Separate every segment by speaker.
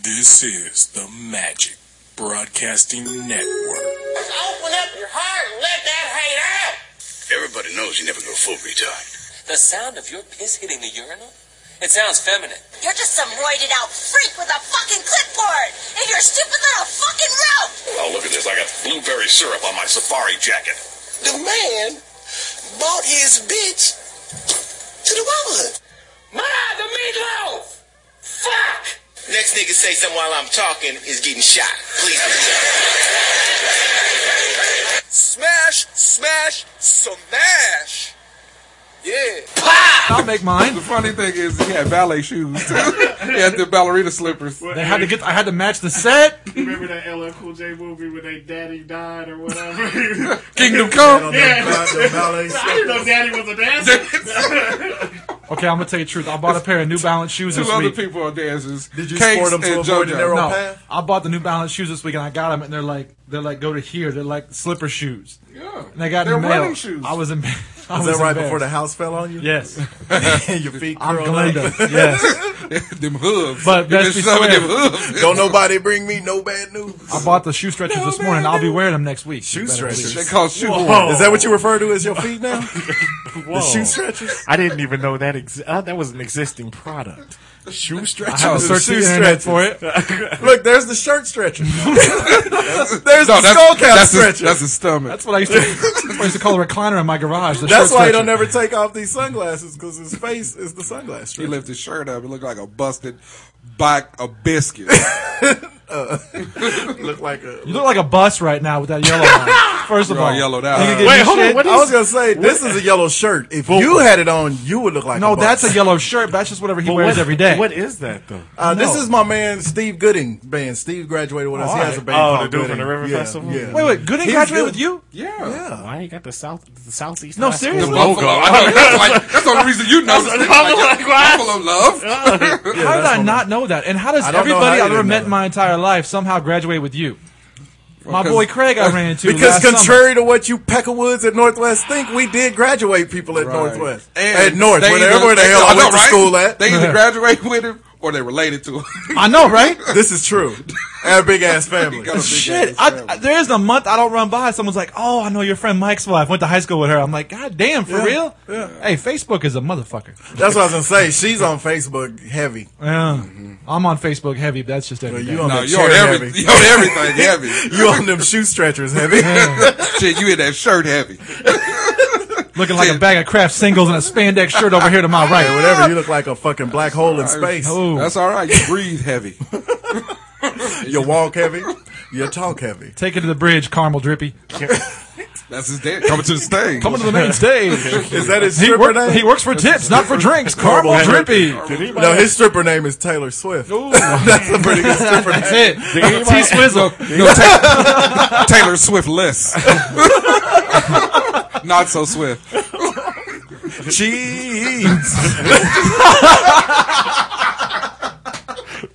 Speaker 1: This is the Magic Broadcasting Network.
Speaker 2: Open up your heart and let that hate out.
Speaker 3: Everybody knows you never go full retard.
Speaker 2: The sound of your piss hitting the urinal? It sounds feminine.
Speaker 4: You're just some roided out freak with a fucking clipboard and your stupid little fucking rope.
Speaker 3: Oh, look at this. I got blueberry syrup on my safari jacket.
Speaker 5: the man bought his bitch to the motherhood.
Speaker 2: Ma, the meatloaf! Fuck!
Speaker 5: Next nigga say something while I'm talking is getting shot. Please do Smash, smash, smash. Yeah.
Speaker 6: I'll make mine.
Speaker 7: The funny thing is, he had ballet shoes. too. he had the ballerina slippers.
Speaker 6: They had to get. I had to match the set.
Speaker 8: Remember that LL Cool J movie where they daddy died or whatever?
Speaker 7: Kingdom Come.
Speaker 8: yeah. I didn't know daddy was a dancer.
Speaker 6: Okay, I'm gonna tell you the truth. I bought a pair of New Balance shoes
Speaker 7: Two
Speaker 6: this
Speaker 7: other
Speaker 6: week.
Speaker 7: people are dancers.
Speaker 9: Did you
Speaker 7: Cakes
Speaker 9: sport them to
Speaker 7: and
Speaker 9: avoid
Speaker 7: JoJo.
Speaker 9: the narrow
Speaker 6: no,
Speaker 9: path?
Speaker 6: I bought the New Balance shoes this week, and I got them, and they're like they're like go to here. They're like slipper shoes,
Speaker 7: Yeah.
Speaker 6: and they got
Speaker 7: They're
Speaker 6: in the mail.
Speaker 7: running shoes.
Speaker 6: I was embarrassed. I
Speaker 9: Was
Speaker 6: was
Speaker 9: that right before the
Speaker 6: embarrassed.
Speaker 9: house fell on you?
Speaker 6: Yes,
Speaker 9: Your feet
Speaker 6: I'm
Speaker 9: curled up.
Speaker 6: Glenda. Yes,
Speaker 7: them hooves.
Speaker 6: But best be
Speaker 7: some of them
Speaker 6: square.
Speaker 7: hooves.
Speaker 9: Don't nobody bring me no bad news.
Speaker 6: I bought the shoe stretchers this morning. I'll be wearing them next week.
Speaker 9: Shoe
Speaker 6: You better believe it.
Speaker 7: They
Speaker 9: stretchers.
Speaker 7: call shoe
Speaker 8: Whoa.
Speaker 7: horn.
Speaker 9: Is that what you refer to as your feet now? The shoe stretchers?
Speaker 8: I didn't even know that ex- uh, that was an existing product.
Speaker 9: Shoe stretchers.
Speaker 6: I have to search the internet for it.
Speaker 9: Look, there's the shirt stretcher. there's
Speaker 7: No,
Speaker 9: the
Speaker 7: that's,
Speaker 9: skull cap
Speaker 7: that's,
Speaker 9: stretcher.
Speaker 7: a, that's a stomach.
Speaker 6: That's what I used to. that's what I used to call a recliner in my garage. The
Speaker 9: That's
Speaker 6: shirt
Speaker 9: why he
Speaker 6: stretcher.
Speaker 9: don't ever take off these sunglasses because his face is the sunglass
Speaker 7: he
Speaker 9: stretcher.
Speaker 7: lifted his shirt up. It looked like a busted back of biscuit.
Speaker 9: Look like a.
Speaker 6: You look like a bus right now with that yellow. on. First of
Speaker 7: You're all
Speaker 6: all,
Speaker 7: yellowed out.
Speaker 6: You can get
Speaker 8: Wait,
Speaker 6: your
Speaker 8: hold on,
Speaker 6: shit-
Speaker 8: what
Speaker 9: I was gonna say this is a yellow shirt. If you had it on, you would look like
Speaker 6: No,
Speaker 9: a
Speaker 6: oh, that's a
Speaker 9: buck.
Speaker 6: yellow shirt. but That's just whatever he
Speaker 8: But
Speaker 6: wears
Speaker 8: what-
Speaker 6: every day.
Speaker 8: What is that though?
Speaker 9: Uh, This
Speaker 6: No.
Speaker 9: is my man Steve Gooding band. Steve graduated with us. He
Speaker 6: Alright.
Speaker 9: has a band.
Speaker 8: Oh, the
Speaker 9: called
Speaker 8: dude from
Speaker 9: Gooding.
Speaker 8: the River
Speaker 9: yeah,
Speaker 8: Festival?
Speaker 9: Yeah.
Speaker 6: Wait, wait, Gooden
Speaker 9: He's
Speaker 6: graduated
Speaker 9: good.
Speaker 6: with you?
Speaker 7: yeah.
Speaker 8: Why you got the south the southeast?
Speaker 6: No,
Speaker 8: high school?
Speaker 6: seriously.
Speaker 7: Buffalo. I know, that's, like, that's the only reason you know.
Speaker 8: I'm like, what?
Speaker 7: Buffalo love.
Speaker 9: Yeah,
Speaker 6: how did
Speaker 9: that's
Speaker 6: I
Speaker 9: my
Speaker 6: not know that? And how does
Speaker 9: I don't know how
Speaker 6: everybody
Speaker 9: you
Speaker 6: I've ever
Speaker 9: didn't know
Speaker 6: met in
Speaker 9: that.
Speaker 6: my entire life somehow graduate with you? my
Speaker 7: 'cause-
Speaker 6: boy Craig, I ran into
Speaker 9: Because
Speaker 6: last summer.
Speaker 9: contrary to what you Peckerwoods at Northwest think, we did graduate people at
Speaker 7: Right.
Speaker 9: Northwest.
Speaker 7: And
Speaker 9: at North,
Speaker 7: they
Speaker 9: wherever
Speaker 7: either-
Speaker 9: the hell I
Speaker 7: know,
Speaker 9: went to
Speaker 7: right?
Speaker 9: school at.
Speaker 7: They either graduate with him or they related to him.
Speaker 6: I know, right?
Speaker 9: this is true. Our big ass family.
Speaker 7: Got a big
Speaker 6: Shit,
Speaker 7: ass
Speaker 6: I,
Speaker 7: family.
Speaker 6: I, there isn't a month I don't run by. Someone's like, "Oh, I know your friend Mike's wife went to high school with her." I'm like, "God damn, for
Speaker 9: Yeah,
Speaker 6: real?" Hey, Facebook is a motherfucker.
Speaker 9: That's what I was gonna say. She's on Facebook heavy.
Speaker 6: Yeah, I'm on Facebook heavy, but that's just every
Speaker 9: you
Speaker 6: day.
Speaker 9: on
Speaker 7: no,
Speaker 9: the
Speaker 7: you on
Speaker 9: chair
Speaker 7: every,
Speaker 9: heavy.
Speaker 7: you on everything heavy.
Speaker 9: You on them shoe stretchers heavy.
Speaker 7: Shit, you in that shirt heavy.
Speaker 6: Looking like a bag of craft singles and a spandex shirt over here to my right.
Speaker 9: Whatever, you look like a fucking black hole in space.
Speaker 6: Oh.
Speaker 7: That's all right. You breathe heavy.
Speaker 9: You walk heavy. You talk heavy.
Speaker 6: Take it to the bridge, Carmel Drippy.
Speaker 7: That's his dad coming to the stage.
Speaker 6: Coming to the main stage.
Speaker 9: Is that his
Speaker 6: He,
Speaker 9: stripper
Speaker 6: work-
Speaker 9: name?
Speaker 6: he works for tips, not for drinks. Carmel
Speaker 9: Carmel
Speaker 6: Drippy.
Speaker 9: no, his stripper name is Taylor Swift. That's a pretty good stripper name.
Speaker 6: That's it. T Swizzle.
Speaker 7: No, Ta- Taylor Swift less. Not so swift.
Speaker 9: Cheese.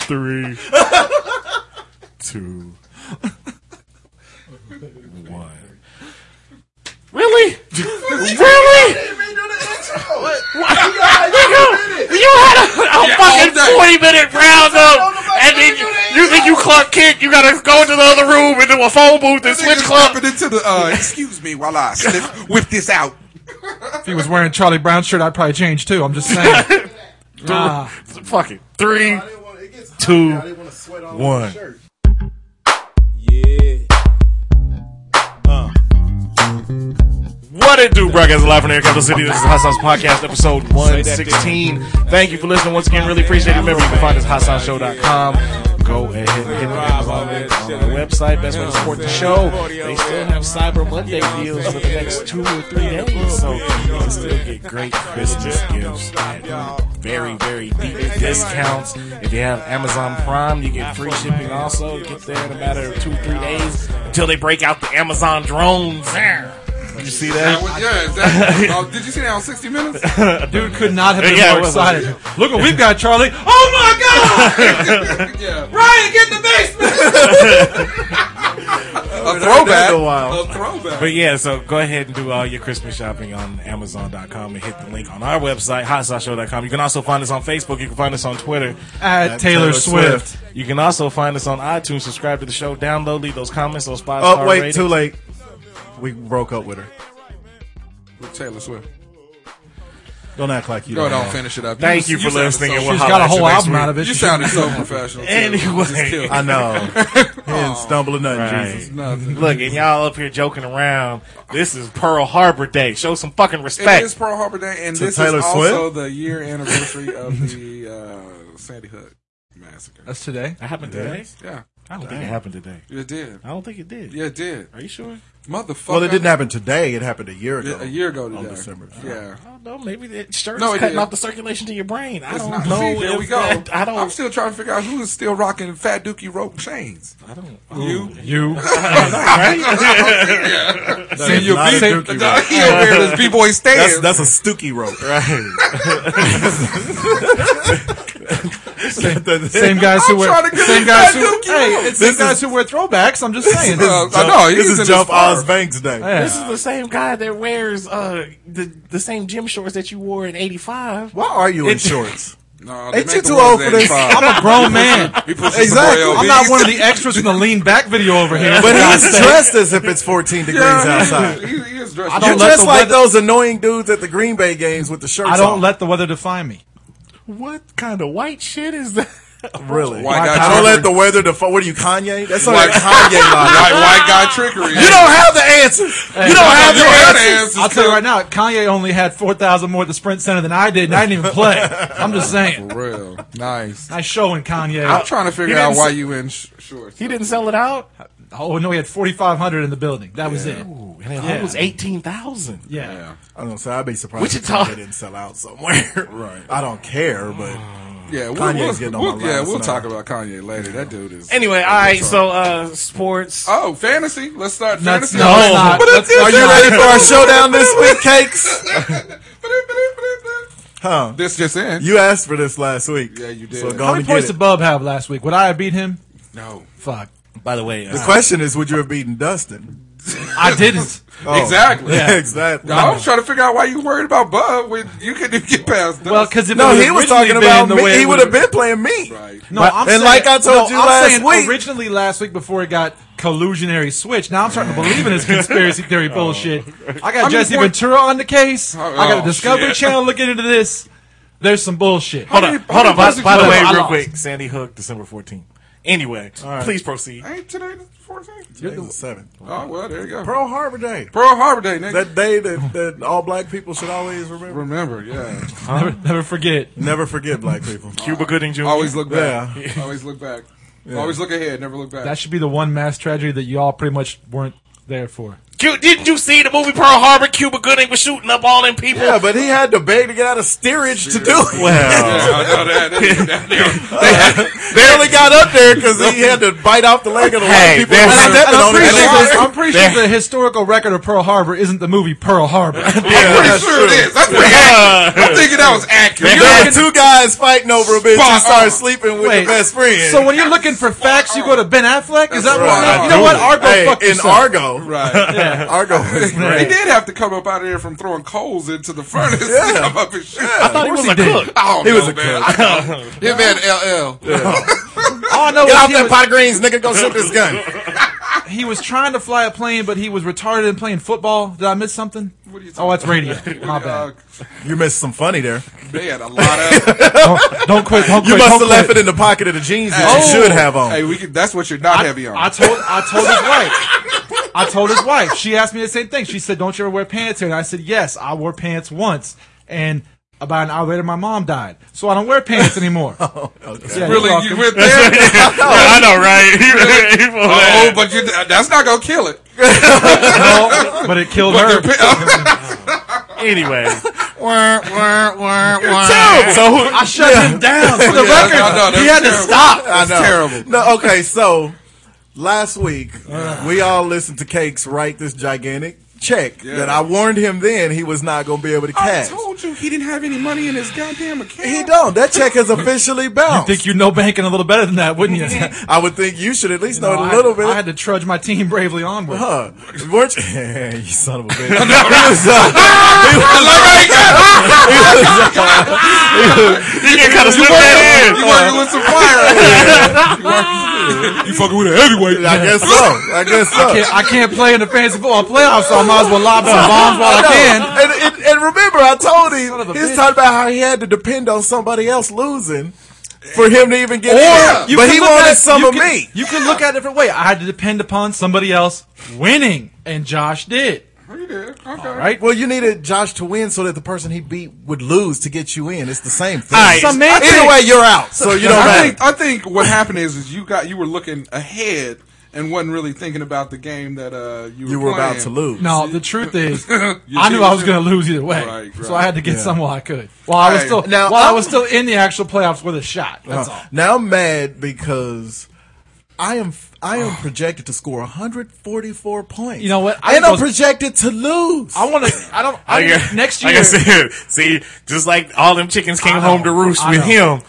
Speaker 8: Three, two, one. Really? really? You had a, a fucking
Speaker 7: all day.
Speaker 8: 40 minute roundup, and then you, you think you Clark Kent, you gotta go into the other room and do a phone booth and switch
Speaker 7: Niggas
Speaker 8: club.
Speaker 7: jumping into the, uh, excuse me while I sniff, whip this out.
Speaker 6: If he was wearing Charlie Brown shirt, I'd probably change too. I'm just saying. Nah.
Speaker 8: Fuck it. Three, two,
Speaker 9: One.
Speaker 8: What it do, broadcast live from the Capital City. This is Hot Sauce Podcast, episode 116. Thank you for listening once again. Really appreciate it. Remember, you can find us at hotsauceshow.com. Go ahead and hit the Amazon link on the website. Best way to support the show. They still have Cyber Monday deals for the next two or three days. So you can still get great Christmas gifts at very, very deep discounts. If you have Amazon Prime, you get free shipping also. Get there in a matter of two, three days until they break out the Amazon drones. You see that?
Speaker 7: Yeah, exactly. Uh, did you see that on 60 Minutes?
Speaker 6: Dude could not have been
Speaker 8: Yeah, it
Speaker 6: more
Speaker 8: was-
Speaker 6: excited. Look what we've got, Charlie. Oh my God!
Speaker 7: Yeah.
Speaker 6: Ryan, get in the basement!
Speaker 7: a
Speaker 9: heard that
Speaker 7: throwback.
Speaker 9: in a while.
Speaker 7: A throwback.
Speaker 8: But yeah, so go ahead and do all your Christmas shopping on Amazon.com and hit the link on our website, hotsauceshow.com. You can also find us on Facebook. You can find us on Twitter.
Speaker 6: At Taylor,
Speaker 9: Taylor
Speaker 6: Swift.
Speaker 9: Swift.
Speaker 8: You can also find us on iTunes. Subscribe to the show. Download, leave those comments, those five
Speaker 9: Oh
Speaker 8: star
Speaker 9: wait,
Speaker 8: ratings.
Speaker 9: too late. We broke up with her.
Speaker 7: With Taylor Swift.
Speaker 9: Don't act like you.
Speaker 7: Go
Speaker 9: don't
Speaker 7: ahead
Speaker 9: know.
Speaker 7: and finish it up.
Speaker 8: Thank you, for
Speaker 7: sounded
Speaker 8: listening.
Speaker 7: So,
Speaker 8: and we'll
Speaker 6: She's got
Speaker 8: holler at
Speaker 6: a
Speaker 8: you
Speaker 6: whole
Speaker 8: next
Speaker 6: album
Speaker 8: week.
Speaker 6: out of it.
Speaker 7: you
Speaker 6: She-
Speaker 7: sounded so professional. too.
Speaker 8: Anyway.
Speaker 7: Just killed
Speaker 9: I
Speaker 7: it.
Speaker 9: know. he didn't stumble or nothing,
Speaker 8: Right.
Speaker 9: Jesus.
Speaker 7: Nothing.
Speaker 8: Look, and y'all up here joking around. This is Pearl Harbor Day. Show some fucking
Speaker 7: It
Speaker 8: respect.
Speaker 7: is Pearl Harbor Day, and
Speaker 9: To
Speaker 7: this
Speaker 9: Taylor
Speaker 7: is also
Speaker 9: Swift?
Speaker 7: the year anniversary of the uh, Sandy Hook massacre.
Speaker 5: That's today.
Speaker 8: That happened today?
Speaker 7: Yeah,
Speaker 8: I don't think it happened today.
Speaker 7: it did.
Speaker 8: I don't think it did.
Speaker 7: Yeah, it did.
Speaker 8: Are you sure?
Speaker 7: Motherfucker.
Speaker 9: Well, it didn't happen today. It happened a year ago.
Speaker 7: Yeah, A year ago today.
Speaker 9: on December.
Speaker 7: Yeah.
Speaker 8: I don't know. Maybe that shirt
Speaker 7: No,
Speaker 8: is
Speaker 7: it
Speaker 8: cutting
Speaker 7: is.
Speaker 8: off the circulation to your brain. I
Speaker 7: It's
Speaker 8: don't
Speaker 7: not.
Speaker 8: know.
Speaker 7: See, there
Speaker 8: if
Speaker 7: we go.
Speaker 8: that- I
Speaker 7: I'm
Speaker 8: don't.
Speaker 7: still trying to figure out who is still rocking Fat Dookie rope chains.
Speaker 8: I don't.
Speaker 7: You.
Speaker 6: You.
Speaker 9: That is
Speaker 7: your
Speaker 9: not a
Speaker 7: beat-
Speaker 9: dookie
Speaker 7: Nah,
Speaker 9: rope.
Speaker 7: He over here in his b-boy
Speaker 9: That's
Speaker 7: stance.
Speaker 9: that's a stookie rope, right?
Speaker 6: Same guys who
Speaker 7: I'm
Speaker 6: wear.
Speaker 7: trying to get this
Speaker 6: Same guys
Speaker 7: guy
Speaker 6: who.
Speaker 7: Dookie
Speaker 6: Hey,
Speaker 7: Rope.
Speaker 6: it's same guys who wear throwbacks. I'm just saying.
Speaker 7: Uh, I know. He's
Speaker 9: this
Speaker 7: in
Speaker 9: is
Speaker 7: his
Speaker 9: Jump
Speaker 7: farm.
Speaker 9: Oz Banks Day.
Speaker 6: Yeah.
Speaker 8: This is the same guy that wears uh the the same gym shorts that you wore in '85.
Speaker 9: Why are you in shorts?
Speaker 7: No,
Speaker 9: Ain't
Speaker 7: they
Speaker 9: you
Speaker 7: make the
Speaker 9: too
Speaker 7: ones
Speaker 9: old for this?
Speaker 7: 85.
Speaker 6: I'm a grown man.
Speaker 7: He puts
Speaker 9: Exactly.
Speaker 7: exactly.
Speaker 6: I'm not one of the extras from the lean back video over here.
Speaker 9: But he's dressed as if it's 14 degrees outside.
Speaker 7: He, he is dressed.
Speaker 6: I don't
Speaker 9: You're
Speaker 6: let
Speaker 9: just
Speaker 6: the
Speaker 9: like
Speaker 6: weather-
Speaker 9: those annoying dudes at the Green Bay games with the shirts.
Speaker 6: I don't
Speaker 9: off.
Speaker 6: let the weather define me.
Speaker 8: What kind of white shit is that?
Speaker 9: really.
Speaker 7: Why
Speaker 9: I
Speaker 7: got
Speaker 9: don't
Speaker 7: trickery?
Speaker 9: let the weather define. What are you, Kanye? That's not
Speaker 7: Why-
Speaker 9: a Kanye line.
Speaker 7: white, white guy trickery.
Speaker 9: You don't have the answers. you don't have
Speaker 7: you
Speaker 9: the
Speaker 7: had
Speaker 9: answers.
Speaker 7: answers.
Speaker 6: I'll tell you right now, Kanye only had 4,000 more at the Sprint Center than I did, and I didn't even play. I'm just saying.
Speaker 7: For real. Nice.
Speaker 6: Nice showing, Kanye.
Speaker 7: I'm trying to figure
Speaker 8: He
Speaker 7: out
Speaker 8: didn't
Speaker 7: why
Speaker 8: s-
Speaker 7: you in sh- shorts.
Speaker 8: He didn't sell it out.
Speaker 6: Oh, no, he had 4,500 in the building. That was it.
Speaker 8: Ooh, and it yeah. was eighteen thousand.
Speaker 6: Yeah.
Speaker 7: Yeah.
Speaker 9: I don't say I'd be surprised
Speaker 8: Wichita.
Speaker 9: if Kanye didn't sell out somewhere.
Speaker 7: Right.
Speaker 9: I don't care, but
Speaker 7: Yeah,
Speaker 9: Kanye's
Speaker 7: we'll, we'll,
Speaker 9: getting on
Speaker 7: we'll-
Speaker 9: my
Speaker 7: yeah,
Speaker 9: last
Speaker 7: we'll
Speaker 9: night.
Speaker 7: talk about Kanye later. That dude is.
Speaker 8: Anyway, all right. So uh sports.
Speaker 7: oh, fantasy. Let's start
Speaker 6: That's
Speaker 7: fantasy.
Speaker 6: no, it's not.
Speaker 9: But
Speaker 6: That's-
Speaker 9: are you ready for our showdown this week, Cakes? Huh?
Speaker 7: This just in.
Speaker 9: You asked for this last week.
Speaker 7: Yeah, you did.
Speaker 9: So go
Speaker 6: How
Speaker 9: on
Speaker 6: many
Speaker 9: and get
Speaker 6: points
Speaker 9: it.
Speaker 6: did Bub have last week? Would I have beat him?
Speaker 7: no.
Speaker 6: Fuck.
Speaker 8: By the way,
Speaker 9: the question is, would you have beaten Dustin?
Speaker 6: I didn't.
Speaker 9: Oh.
Speaker 7: Exactly.
Speaker 9: exactly.
Speaker 7: I was trying to figure out why you worried about Bub when you couldn't get past. Dust.
Speaker 6: Well, because if
Speaker 9: No,
Speaker 6: it
Speaker 9: he was talking
Speaker 6: originally
Speaker 9: about
Speaker 6: been the
Speaker 9: me.
Speaker 6: way
Speaker 9: He
Speaker 6: it
Speaker 9: would have been playing me.
Speaker 7: right.
Speaker 6: No,
Speaker 9: But-
Speaker 6: I'm
Speaker 9: and
Speaker 6: saying,
Speaker 9: like I told
Speaker 6: no,
Speaker 9: you
Speaker 6: I'm
Speaker 9: last
Speaker 6: saying
Speaker 9: week-
Speaker 6: originally last week before it got collusion area switch. Now I'm starting to believe in this conspiracy theory
Speaker 9: Oh,
Speaker 6: bullshit. I got
Speaker 7: many
Speaker 6: Jesse
Speaker 7: points-
Speaker 6: Ventura on the case. I got
Speaker 7: oh,
Speaker 6: a Discovery
Speaker 7: shit.
Speaker 6: Channel looking into this. There's some bullshit.
Speaker 8: hold
Speaker 7: How
Speaker 8: on,
Speaker 7: many-
Speaker 8: hold
Speaker 7: how many
Speaker 8: on. By,
Speaker 7: points
Speaker 8: by
Speaker 7: did
Speaker 8: the
Speaker 7: you
Speaker 8: way,
Speaker 7: have?
Speaker 8: real
Speaker 7: I
Speaker 8: quick, Sandy Hook, December fourteenth. Anyway, please proceed.
Speaker 7: Ain't today the 14th?
Speaker 9: Today's the seventh.
Speaker 7: Oh well, there you go.
Speaker 9: Pearl Harbor Day.
Speaker 7: Pearl Harbor Day, nigga.
Speaker 9: That day that, that all black people should always remember.
Speaker 7: Remember, yeah.
Speaker 6: Never, never forget.
Speaker 9: Never forget black people.
Speaker 8: Cuba Gooding Jr.
Speaker 7: Always look back. Always look back. Always look ahead. Never look back.
Speaker 6: That should be the one mass tragedy that y'all pretty much weren't there for.
Speaker 8: Cu- didn't you see the movie Pearl Harbor? Cuba Gooding was shooting up all them people.
Speaker 9: Yeah, but he had to beg to get out of steerage to do it.
Speaker 7: Yeah,
Speaker 8: Well,
Speaker 7: I know that. That- that- that-
Speaker 9: They only got up there because he had to bite off the leg of the
Speaker 8: Hey,
Speaker 9: white people.
Speaker 8: there's-
Speaker 9: who were stepping
Speaker 6: I'm
Speaker 9: on
Speaker 6: pretty,
Speaker 9: it.
Speaker 6: sure,
Speaker 7: Pearl
Speaker 6: I'm pretty sure the historical record of Pearl Harbor isn't the movie Pearl Harbor.
Speaker 9: Yeah,
Speaker 7: pretty
Speaker 9: that's
Speaker 7: sure
Speaker 9: true.
Speaker 7: it is. That's pretty accurate. I'm thinking that was accurate.
Speaker 9: There were two guys fighting over a bitch who
Speaker 7: Spot
Speaker 9: started
Speaker 7: on.
Speaker 9: sleeping with
Speaker 6: Wait,
Speaker 9: the best friend.
Speaker 6: So when you're looking for facts, you go to Ben Affleck. Is
Speaker 7: That's
Speaker 6: that what?
Speaker 7: right.
Speaker 6: You know what? Argo
Speaker 9: hey,
Speaker 6: fuck
Speaker 9: in
Speaker 6: yourself.
Speaker 9: Argo,
Speaker 7: Right.
Speaker 9: Argo was
Speaker 7: They
Speaker 9: great.
Speaker 7: did have to come up out of there from throwing coals into the furnace to come up and shoot.
Speaker 8: I thought he was a cook.
Speaker 7: I don't
Speaker 9: He
Speaker 7: know,
Speaker 9: was a
Speaker 7: man.
Speaker 9: cook.
Speaker 7: I don't know. Him and LL.
Speaker 6: All I know
Speaker 9: Get
Speaker 6: is
Speaker 9: off
Speaker 6: he
Speaker 9: that
Speaker 6: was-
Speaker 9: pot of greens, nigga. Go shoot this gun.
Speaker 6: He was trying to fly a plane, but he was retarded in playing football. Did I miss something?
Speaker 7: What are you talking
Speaker 6: Oh, that's radio. My
Speaker 7: Uh,
Speaker 6: bad.
Speaker 9: You missed some funny there.
Speaker 7: they had a lot of.
Speaker 6: Don't, don't quit. Don't quit.
Speaker 9: You must
Speaker 6: don't
Speaker 9: have left it
Speaker 6: quit.
Speaker 9: in the pocket of the jeans that
Speaker 7: Oh.
Speaker 9: you should have on.
Speaker 7: hey, we could, that's what you're not heavy on.
Speaker 6: I told. I told his wife. I told his wife. She asked me the same thing. She said, "Don't you ever wear pants here?" And I said, "Yes, I wore pants once." And about an hour later, my mom died, so I don't wear pants anymore.
Speaker 9: Oh,
Speaker 6: Yeah,
Speaker 7: really, you
Speaker 6: you're welcome.
Speaker 7: went there.
Speaker 8: I know, right? He- he pulled
Speaker 7: oh,
Speaker 8: that.
Speaker 7: but you, that's not gonna kill it.
Speaker 6: No, but it killed her.
Speaker 8: anyway,
Speaker 9: Terrible. So who-
Speaker 6: I shut him down for the
Speaker 7: Yeah,
Speaker 6: record.
Speaker 7: no, no, that's
Speaker 6: he had to
Speaker 7: terrible.
Speaker 6: stop.
Speaker 9: I
Speaker 7: That's
Speaker 9: know.
Speaker 7: terrible.
Speaker 9: No, okay, so last week we all listened to Cakes write this gigantic check that I warned him then he was not going to be able to
Speaker 7: I
Speaker 9: cash.
Speaker 7: told you he didn't have any money in his goddamn account.
Speaker 9: He don't. That check has officially
Speaker 6: I
Speaker 9: bounced.
Speaker 6: think you know banking a little better than that, wouldn't you?
Speaker 9: I would think you should at least know,
Speaker 6: No,
Speaker 9: a little
Speaker 6: I,
Speaker 9: bit.
Speaker 6: I had to trudge my team bravely onward.
Speaker 9: Huh. Weren't you? you son of a bitch. he was, uh, he was,
Speaker 8: You can kind of slip that in.
Speaker 9: working with some fire.
Speaker 7: You fucking with a heavyweight.
Speaker 9: I guess so. I guess so.
Speaker 6: Yeah, I can't play in the fantasy football playoffs, so I might as well lob some bombs while I can.
Speaker 9: And, and, and remember, I told
Speaker 6: of a
Speaker 9: him he was
Speaker 6: bitch.
Speaker 9: talking about how he had to depend on somebody else losing for him to even get in.
Speaker 6: you
Speaker 9: but
Speaker 6: can
Speaker 9: he
Speaker 6: look
Speaker 9: wanted
Speaker 6: at-
Speaker 9: some
Speaker 6: you
Speaker 9: of
Speaker 6: can-
Speaker 9: me.
Speaker 6: You can look at it a different way. I had to depend upon somebody else winning, and Josh did.
Speaker 9: Right? Well, you needed Josh to win so that the person he beat would lose to get you in. It's the same thing.
Speaker 8: All right.
Speaker 6: Some man
Speaker 9: Either way, you're out. So you don't
Speaker 7: I
Speaker 9: matter.
Speaker 7: think, I think what happened is, is you got you were looking ahead and wasn't really thinking about the game that uh, you were,
Speaker 9: you were about
Speaker 7: playing.
Speaker 9: to lose.
Speaker 6: No, the truth is,
Speaker 7: You
Speaker 6: I knew
Speaker 7: see,
Speaker 6: I was
Speaker 7: you-
Speaker 6: going to lose either way,
Speaker 7: Right,
Speaker 6: so
Speaker 7: right.
Speaker 6: I had to get some while I could. While I was
Speaker 7: Hey,
Speaker 6: still,
Speaker 9: now,
Speaker 6: while i
Speaker 9: I'm- Uh.
Speaker 6: was still in the actual playoffs with a shot. That's all.
Speaker 9: Now I'm mad because I am I am projected to score 144 points.
Speaker 6: You know what? I
Speaker 9: I and I'm
Speaker 6: was-
Speaker 9: projected to lose.
Speaker 6: I want to. I don't. I,
Speaker 8: Like I-
Speaker 6: next year,
Speaker 8: like I said, see, just like all them chickens came
Speaker 6: I know,
Speaker 8: home to roost
Speaker 6: I
Speaker 8: with him.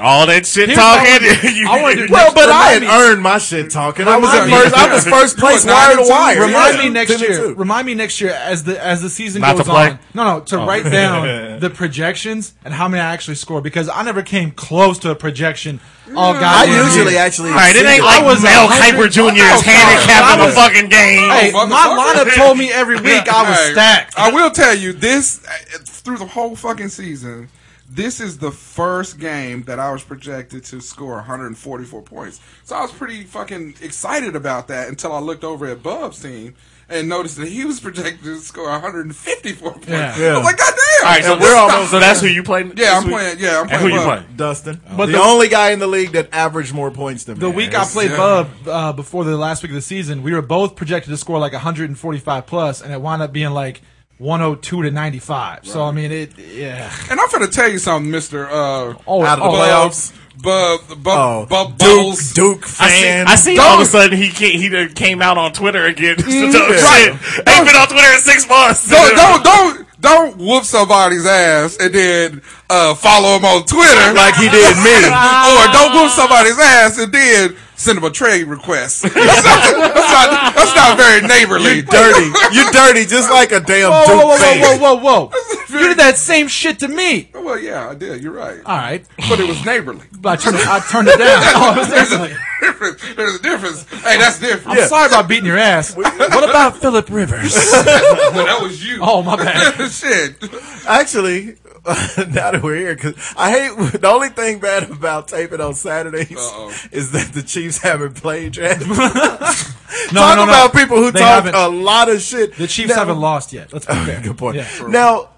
Speaker 8: All that shit
Speaker 6: Here's what I
Speaker 8: talking.
Speaker 6: wanna do.
Speaker 8: you-
Speaker 6: I wanna do
Speaker 9: well, but I had
Speaker 6: Remind me-
Speaker 9: earned my shit talking. I was in
Speaker 6: Remind me-
Speaker 9: first. I was first place
Speaker 7: You were
Speaker 9: wire
Speaker 7: nine
Speaker 9: to
Speaker 7: and two.
Speaker 9: wire.
Speaker 6: Remind
Speaker 9: Yeah.
Speaker 6: me next
Speaker 9: Ten and
Speaker 6: year.
Speaker 9: two.
Speaker 6: Remind me next year as the as the season
Speaker 8: Not to
Speaker 6: goes
Speaker 8: play? Oh.
Speaker 6: on. No, no, to write down the projections and how many I actually score because I never came close to a projection. All
Speaker 9: Mm. I
Speaker 6: goddamn
Speaker 9: usually
Speaker 6: year.
Speaker 9: actually.
Speaker 8: All right, it ain't
Speaker 9: exceeded.
Speaker 8: like
Speaker 6: I was
Speaker 8: Mel
Speaker 6: a
Speaker 8: Kiper
Speaker 6: hundred-
Speaker 8: Jr. is handicapped in the fucking game.
Speaker 6: Hey,
Speaker 7: Oh,
Speaker 6: my
Speaker 7: motherfucker.
Speaker 6: lineup told me every week I was
Speaker 7: Hey,
Speaker 6: stacked.
Speaker 7: I will tell you this uh, through the whole fucking season. This is the first game that I was projected to score 144 points. So I was pretty fucking excited about that until I looked over at Bub's team and noticed that he was projected to score 154 points.
Speaker 6: Yeah.
Speaker 7: I was like, God damn!
Speaker 8: all right, so
Speaker 9: and we're
Speaker 8: we're
Speaker 9: almost-
Speaker 8: almost. So that's who you playing? this
Speaker 7: yeah, I'm
Speaker 8: week?
Speaker 7: playing. Yeah, I'm
Speaker 8: And
Speaker 7: playing.
Speaker 8: who you
Speaker 7: Bub.
Speaker 8: playing?
Speaker 9: Dustin,
Speaker 6: But
Speaker 9: the,
Speaker 6: the-
Speaker 9: only guy in the league that averaged more points than me.
Speaker 6: The week I played
Speaker 7: yeah.
Speaker 6: Bub uh, before the last week of the season, we were both projected to score like 145 plus, and it wound up being like 102 to 95. So I mean, it yeah.
Speaker 7: And I'm gonna tell you something, Mister. Uh,
Speaker 6: Oh,
Speaker 9: Out of the
Speaker 6: oh,
Speaker 9: playoffs.
Speaker 7: Bub, Bub,
Speaker 9: Oh, Duke,
Speaker 7: Bub, Bubbles.
Speaker 9: Duke
Speaker 8: I see,
Speaker 9: fan.
Speaker 8: I see all of a sudden he ca- he done came out on Twitter again. Just to talk
Speaker 9: Right.
Speaker 8: shit. Ain't been on Twitter in six months.
Speaker 7: don't don't don't don't whoop somebody's ass and then uh, follow him on Twitter
Speaker 9: like he did me.
Speaker 7: or don't whoop somebody's ass and then send him a trade request. that's, not, that's not that's not very neighborly.
Speaker 9: dirty. You dirty, just like a damn
Speaker 6: Whoa,
Speaker 9: Duke
Speaker 6: whoa, whoa,
Speaker 9: fan.
Speaker 6: whoa, whoa, whoa, whoa! you did that same shit to me.
Speaker 7: Oh, Well, yeah, I did. You're right,
Speaker 6: All right,
Speaker 7: but it was neighborly.
Speaker 6: but I turned it, I turned it down. Oh, seriously.
Speaker 7: There's a difference. Hey, that's different.
Speaker 6: I'm sorry about beating your ass. What about Philip Rivers?
Speaker 7: Well, that was you.
Speaker 6: Oh, my bad.
Speaker 7: Shit.
Speaker 9: Actually, now that we're here, because I hate the only thing bad about taping on Saturdays
Speaker 7: Uh-oh.
Speaker 9: is that the Chiefs haven't played yet.
Speaker 6: No,
Speaker 9: talk
Speaker 6: no, no.
Speaker 9: about people who
Speaker 6: They
Speaker 9: talk
Speaker 6: haven't.
Speaker 9: a lot of shit.
Speaker 6: The Chiefs
Speaker 9: Now- Oh,
Speaker 6: haven't lost yet. Let's be fair.
Speaker 9: Good point.
Speaker 6: Yeah.
Speaker 9: Now,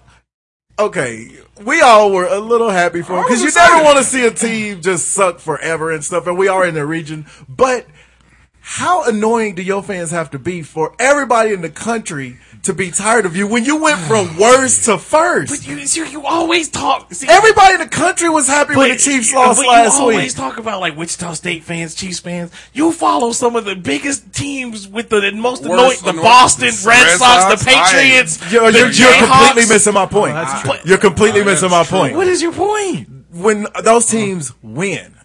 Speaker 9: okay, we all were a little happy for him because you never want to see a team just suck forever and stuff, and we are in the region, but. How annoying do your fans have to be for everybody in the country to be tired of you when you went from worst to first?
Speaker 8: You, you, you always talk. See,
Speaker 9: Everybody in the country was happy when the Chiefs lost
Speaker 8: but
Speaker 9: last
Speaker 8: you always
Speaker 9: week.
Speaker 8: talk about like Wichita State fans, Chiefs fans. You follow some of the biggest teams with the most annoying,
Speaker 7: Worst
Speaker 8: the
Speaker 7: annoying-
Speaker 8: Boston Red,
Speaker 7: Red
Speaker 8: Sox,
Speaker 7: Sox,
Speaker 8: the Patriots.
Speaker 9: You're,
Speaker 8: the
Speaker 9: you're, you're
Speaker 8: Jayhawks. Oh,
Speaker 9: completely missing my point.
Speaker 6: that's
Speaker 8: true. Oh,
Speaker 9: You're completely missing my point.
Speaker 8: What is your point?
Speaker 9: When those
Speaker 7: Uh-huh.
Speaker 9: teams win.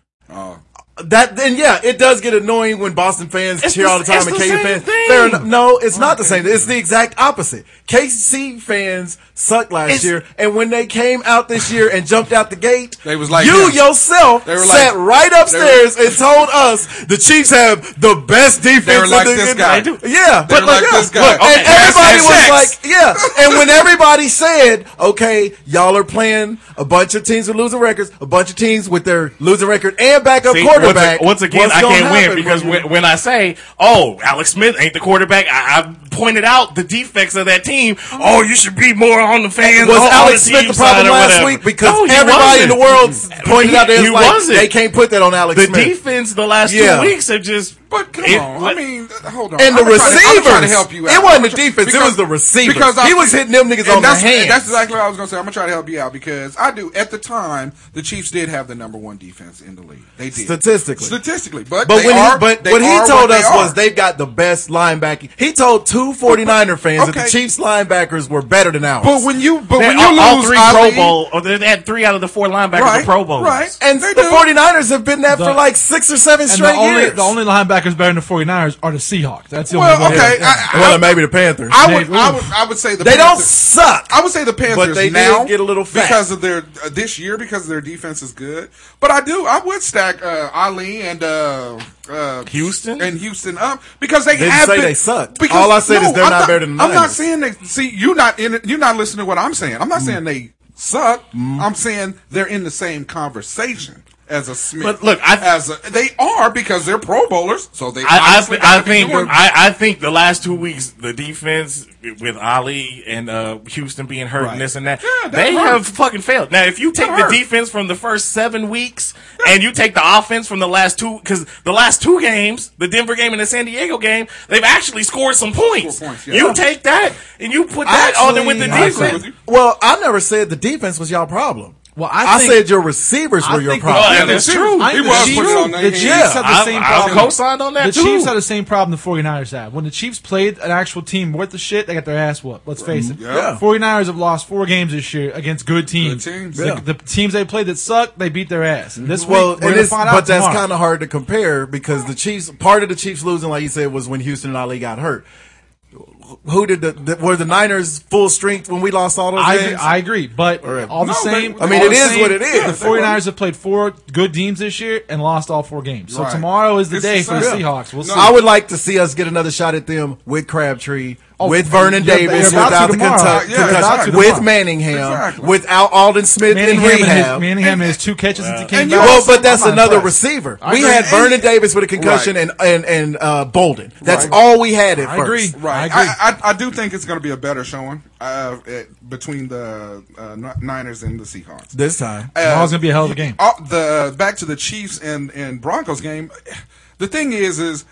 Speaker 9: That then yeah, it does get annoying when Boston fans
Speaker 8: It's
Speaker 9: cheer
Speaker 8: the-
Speaker 9: all the time
Speaker 8: it's
Speaker 9: and
Speaker 8: the
Speaker 9: KC
Speaker 8: same
Speaker 9: fans.
Speaker 8: thing.
Speaker 9: Fair enough. No, it's not the same. It's the exact opposite. KC fans sucked last
Speaker 8: It's-
Speaker 9: year, and when they came out this year and jumped out the gate,
Speaker 7: They was like
Speaker 9: you
Speaker 7: him.
Speaker 9: yourself
Speaker 7: They were
Speaker 9: sat
Speaker 7: like-
Speaker 9: right upstairs and told us the Chiefs have the best defense.
Speaker 7: They were like
Speaker 9: in the,
Speaker 7: this
Speaker 9: in-
Speaker 7: guy.
Speaker 8: They do.
Speaker 9: Yeah,
Speaker 7: They were like
Speaker 9: yeah,
Speaker 7: this guy.
Speaker 9: look,
Speaker 7: Okay,
Speaker 9: and everybody
Speaker 7: that's
Speaker 9: was
Speaker 7: sex.
Speaker 9: like, yeah. And when everybody said, okay, y'all are playing a bunch of teams with losing records, a bunch of teams with their losing record and backup
Speaker 8: See,
Speaker 9: quarterback.
Speaker 8: Once, once again,
Speaker 9: what's
Speaker 8: I
Speaker 9: gonna
Speaker 8: can't win
Speaker 9: happen
Speaker 8: because
Speaker 9: you-
Speaker 8: when, when I say, "Oh, Alex Smith ain't the quarterback," I, I pointed out the defects of that team. Oh, you should be more on the fans.
Speaker 9: was
Speaker 8: Oh, on
Speaker 9: Alex
Speaker 8: the
Speaker 9: Smith
Speaker 8: team
Speaker 9: the problem
Speaker 8: side or
Speaker 9: last
Speaker 8: whatever.
Speaker 9: week because
Speaker 8: No, he
Speaker 9: everybody in the
Speaker 8: wasn't.
Speaker 9: world pointed
Speaker 8: He-
Speaker 9: out that it's
Speaker 8: he
Speaker 9: like
Speaker 8: wasn't.
Speaker 9: they can't put that on Alex
Speaker 8: The
Speaker 9: Smith.
Speaker 8: defense the last
Speaker 9: Yeah.
Speaker 8: two weeks have just
Speaker 7: But come
Speaker 8: It-
Speaker 7: on, I mean, uh, hold on.
Speaker 9: And the
Speaker 7: I'm trying to- I'm
Speaker 9: receivers.
Speaker 7: trying to help you out.
Speaker 9: It wasn't the
Speaker 7: I'm try-
Speaker 9: defense. It was the receivers.
Speaker 7: Because I-
Speaker 9: He was hitting them niggas
Speaker 7: and
Speaker 9: on the
Speaker 7: that's,
Speaker 9: hands.
Speaker 7: That's exactly what I was going to say. I'm going to try to help you out because I do. At the time, the Chiefs did have the number one defense in the league. They did
Speaker 9: Statistically.
Speaker 7: Statistically, but
Speaker 9: But
Speaker 7: they
Speaker 9: when
Speaker 7: are-
Speaker 9: he, but
Speaker 7: they
Speaker 9: what he
Speaker 7: are
Speaker 9: told
Speaker 7: they
Speaker 9: us
Speaker 7: are.
Speaker 9: was they've got the best linebacking. He told two 49er fans that
Speaker 7: Okay.
Speaker 9: the Chiefs linebackers were better than ours.
Speaker 7: But when you but
Speaker 8: They-
Speaker 7: when you
Speaker 8: all,
Speaker 7: lose
Speaker 8: all three
Speaker 7: Ali-
Speaker 8: Pro Bowl, or they they had three out of the four linebackers
Speaker 7: right?
Speaker 8: of Pro Bowls.
Speaker 7: right?
Speaker 9: and
Speaker 7: they
Speaker 9: the
Speaker 7: do.
Speaker 9: 49ers have been that
Speaker 6: The-
Speaker 9: for like six or seven
Speaker 6: And the
Speaker 9: straight
Speaker 6: only,
Speaker 9: years.
Speaker 6: the only linebackers better than the 49ers are the Seahawks. That's the
Speaker 7: Well,
Speaker 6: only one.
Speaker 7: okay, I,
Speaker 9: well, then maybe the Panthers.
Speaker 7: I would,
Speaker 6: They-
Speaker 7: I would, I would say the
Speaker 9: they don't
Speaker 7: Panthers-
Speaker 9: suck.
Speaker 7: I would say the Panthers
Speaker 9: they did
Speaker 7: now
Speaker 9: get a little fat.
Speaker 7: because of their uh, this year because their defense is good. But I do I would stack uh, Ali and uh, uh,
Speaker 8: Houston?
Speaker 7: and Houston up because they
Speaker 9: Didn't
Speaker 7: have
Speaker 9: say
Speaker 7: been-
Speaker 9: they suck. All I said is they're
Speaker 7: I'm
Speaker 9: not better than the
Speaker 7: I'm not
Speaker 9: Niners.
Speaker 7: saying they see you're not in it- you're not listening to what I'm saying. I'm
Speaker 9: Mm.
Speaker 7: not saying they suck. I'm saying they're in the same conversation. As a Smith,
Speaker 8: But look, I-
Speaker 7: as a, they are because they're Pro Bowlers, so they.
Speaker 8: I,
Speaker 7: obviously
Speaker 8: I, I
Speaker 7: gotta be
Speaker 8: think
Speaker 7: doing-
Speaker 8: I, I think the last two weeks the defense with Ali and uh, Houston being hurt and this and that,
Speaker 7: Yeah, that
Speaker 8: they
Speaker 7: hurt.
Speaker 8: have fucking failed. Now, if you take the
Speaker 7: hurt.
Speaker 8: defense from the first seven weeks and you take the offense from the last two, because the last two games, the Denver game and the San Diego game, they've actually scored some points.
Speaker 7: Scored points, yeah.
Speaker 8: You take that and you put that on there with the
Speaker 7: I agree with
Speaker 8: defense.
Speaker 7: you.
Speaker 9: Well, I never said the defense was y'all problem.
Speaker 6: Well, I think-
Speaker 9: said your receivers
Speaker 6: I
Speaker 9: were your
Speaker 6: think-
Speaker 9: problem.
Speaker 8: Well,
Speaker 7: Yeah,
Speaker 8: and it's
Speaker 7: that's true.
Speaker 8: true.
Speaker 7: He
Speaker 6: I-
Speaker 7: was
Speaker 6: the
Speaker 7: putting
Speaker 6: Chiefs-
Speaker 7: on
Speaker 6: the
Speaker 7: their
Speaker 6: Chiefs
Speaker 7: hands.
Speaker 6: have the
Speaker 8: I-
Speaker 6: same
Speaker 8: I
Speaker 6: problem.
Speaker 8: co-signed on that
Speaker 6: The
Speaker 8: too.
Speaker 6: Chiefs had the same problem the 49ers had. When the Chiefs played an actual team worth the shit, they got their ass whooped. Let's face it.
Speaker 7: Yeah.
Speaker 6: 49ers have lost four games this year against good teams.
Speaker 7: Good teams.
Speaker 6: The,
Speaker 7: Yeah.
Speaker 6: the teams they played that suck, they beat their ass. And This
Speaker 9: Well,
Speaker 6: week,
Speaker 9: and
Speaker 6: we're going to
Speaker 9: it's,
Speaker 6: find
Speaker 9: but
Speaker 6: out
Speaker 9: that's
Speaker 6: tomorrow.
Speaker 9: kind of hard to compare because the Chiefs, part of the Chiefs losing, like you said, was when Houston and Ali got hurt. Who did the, the were the Niners full strength when we lost all those
Speaker 6: I agree,
Speaker 9: games?
Speaker 6: I agree, but
Speaker 9: Alright.
Speaker 6: all the
Speaker 7: No, they-
Speaker 6: same,
Speaker 7: I
Speaker 9: mean,
Speaker 6: all
Speaker 9: it
Speaker 6: the
Speaker 9: is
Speaker 6: same,
Speaker 9: what it is.
Speaker 6: The 49ers have played four good teams this year and lost all four games. So
Speaker 7: Right.
Speaker 6: tomorrow is the
Speaker 7: It's
Speaker 6: day
Speaker 7: the
Speaker 6: for the
Speaker 7: same.
Speaker 6: Seahawks. We'll
Speaker 7: No,
Speaker 6: see.
Speaker 9: I would like to see us get another shot at them with Crabtree, with Vernon
Speaker 6: you're-
Speaker 9: Davis,
Speaker 6: you're about
Speaker 9: without
Speaker 6: to
Speaker 9: the
Speaker 6: tomorrow.
Speaker 9: Kentucky,
Speaker 7: Yeah,
Speaker 9: Kentucky-
Speaker 7: about to
Speaker 9: with
Speaker 6: tomorrow.
Speaker 9: Manningham,
Speaker 7: Exactly.
Speaker 9: without Alden Smith
Speaker 6: Manningham,
Speaker 9: in
Speaker 6: and his,
Speaker 9: rehab.
Speaker 6: Manningham and his two catches into Kenny
Speaker 7: and you
Speaker 9: well,
Speaker 7: also-
Speaker 9: but that's
Speaker 6: I'm
Speaker 9: another
Speaker 6: impressed.
Speaker 9: receiver.
Speaker 6: I
Speaker 9: We
Speaker 6: agree.
Speaker 9: had Vernon Davis with a concussion and and and uh, Bolden. That's
Speaker 7: Right.
Speaker 9: all we had at
Speaker 6: I
Speaker 9: first.
Speaker 6: agree.
Speaker 7: Right.
Speaker 6: I agree.
Speaker 7: I, I, I do think it's going to be a better showing uh, it, between the uh, Ni- Niners and the Seahawks.
Speaker 9: This time,
Speaker 6: Tomorrow's gonna be a hell of a game.
Speaker 7: Uh, the back to the Chiefs and, and Broncos game. The thing is, is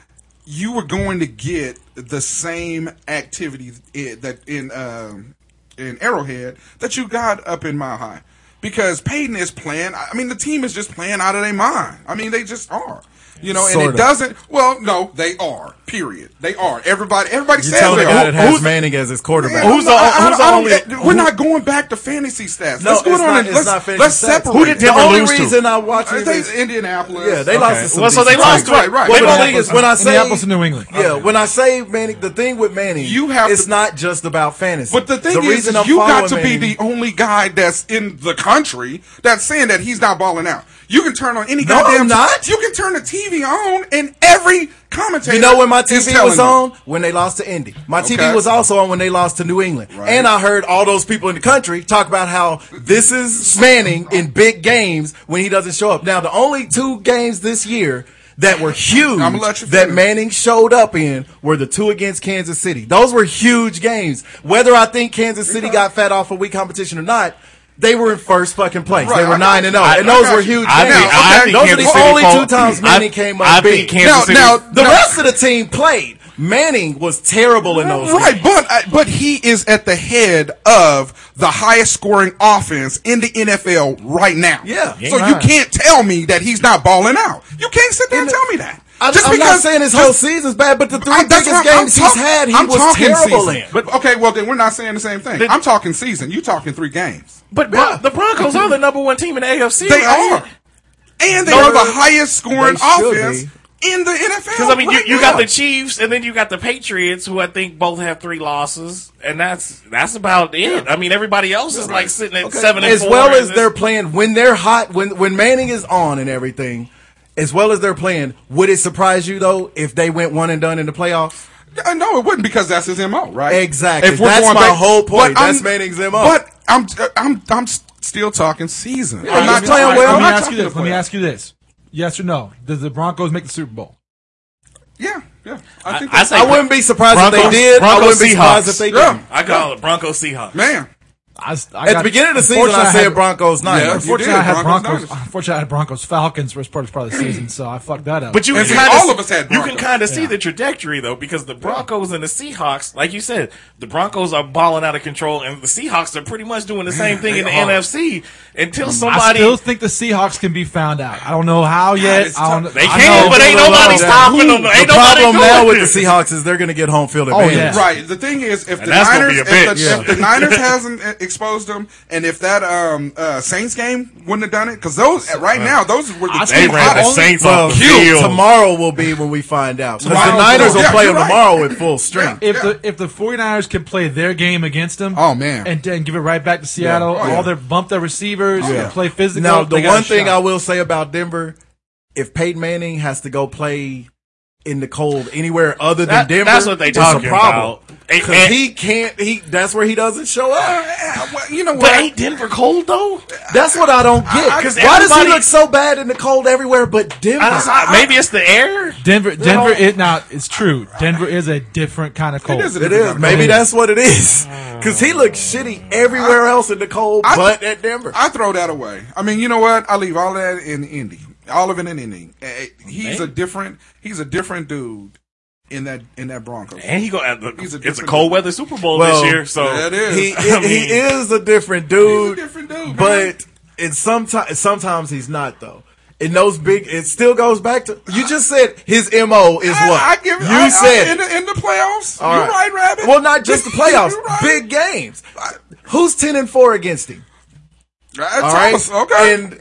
Speaker 7: you were going to get the same activity i- that in um, in Arrowhead that you got up in Mile High because Peyton is playing. I mean, the team is just playing out of their mind. I mean, they just are. You know, and
Speaker 9: Sorta.
Speaker 7: it doesn't. Well, no, they are. Period. They are. Everybody. Everybody
Speaker 9: you
Speaker 7: says
Speaker 9: tell
Speaker 7: they
Speaker 9: the
Speaker 7: are.
Speaker 9: guy that has
Speaker 7: Who's-
Speaker 9: Manning as his
Speaker 7: Man,
Speaker 9: quarterback.
Speaker 7: I'm
Speaker 8: Who's the-
Speaker 7: not- I- I-
Speaker 8: who's the
Speaker 7: I don't-
Speaker 8: only-
Speaker 7: eh, We're not going back to fantasy stats.
Speaker 9: No,
Speaker 7: let's go
Speaker 9: it's
Speaker 7: on
Speaker 9: not-
Speaker 7: and
Speaker 9: it's
Speaker 7: let's,
Speaker 9: not fantasy
Speaker 7: let's
Speaker 9: stats.
Speaker 7: separate.
Speaker 8: Who did
Speaker 9: the
Speaker 8: Denver
Speaker 9: only
Speaker 8: lose to?
Speaker 9: reason I watch
Speaker 7: I
Speaker 9: it
Speaker 7: think
Speaker 9: is
Speaker 7: it's Indianapolis.
Speaker 9: Yeah, they lost to some
Speaker 8: Well, so they
Speaker 9: decent
Speaker 8: lost
Speaker 9: teams.
Speaker 8: to- Right,
Speaker 7: right.
Speaker 9: Well, but
Speaker 7: They
Speaker 9: the
Speaker 7: lost
Speaker 9: thing
Speaker 7: to
Speaker 9: is,
Speaker 7: some-
Speaker 9: when I say
Speaker 6: Indianapolis and New England.
Speaker 9: yeah, when I say Manning, the thing with Manning,
Speaker 7: You have
Speaker 9: it's
Speaker 7: to-
Speaker 9: not just about fantasy.
Speaker 7: But the thing is,
Speaker 9: reason I'm
Speaker 7: you
Speaker 9: following
Speaker 7: got to be
Speaker 9: Manning-
Speaker 7: the only guy that's in the country that's saying that he's not balling out. You can turn on any
Speaker 9: No,
Speaker 7: goddamn.
Speaker 9: I'm not.
Speaker 7: You can turn the TV on, and every commentator.
Speaker 9: You know when my
Speaker 7: is
Speaker 9: TV
Speaker 7: telling
Speaker 9: was
Speaker 7: you.
Speaker 9: on? When they lost to Indy. My TV
Speaker 7: Okay.
Speaker 9: was also on when they lost to New England.
Speaker 7: Right.
Speaker 9: And I heard all those people in the country talk about how this is Manning in big games when he doesn't show up. Now, the only two games this year that were huge
Speaker 7: I'ma let you
Speaker 9: that
Speaker 7: finish.
Speaker 9: Manning showed up in were the two against Kansas City. Those were huge games. Whether I think Kansas City got fat off a weak competition or not, they were in first fucking place. they
Speaker 7: Right,
Speaker 9: were
Speaker 7: I
Speaker 9: nine
Speaker 7: got you.
Speaker 9: and zero,
Speaker 7: I-
Speaker 9: and
Speaker 7: I
Speaker 9: those
Speaker 7: got
Speaker 9: were
Speaker 7: you.
Speaker 9: huge.
Speaker 7: I
Speaker 9: games.
Speaker 7: think- I think
Speaker 9: those are
Speaker 7: Kansas
Speaker 9: the
Speaker 7: City
Speaker 9: only
Speaker 8: fought-
Speaker 9: two times
Speaker 8: I-
Speaker 9: Manning came up
Speaker 8: I
Speaker 9: big.
Speaker 8: think Kansas
Speaker 7: Now-
Speaker 8: City
Speaker 7: now-
Speaker 9: The rest of the team played. Manning was terrible in those.
Speaker 7: Right,
Speaker 9: games.
Speaker 7: but I- but he is at the head of the highest scoring offense in the NFL right now.
Speaker 9: Yeah.
Speaker 7: So you can't tell me that he's not balling out. You can't sit there and tell me that.
Speaker 9: I, I'm not saying his whole season's bad, but the 3
Speaker 7: I- that's
Speaker 9: biggest
Speaker 7: what I'm- I'm
Speaker 9: games
Speaker 7: talk-
Speaker 9: he's had, he
Speaker 7: I'm
Speaker 9: was
Speaker 7: talking
Speaker 9: terrible
Speaker 7: season.
Speaker 9: in.
Speaker 7: But okay, well then we're not saying the same thing. I'm talking season. You talking three games?
Speaker 8: But Bron- the Broncos are the number one team in the AFC.
Speaker 7: They
Speaker 8: right?
Speaker 7: are, and they
Speaker 8: No,
Speaker 7: are the highest scoring
Speaker 9: they should
Speaker 7: offense in the NFL.
Speaker 8: Because I mean, you,
Speaker 7: right
Speaker 8: you got
Speaker 7: now.
Speaker 8: the Chiefs, and then you got the Patriots, who I think both have three losses, and that's that's about it. I mean, everybody else is like sitting at seven and
Speaker 9: as
Speaker 8: four.
Speaker 9: well
Speaker 8: and
Speaker 9: as
Speaker 8: this-
Speaker 9: they're playing when they're hot, when when Manning is on and everything. As well as they're playing, would it surprise you though if they went one and done in the playoffs?
Speaker 7: Uh, no, it wouldn't because that's his mo, right?
Speaker 9: Exactly. That's my whole point.
Speaker 7: But I'm-
Speaker 9: That's Manning's MO.
Speaker 7: But I'm I'm I'm s- still talking season.
Speaker 9: he's
Speaker 7: I'm not
Speaker 9: playing
Speaker 7: talking-
Speaker 9: well.
Speaker 7: I'm
Speaker 6: Let me
Speaker 7: not
Speaker 6: ask
Speaker 7: talking
Speaker 6: you this.
Speaker 7: the
Speaker 6: Let me
Speaker 7: playoffs.
Speaker 6: ask you this. Yes or no? Does the Broncos make the Super Bowl?
Speaker 7: Yeah, yeah. I think
Speaker 8: I
Speaker 7: that's-
Speaker 8: say
Speaker 9: I wouldn't be surprised if they
Speaker 8: Broncos-
Speaker 9: did. I
Speaker 8: Broncos
Speaker 9: wouldn't be surprised
Speaker 8: Seahawks.
Speaker 9: if they
Speaker 7: Yeah.
Speaker 9: didn't.
Speaker 8: I call it Bronco Seahawks.
Speaker 7: man.
Speaker 6: I, s- I
Speaker 9: At
Speaker 6: got-
Speaker 9: the beginning of the season,
Speaker 6: unfortunately,
Speaker 9: I said
Speaker 6: had-
Speaker 9: Broncos nine.
Speaker 7: Yeah. You
Speaker 6: Unfortunately,
Speaker 7: did,
Speaker 6: I had
Speaker 7: Broncos,
Speaker 6: Broncos.
Speaker 7: Niners.
Speaker 6: Unfortunately, I had Broncos Falcons first part part of the season, so I fucked that up.
Speaker 8: But you
Speaker 7: And
Speaker 8: can
Speaker 7: see,
Speaker 8: kinda
Speaker 7: all
Speaker 8: s-
Speaker 7: of us had
Speaker 8: you can
Speaker 7: Broncos.
Speaker 8: kind of see the trajectory though, because the Broncos and the Seahawks, like you said, the Broncos are balling out of control, and the Seahawks are pretty much doing the same thing in the NFC until
Speaker 6: Mm, I
Speaker 8: somebody
Speaker 6: still think the Seahawks can be found out. I don't know how yet.
Speaker 7: it's
Speaker 6: I don't,
Speaker 7: tough.
Speaker 8: they
Speaker 6: I
Speaker 8: can,
Speaker 6: know.
Speaker 8: but ain't nobody stopping them.
Speaker 9: The
Speaker 8: Ain't nobody
Speaker 9: problem
Speaker 8: doing
Speaker 9: now with
Speaker 8: this.
Speaker 9: the Seahawks is they're going to get home field
Speaker 6: Oh,
Speaker 9: advantage.
Speaker 6: yeah.
Speaker 7: Right. The thing is, if the
Speaker 8: that's gonna
Speaker 7: Niners,
Speaker 8: be a
Speaker 7: if the,
Speaker 8: bitch.
Speaker 7: if the Niners hasn't uh, exposed them, and if that um, uh, Saints game wouldn't have done it, because those right now those were the
Speaker 8: They
Speaker 7: two
Speaker 8: ran the
Speaker 7: hottest.
Speaker 8: Saints
Speaker 9: Well,
Speaker 8: off the field.
Speaker 9: tomorrow will be when we find out. Because the
Speaker 7: Tomorrow.
Speaker 9: Niners will
Speaker 7: Yeah,
Speaker 9: play
Speaker 7: you're
Speaker 9: them
Speaker 7: right.
Speaker 9: tomorrow with full strength.
Speaker 6: If
Speaker 7: Yeah.
Speaker 6: the if the 49ers can play their game against them,
Speaker 7: Oh, man.
Speaker 6: and then give it right back to Seattle,
Speaker 7: Oh, yeah.
Speaker 6: all their bump their receivers,
Speaker 7: Yeah.
Speaker 6: play physical.
Speaker 9: Now, the
Speaker 6: they got a
Speaker 9: one thing I
Speaker 6: shot.
Speaker 9: will say about Denver, if Peyton Manning has to go play in the cold anywhere other than
Speaker 8: That-
Speaker 9: Denver,
Speaker 8: that's what they
Speaker 9: it's a
Speaker 8: talking
Speaker 9: problem.
Speaker 8: about. And-
Speaker 9: Because
Speaker 8: and-
Speaker 9: he can't. He that's where he doesn't show up.
Speaker 7: Uh, well, you know
Speaker 8: But
Speaker 7: what?
Speaker 8: ain't Denver cold though?
Speaker 9: That's what I don't get.
Speaker 8: I- 'cause
Speaker 9: Why does he
Speaker 8: everybody-
Speaker 9: look so bad in the cold everywhere but Denver?
Speaker 8: I- I- maybe it's the air.
Speaker 6: Denver Denver it now it's true. Denver is a different kind of cold.
Speaker 7: is a
Speaker 9: It
Speaker 7: different
Speaker 9: is.
Speaker 7: kind of
Speaker 9: Maybe
Speaker 7: cold.
Speaker 9: that's what it is. Because he looks shitty everywhere else in the cold,
Speaker 7: I-
Speaker 9: but at Denver.
Speaker 7: I throw that away. I mean, you know what? I leave all that in Indy. All of it in Indy. Eh, He's a different. He's a different dude in that in that Broncos.
Speaker 8: And he gonna have the,
Speaker 7: He's a
Speaker 8: it's a
Speaker 7: different-
Speaker 8: cold weather Super Bowl
Speaker 9: Well,
Speaker 8: this year, so
Speaker 7: that is.
Speaker 9: he he
Speaker 8: I mean-
Speaker 9: is a different dude.
Speaker 7: He's a different dude, man.
Speaker 9: But and sometimes sometimes he's not though. In those big, it still goes back to you. Just said his mo is
Speaker 7: I,
Speaker 9: what
Speaker 7: I give
Speaker 9: you
Speaker 7: I, I-
Speaker 9: said.
Speaker 7: in the, in the playoffs.
Speaker 9: All
Speaker 7: You're right, Rabbit.
Speaker 9: Well, not just the playoffs,
Speaker 7: You're right.
Speaker 9: big games. Who's ten and four against him?
Speaker 7: Uh,
Speaker 9: All right,
Speaker 7: Thomas, okay.
Speaker 9: And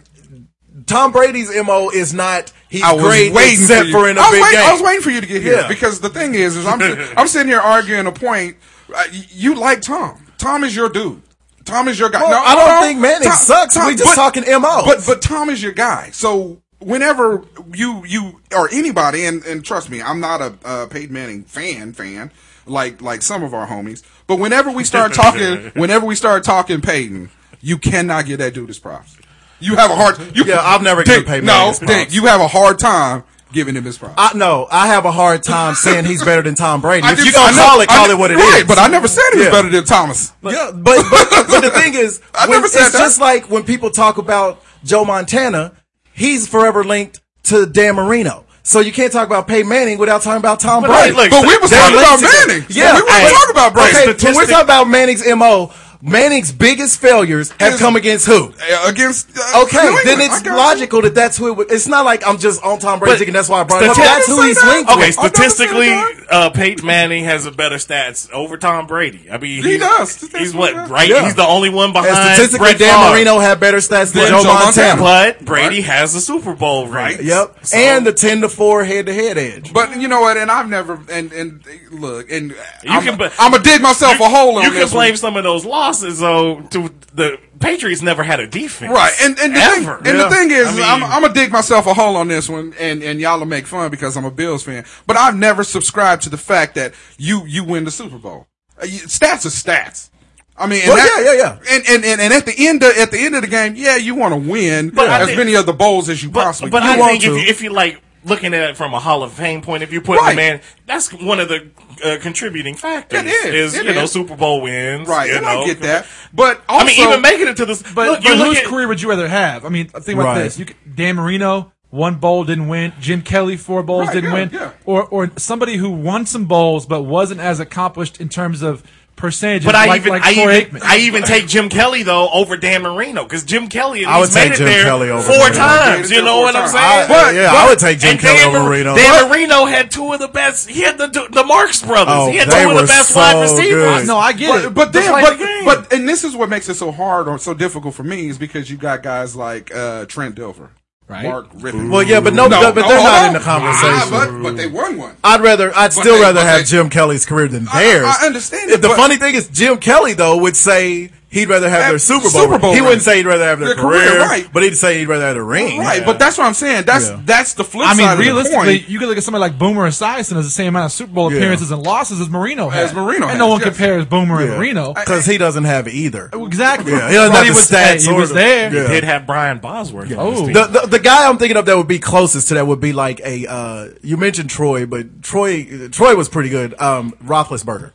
Speaker 9: Tom Brady's mo is not he's
Speaker 7: I was
Speaker 9: great
Speaker 7: waiting
Speaker 9: except
Speaker 7: for,
Speaker 9: for,
Speaker 7: you.
Speaker 9: in a
Speaker 7: I was
Speaker 9: big
Speaker 7: waiting,
Speaker 9: game.
Speaker 7: I was waiting for you to get here
Speaker 9: Yeah.
Speaker 7: because the thing is, is I'm sit- I'm sitting here arguing a point. Uh, y- you like Tom. Tom is your dude. Tom is your guy.
Speaker 9: Well,
Speaker 7: no,
Speaker 9: I don't
Speaker 7: no,
Speaker 9: think Manning
Speaker 7: Tom-
Speaker 9: sucks.
Speaker 7: Tom-
Speaker 9: We just
Speaker 7: but-
Speaker 9: talking mo.
Speaker 7: But but Tom is your guy. So whenever you you or anybody, and and trust me, I'm not a uh, Peyton Manning fan fan like like some of our homies. But whenever we start talking, whenever we start talking Peyton, you cannot give that dude his props. You have a hard. You,
Speaker 9: Yeah, I've never given
Speaker 7: Dick,
Speaker 9: Peyton Manning
Speaker 7: No,
Speaker 9: his props.
Speaker 7: Dick, you have a hard time giving him his props.
Speaker 9: I no, I have a hard time saying he's better than Tom Brady.
Speaker 7: I
Speaker 9: if
Speaker 7: didn't-
Speaker 9: you gonna
Speaker 7: I never-
Speaker 9: call it,
Speaker 7: I
Speaker 9: call
Speaker 7: ne-
Speaker 9: it what it is.
Speaker 7: right, But I never said he was
Speaker 9: Yeah.
Speaker 7: better than Thomas.
Speaker 9: yeah, but but, but the thing is,
Speaker 7: I
Speaker 9: when,
Speaker 7: never said
Speaker 9: it's
Speaker 7: that.
Speaker 9: just like when people talk about Joe Montana, he's forever linked to Dan Marino. So you can't talk about Peyton Manning without talking about Tom
Speaker 8: But
Speaker 9: Brady.
Speaker 8: like, look,
Speaker 7: But we was
Speaker 9: They're
Speaker 7: talking about
Speaker 9: linked together.
Speaker 7: Manning.
Speaker 9: Yeah,
Speaker 7: we
Speaker 9: hey,
Speaker 7: weren't talking about Brady.
Speaker 9: Okay, when we're
Speaker 8: Statistic-
Speaker 9: talking about Manning's mo. Manning's biggest failures have
Speaker 7: Is-
Speaker 9: come against who?
Speaker 7: Uh, Against uh,
Speaker 9: Okay,
Speaker 7: New
Speaker 9: then
Speaker 7: England. I
Speaker 9: it's
Speaker 7: got you.
Speaker 9: logical that that's who it would. It's not like I'm just on Tom Brady
Speaker 8: But
Speaker 9: and that's why I brought it up.
Speaker 8: stati-
Speaker 9: That's who he's linked
Speaker 8: Okay,
Speaker 9: with.
Speaker 7: Oh, that's
Speaker 8: statistically,
Speaker 7: what I'm
Speaker 8: uh, Peyton Manning has a better stats over Tom Brady. I mean,
Speaker 7: He
Speaker 8: he's-
Speaker 7: does.
Speaker 8: He's
Speaker 7: Statistically,
Speaker 8: what
Speaker 7: yeah.
Speaker 8: right?
Speaker 9: Yeah.
Speaker 8: He's the only one
Speaker 9: And
Speaker 8: behind.
Speaker 9: statistically,
Speaker 8: Brett
Speaker 9: Dan
Speaker 8: Favre.
Speaker 9: Marino had better stats than
Speaker 7: Than
Speaker 9: Joe
Speaker 7: Joe Montana.
Speaker 9: Montana.
Speaker 8: but Brady has the Super Bowl ring.
Speaker 7: Right.
Speaker 9: Yep,
Speaker 8: So-
Speaker 9: and the ten to four head to head edge.
Speaker 7: But you know what? And I've never and and uh, look and you I'm,
Speaker 8: can bu-
Speaker 7: I'm gonna dig myself a hole on
Speaker 8: You
Speaker 7: this
Speaker 8: can blame
Speaker 7: one.
Speaker 8: some of those losses though to the Patriots never had a defense.
Speaker 7: Right, and and the, thing,
Speaker 8: ever.
Speaker 7: and the thing is,
Speaker 8: I mean-
Speaker 7: I'm, I'm gonna dig myself a hole on this one, and and y'all will make fun because I'm a Bills fan. But I've never subscribed to the fact that you you win the Super Bowl. Uh, you- Stats are stats. I mean, and
Speaker 9: Well, yeah, yeah, yeah.
Speaker 7: And, and and and at the end of, at the end of the game, yeah, you want to win
Speaker 8: But I
Speaker 7: as
Speaker 8: think-
Speaker 7: many of the bowls as you
Speaker 8: But,
Speaker 7: possibly
Speaker 8: but
Speaker 7: can.
Speaker 8: I
Speaker 9: want
Speaker 8: think if
Speaker 9: to.
Speaker 8: you, if you like looking at it from a Hall of Fame point of view, put
Speaker 7: Right.
Speaker 8: a man, that's one of the uh, contributing factors.
Speaker 7: It is. It
Speaker 8: you know
Speaker 7: is.
Speaker 8: Super Bowl wins,
Speaker 7: Right,
Speaker 8: You
Speaker 7: and
Speaker 8: know.
Speaker 7: I get that. But also,
Speaker 8: I mean, even making it to this,
Speaker 6: But,
Speaker 8: look, you
Speaker 6: but
Speaker 8: look
Speaker 6: whose
Speaker 8: at,
Speaker 6: career would you rather have? I mean, think about
Speaker 9: Right.
Speaker 6: this: you, c- Dan Marino, one bowl didn't win. Jim Kelly, four bowls
Speaker 7: Right,
Speaker 6: didn't
Speaker 7: yeah,
Speaker 6: win.
Speaker 7: yeah.
Speaker 6: Or or somebody who won some bowls but wasn't as accomplished in terms of percentages.
Speaker 8: But I
Speaker 6: like,
Speaker 8: even,
Speaker 6: like
Speaker 8: I
Speaker 6: Troy
Speaker 8: even,
Speaker 6: Aikman.
Speaker 8: I even take Jim Kelly though over Dan Marino because Jim Kelly at
Speaker 9: I would
Speaker 8: least made
Speaker 9: take
Speaker 8: it
Speaker 9: Jim
Speaker 8: there
Speaker 9: Kelly over
Speaker 8: four
Speaker 9: Marino.
Speaker 8: times.
Speaker 7: Yeah,
Speaker 8: You know
Speaker 7: four
Speaker 8: what I'm
Speaker 7: times.
Speaker 8: saying?
Speaker 9: I- yeah, I would take Jim
Speaker 8: and
Speaker 9: Kelly
Speaker 8: Dan
Speaker 9: over
Speaker 8: Mar-
Speaker 9: Marino.
Speaker 8: Dan Marino had two of the best. He had the the Marx brothers.
Speaker 9: Oh,
Speaker 8: he had
Speaker 9: they
Speaker 8: two of the
Speaker 9: were
Speaker 8: best
Speaker 9: so
Speaker 8: wide receivers.
Speaker 9: good.
Speaker 6: no, I get
Speaker 7: but,
Speaker 6: it.
Speaker 7: but
Speaker 8: Just
Speaker 7: then,
Speaker 8: like
Speaker 7: but,
Speaker 8: the game.
Speaker 7: but, and this is what makes it so hard or so difficult for me is because you got guys like uh, Trent Dilfer,
Speaker 6: Right.
Speaker 7: Mark Rippon.
Speaker 9: Well, yeah, but no, but they're
Speaker 7: hold
Speaker 9: not
Speaker 7: on.
Speaker 9: in the conversation.
Speaker 7: Ah, but, but they won one.
Speaker 9: I'd rather, I'd still
Speaker 7: they-
Speaker 9: rather
Speaker 7: but
Speaker 9: have
Speaker 7: they-
Speaker 9: Jim Kelly's career than
Speaker 7: I-
Speaker 9: theirs.
Speaker 7: I understand
Speaker 9: If
Speaker 7: it,
Speaker 9: the
Speaker 7: but-
Speaker 9: funny thing is, Jim Kelly though would say he'd rather have
Speaker 7: Have
Speaker 9: their Super Bowl.
Speaker 7: Super Bowl
Speaker 9: he wouldn't
Speaker 7: ring.
Speaker 9: say he'd rather have their,
Speaker 7: Their
Speaker 9: career,
Speaker 7: career, right.
Speaker 9: but he'd say he'd rather have the ring.
Speaker 7: Right, but that's what I'm saying. That's
Speaker 9: Yeah.
Speaker 7: that's the flip
Speaker 6: I
Speaker 7: side
Speaker 6: mean,
Speaker 7: of the
Speaker 6: realistically,
Speaker 7: coin.
Speaker 6: you could look at somebody like Boomer and Sison as the same amount of Super Bowl
Speaker 9: Yeah.
Speaker 6: appearances and losses as Marino had.
Speaker 7: As Marino
Speaker 6: and
Speaker 7: had,
Speaker 6: no one
Speaker 7: yes.
Speaker 6: compares Boomer and
Speaker 9: Yeah.
Speaker 6: Marino.
Speaker 9: because he doesn't have either.
Speaker 6: exactly.
Speaker 9: Yeah, he doesn't have
Speaker 6: he
Speaker 9: the
Speaker 6: was,
Speaker 9: stats
Speaker 6: hey, he
Speaker 9: or
Speaker 6: was
Speaker 9: the-
Speaker 6: there.
Speaker 9: Yeah.
Speaker 8: Did have Brian Bosworth. on his
Speaker 6: Oh.
Speaker 8: team.
Speaker 9: The, the the guy I'm thinking of that would be closest to that would be like a uh, you mentioned Troy, but Troy Troy was pretty good. Um, Roethlisberger.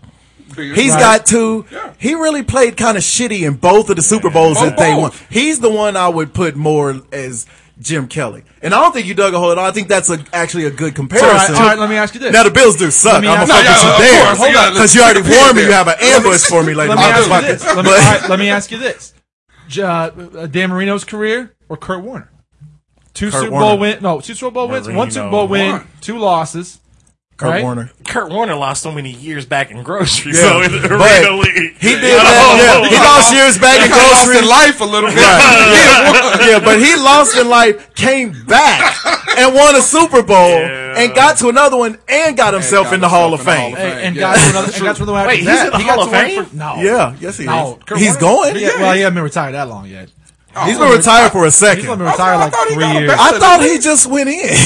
Speaker 7: opinion.
Speaker 9: He's
Speaker 7: Right.
Speaker 9: got two.
Speaker 7: Yeah.
Speaker 9: He really played kind of shitty in both of the Super Bowls
Speaker 7: Oh,
Speaker 9: that they won.
Speaker 7: both.
Speaker 9: He's the one I would put more as Jim Kelly. And I don't think you dug a hole at all. I think that's a, actually a good
Speaker 6: All
Speaker 9: comparison.
Speaker 6: right, all right, let me ask you this.
Speaker 9: Now the Bills do suck.
Speaker 6: me
Speaker 9: I'm
Speaker 6: ask-
Speaker 9: gonna fuck
Speaker 6: No,
Speaker 7: yeah, of
Speaker 9: with you there.
Speaker 7: course. You gotta
Speaker 9: because you already
Speaker 7: stick your
Speaker 9: warned me
Speaker 7: dick
Speaker 9: you
Speaker 7: there.
Speaker 9: have an ambush for me later.
Speaker 6: let me
Speaker 9: on this
Speaker 6: ask you
Speaker 9: podcast.
Speaker 6: this. Let me,
Speaker 9: But-
Speaker 6: all right, let me ask you this: J- uh, Dan Marino's career or Kurt Warner? Two
Speaker 9: Kurt
Speaker 6: Super
Speaker 9: Warner.
Speaker 6: Bowl win, no, two Super Bowl wins,
Speaker 8: Marino.
Speaker 6: one Super Bowl win,
Speaker 7: Warner.
Speaker 6: two losses.
Speaker 9: Kurt
Speaker 6: right?
Speaker 9: Warner.
Speaker 8: Kurt Warner lost so many years back in grocery,
Speaker 9: Yeah.
Speaker 8: so it
Speaker 9: But
Speaker 8: really
Speaker 9: He did
Speaker 8: Oh.
Speaker 9: that. Yeah. He lost years back in
Speaker 7: Kinda lost
Speaker 9: grocery.
Speaker 7: in life a little bit.
Speaker 9: yeah, yeah, but he lost in life, came back, and won a Super Bowl, and got to another one, and got himself
Speaker 7: got
Speaker 9: in the Hall of
Speaker 7: himself in
Speaker 9: Fame.
Speaker 7: the Hall of
Speaker 6: And, and
Speaker 7: yeah.
Speaker 6: got to another. And got to another one after
Speaker 8: Wait, he's
Speaker 6: that.
Speaker 8: in the
Speaker 6: He
Speaker 8: Hall
Speaker 6: got
Speaker 8: of
Speaker 6: to one
Speaker 8: Fame?
Speaker 6: for- no,
Speaker 9: Yeah, yes, he
Speaker 6: no. Kurt
Speaker 9: is. He's
Speaker 6: Warner-
Speaker 9: going.
Speaker 6: Yeah, well, he hasn't been retired that long yet.
Speaker 9: He's been retired for a
Speaker 6: He's been
Speaker 9: second.
Speaker 6: retired like
Speaker 7: thought he
Speaker 6: three
Speaker 7: got a
Speaker 6: years.
Speaker 7: better-
Speaker 9: I thought he just went in.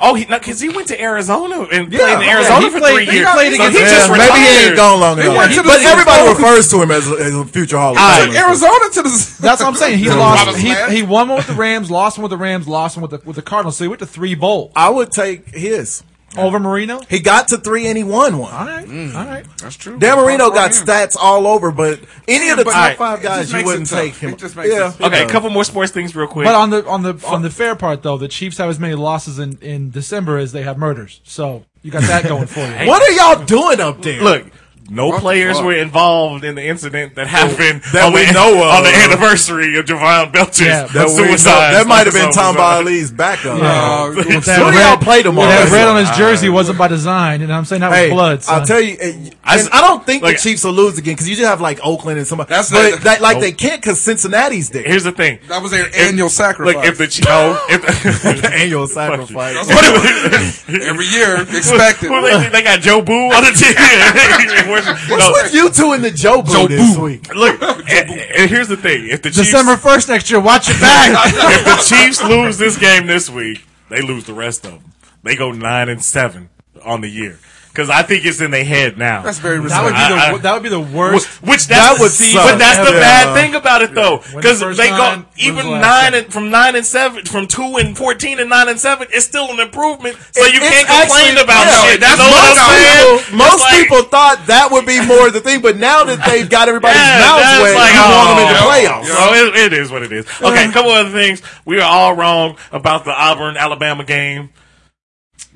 Speaker 8: Oh, he because he went to Arizona and
Speaker 9: Yeah,
Speaker 8: played in
Speaker 9: yeah,
Speaker 8: Arizona
Speaker 6: he
Speaker 8: for
Speaker 6: played-
Speaker 8: three
Speaker 6: he
Speaker 8: years.
Speaker 6: played
Speaker 8: so he
Speaker 6: against
Speaker 8: just
Speaker 9: maybe he ain't
Speaker 8: retired.
Speaker 9: gone long enough.
Speaker 7: went to the
Speaker 9: But
Speaker 7: Super
Speaker 9: everybody
Speaker 7: Bowl.
Speaker 9: refers to him as, as a future Hall of
Speaker 7: Took
Speaker 9: Famer.
Speaker 7: Arizona to the.
Speaker 6: That's what I'm saying. He
Speaker 7: Robert
Speaker 6: lost. He,
Speaker 7: Smith.
Speaker 6: he won one with the Rams, lost one with the Rams, lost one with the with the Cardinals. So he went to three bowls
Speaker 9: I would take his.
Speaker 6: over Marino.
Speaker 9: He got to three and he won one.
Speaker 6: All right, all right.
Speaker 7: That's true.
Speaker 9: Dan Marino
Speaker 7: Fuck
Speaker 9: got
Speaker 7: him.
Speaker 9: stats all over, but any of the
Speaker 7: but-
Speaker 9: top
Speaker 7: Alright.
Speaker 9: five
Speaker 7: It just
Speaker 9: guys, you
Speaker 7: makes
Speaker 9: wouldn't
Speaker 7: it tough.
Speaker 9: take him.
Speaker 7: It just makes it tough.
Speaker 8: Okay, a couple more sports things real quick.
Speaker 6: But on the on the on the fair part though, the Chiefs have as many losses in in December as they have murders. So you got that going for you.
Speaker 9: What are y'all doing up there?
Speaker 8: Look, no
Speaker 7: the
Speaker 8: players
Speaker 7: fuck?
Speaker 8: were involved in the incident that happened
Speaker 9: Oh, that
Speaker 8: on,
Speaker 9: we
Speaker 8: the,
Speaker 9: know of.
Speaker 8: on the anniversary of Javon Belcher's
Speaker 6: Yeah, that we
Speaker 9: that, we know-
Speaker 8: suicide.
Speaker 9: that might have been
Speaker 8: Suicide.
Speaker 9: Tom Ali's backup.
Speaker 7: Uh,
Speaker 6: With
Speaker 7: with
Speaker 6: that
Speaker 9: Who do y'all
Speaker 6: red-
Speaker 9: play tomorrow?
Speaker 6: That red on his jersey wasn't by design, and I'm saying that was
Speaker 9: Hey,
Speaker 6: blood. Son.
Speaker 9: I'll tell you, and,
Speaker 8: I-
Speaker 9: and I don't think
Speaker 8: Look-
Speaker 9: the Chiefs will lose again because you just have like Oakland and somebody.
Speaker 7: That's
Speaker 9: but
Speaker 7: not-
Speaker 9: that, like they can't because Cincinnati's there.
Speaker 8: Here's the thing.
Speaker 7: That was their annual sacrifice.
Speaker 8: Like if the Chiefs, no, if,
Speaker 9: Annual sacrifice.
Speaker 8: what if-
Speaker 7: Every year, expected.
Speaker 8: Well, they, they got Joe Boo on the team.
Speaker 9: What's
Speaker 8: No,
Speaker 9: with you two in the Joe Boo this week?
Speaker 8: Look, and, and here's the thing: if the Chiefs,
Speaker 6: December first next year, watch it back.
Speaker 8: if the Chiefs lose this game this week, they lose the rest of them. They go nine and seven on the year because I think it's in their head now.
Speaker 7: That's very
Speaker 6: that
Speaker 7: respectful.
Speaker 6: would be
Speaker 8: I-
Speaker 6: the
Speaker 8: I-
Speaker 6: that would be the
Speaker 8: Wh-
Speaker 6: worst.
Speaker 8: Which
Speaker 9: That
Speaker 8: that's
Speaker 9: would
Speaker 8: see,
Speaker 9: suck.
Speaker 8: but that's the
Speaker 9: Yeah.
Speaker 8: bad thing about it though,
Speaker 6: Win
Speaker 8: because
Speaker 6: the first
Speaker 8: they go
Speaker 6: nine, lose
Speaker 8: even
Speaker 6: the last
Speaker 8: nine
Speaker 6: seven.
Speaker 8: and from nine and seven, from two and fourteen and nine and seven, it's still an improvement. So
Speaker 9: It-
Speaker 8: you
Speaker 9: it's
Speaker 8: can't complain
Speaker 9: actually-
Speaker 8: about
Speaker 9: yeah,
Speaker 8: shit. That's
Speaker 9: most
Speaker 8: know what I'm saying.
Speaker 9: people, most
Speaker 8: It's like-
Speaker 9: people thought that would be more the thing, but now that they've got everybody's
Speaker 8: Yeah,
Speaker 9: mouths
Speaker 8: that's
Speaker 9: wet,
Speaker 8: like,
Speaker 9: you want them in the
Speaker 8: oh,
Speaker 9: playoffs.
Speaker 8: So it, it is what it is. Okay, a couple other things. We are all wrong about the Auburn Alabama game.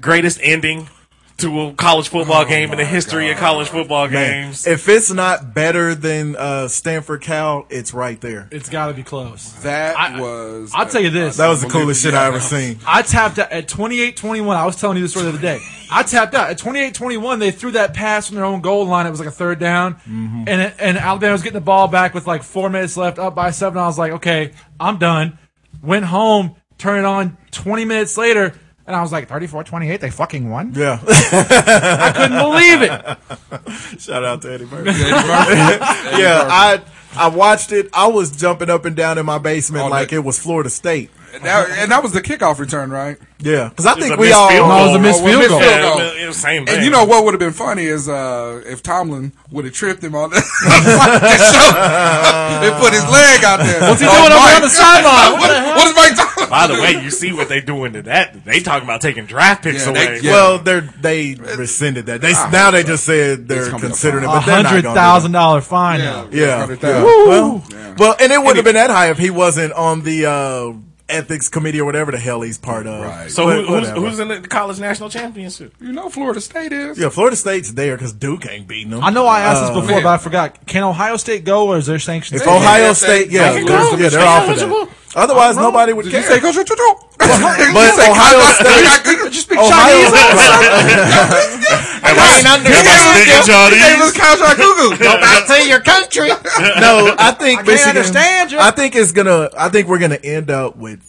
Speaker 8: Greatest ending to a college football game in the history of college football
Speaker 9: Man,
Speaker 8: games.
Speaker 9: if it's not better than uh, Stanford Cal, it's right there.
Speaker 6: It's got to be close.
Speaker 7: that
Speaker 6: I-
Speaker 7: was.
Speaker 6: I'll tell you this.
Speaker 9: That was the coolest shit I ever seen.
Speaker 6: I tapped out at 28 21. I was telling you this story the other day. I tapped out at 28 21. They threw that pass from their own goal line. It was like a third down.
Speaker 9: Mm-hmm.
Speaker 6: And, it, and Alabama was getting the ball back with like four minutes left, up by seven. I was like, okay, I'm done. Went home, turned it on 20 minutes later. And I was like, 34 28, they fucking won.
Speaker 9: Yeah.
Speaker 6: I couldn't believe it.
Speaker 9: Shout out to Eddie Murphy. yeah, I I watched it. I was jumping up and down in my basement
Speaker 7: All
Speaker 9: like
Speaker 7: day.
Speaker 9: it was Florida State.
Speaker 7: That- and that was the kickoff return, right?
Speaker 9: Yeah, because I
Speaker 8: a
Speaker 9: think we
Speaker 8: missed
Speaker 9: all
Speaker 8: field
Speaker 6: No, it was a
Speaker 8: goal.
Speaker 6: missed
Speaker 7: Oh, well,
Speaker 6: field
Speaker 7: missed
Speaker 6: goal.
Speaker 7: field
Speaker 8: Yeah,
Speaker 7: goal.
Speaker 8: it was the same thing.
Speaker 7: And you know what would have been funny is uh, if Tomlin would have tripped him on the, the show and put his leg out there. What's
Speaker 6: he doing over on the sideline? What
Speaker 7: What,
Speaker 6: the hell?
Speaker 7: what is Mike Tomlin?
Speaker 8: By the way, you see what they doing to that? They talking about taking draft picks
Speaker 7: Yeah, they-
Speaker 8: away.
Speaker 7: yeah.
Speaker 9: well, they they rescinded that. They now they just said they're
Speaker 7: gonna be a
Speaker 9: considering it,
Speaker 6: A
Speaker 9: but they're not
Speaker 6: hundred
Speaker 9: gonna do
Speaker 6: thousand dollar fine.
Speaker 7: Yeah.
Speaker 6: now.
Speaker 9: that. Yeah,
Speaker 7: 100,000.
Speaker 9: yeah. Well, well, and it wouldn't have been that high if he wasn't on the uh, ethics committee or whatever the hell he's part of.
Speaker 7: Right.
Speaker 8: so
Speaker 9: But
Speaker 8: who, who's,
Speaker 9: whatever.
Speaker 8: who's in the college national championship?
Speaker 7: You know Florida State is.
Speaker 9: Yeah, Florida State's there because Duke ain't beating them.
Speaker 6: I know I
Speaker 9: uh,
Speaker 6: asked this before,
Speaker 7: man.
Speaker 6: but I forgot. Can Ohio State go or is there sanctions?
Speaker 9: If
Speaker 7: They-
Speaker 9: Ohio
Speaker 7: they-
Speaker 9: State,
Speaker 7: they-
Speaker 9: yeah,
Speaker 7: they
Speaker 8: can
Speaker 9: yeah,
Speaker 8: go.
Speaker 9: yeah, they're
Speaker 8: They
Speaker 9: off of
Speaker 8: eligible.
Speaker 9: that. Otherwise, nobody would
Speaker 7: Did
Speaker 9: care.
Speaker 7: you say go shoot, shoot, shoot? But
Speaker 9: Ohio State-
Speaker 7: Just speak
Speaker 9: Ohio
Speaker 7: Chinese.
Speaker 8: I
Speaker 7: He gave us-
Speaker 8: speaking
Speaker 7: He gave us
Speaker 8: Chinese?
Speaker 7: contract Google.
Speaker 9: to your country. No, I think
Speaker 6: can't
Speaker 9: Michigan.
Speaker 6: understand you.
Speaker 9: I think it's gonna. I think we're gonna end up with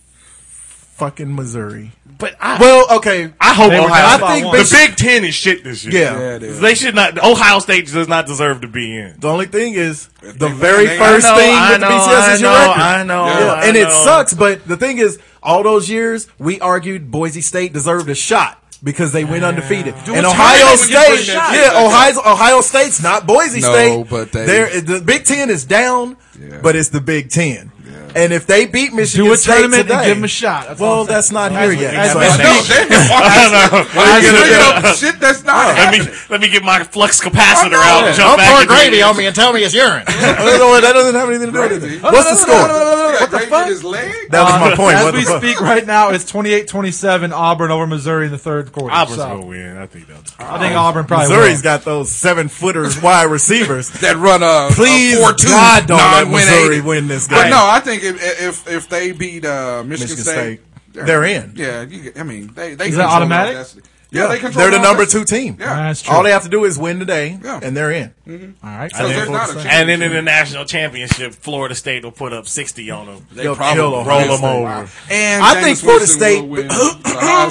Speaker 9: fucking Missouri.
Speaker 8: But I,
Speaker 9: Well, okay.
Speaker 8: I hope
Speaker 6: They were
Speaker 8: Ohio.
Speaker 6: down
Speaker 9: I think
Speaker 6: by
Speaker 8: the
Speaker 9: Michi-
Speaker 8: Big Ten is shit this year.
Speaker 9: Yeah.
Speaker 7: Yeah, it is.
Speaker 8: They should not. Ohio State does not deserve to be in.
Speaker 9: The only thing is the
Speaker 7: they-
Speaker 9: very
Speaker 7: they-
Speaker 9: first
Speaker 8: I know,
Speaker 9: thing
Speaker 8: I
Speaker 9: with the
Speaker 8: know,
Speaker 9: BCS
Speaker 8: I
Speaker 9: is your
Speaker 8: know,
Speaker 9: record.
Speaker 8: I know,
Speaker 9: Yeah,
Speaker 8: I
Speaker 9: and it
Speaker 8: know.
Speaker 9: sucks. But the thing is, all those years we argued Boise State deserved a shot. Because they went undefeated, and
Speaker 7: it's
Speaker 9: Ohio
Speaker 7: hard when you
Speaker 9: State,
Speaker 7: bring that
Speaker 9: yeah,
Speaker 7: team back
Speaker 9: Ohio, Ohio State's not Boise
Speaker 7: No,
Speaker 9: State.
Speaker 7: but they-
Speaker 9: They're- the Big Ten is down,
Speaker 7: Yeah.
Speaker 9: but it's the Big Ten. And if they beat Michigan
Speaker 6: Do a
Speaker 9: State
Speaker 6: tournament
Speaker 9: today,
Speaker 6: and give them a shot. That's all
Speaker 9: well,
Speaker 6: I'm saying.
Speaker 9: that's not here yet.
Speaker 6: that's
Speaker 9: So-
Speaker 6: what-
Speaker 7: No, they
Speaker 8: I don't know.
Speaker 7: are
Speaker 8: gonna
Speaker 7: bringing
Speaker 8: do?
Speaker 7: up shit that's not
Speaker 8: Let
Speaker 7: happening.
Speaker 8: me let me get my flux capacitor out. And jump
Speaker 10: Don't
Speaker 8: back
Speaker 10: pour
Speaker 8: in the-
Speaker 10: gravy on me and tell me it's urine.
Speaker 9: No, no, that doesn't have anything to do with
Speaker 7: Gravy.
Speaker 9: it. What's the score?
Speaker 7: What the
Speaker 6: fuck?
Speaker 7: His leg?
Speaker 9: That was my point.
Speaker 6: Uh, As
Speaker 9: What
Speaker 6: we
Speaker 9: the fuck?
Speaker 6: speak right now, it's 28-27 Auburn over Missouri in the third quarter.
Speaker 8: Auburn's
Speaker 6: So,
Speaker 8: gonna win. I think that's.
Speaker 6: I think Auburn probably
Speaker 9: Missouri's
Speaker 6: will.
Speaker 9: got those seven footers wide receivers.
Speaker 7: That run uh, a
Speaker 9: Please,
Speaker 7: a four two
Speaker 9: God, don't let
Speaker 7: non-win
Speaker 9: Missouri
Speaker 7: eight.
Speaker 9: win this
Speaker 7: But
Speaker 9: game.
Speaker 7: no, I think if if, if they beat uh, Michigan,
Speaker 9: Michigan
Speaker 7: State,
Speaker 9: State, they're in.
Speaker 7: Yeah, you, get- I mean they they
Speaker 6: Is that
Speaker 7: control
Speaker 6: automatic?
Speaker 7: their destiny. Yeah, they control.
Speaker 9: They're the
Speaker 7: their
Speaker 9: number two
Speaker 7: destiny.
Speaker 9: team.
Speaker 7: Yeah.
Speaker 6: That's true.
Speaker 9: All they have to do is win today,
Speaker 7: Yeah.
Speaker 9: and they're in.
Speaker 6: All right.
Speaker 7: So
Speaker 6: So-
Speaker 7: there's not a chance.
Speaker 8: And then in the national championship, Florida State will put up sixty on them.
Speaker 9: They'll
Speaker 7: probably
Speaker 9: kill
Speaker 7: will.
Speaker 9: Ohio
Speaker 8: Roll them
Speaker 9: State.
Speaker 8: over.
Speaker 7: And
Speaker 9: I
Speaker 7: James
Speaker 9: think Florida
Speaker 7: Wilson
Speaker 9: State-
Speaker 7: will win uh,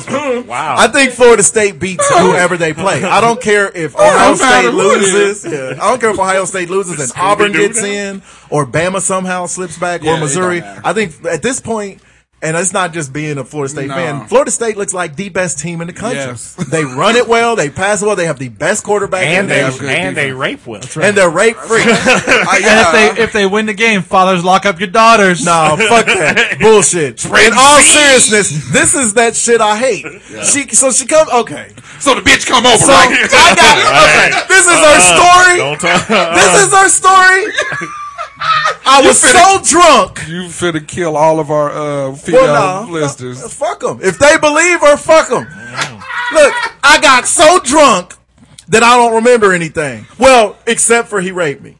Speaker 7: the Heisman.
Speaker 8: Wow.
Speaker 9: I think Florida State beats whoever they play. I don't care if Ohio
Speaker 7: don't matter
Speaker 9: State
Speaker 7: who it
Speaker 9: loses. Yeah. I don't care if Ohio State loses and Auburn
Speaker 8: Scooby-Doo
Speaker 9: gets
Speaker 8: now?
Speaker 9: in or Bama somehow slips back
Speaker 7: Yeah,
Speaker 9: or
Speaker 7: it
Speaker 9: Missouri.
Speaker 7: don't matter.
Speaker 9: I think at this point, and it's not just being a Florida State
Speaker 7: No.
Speaker 9: fan. Florida State looks like the best team in the country.
Speaker 7: Yes.
Speaker 9: They run it well. They pass it well. They have the best quarterback. in
Speaker 8: and
Speaker 9: the
Speaker 8: they
Speaker 7: have good
Speaker 8: and they
Speaker 7: defense.
Speaker 8: rape well.
Speaker 9: and they're rape free.
Speaker 7: Uh, yeah.
Speaker 6: And if they if they win the game, fathers lock up your daughters.
Speaker 9: No, fuck that bullshit. In all seriousness, this is that shit I hate. She so she come okay.
Speaker 7: so the bitch come over,
Speaker 9: So
Speaker 7: right? Uh-uh.
Speaker 9: I got it. Okay, this is her story.
Speaker 8: Don't talk.
Speaker 9: This is our story. I was so drunk.
Speaker 7: You finna kill all of our uh, female
Speaker 9: Well, no.
Speaker 7: listeners.
Speaker 9: Fuck them. If they believe her, fuck them. Look, I got so drunk that I don't remember anything. Well, except for he raped me.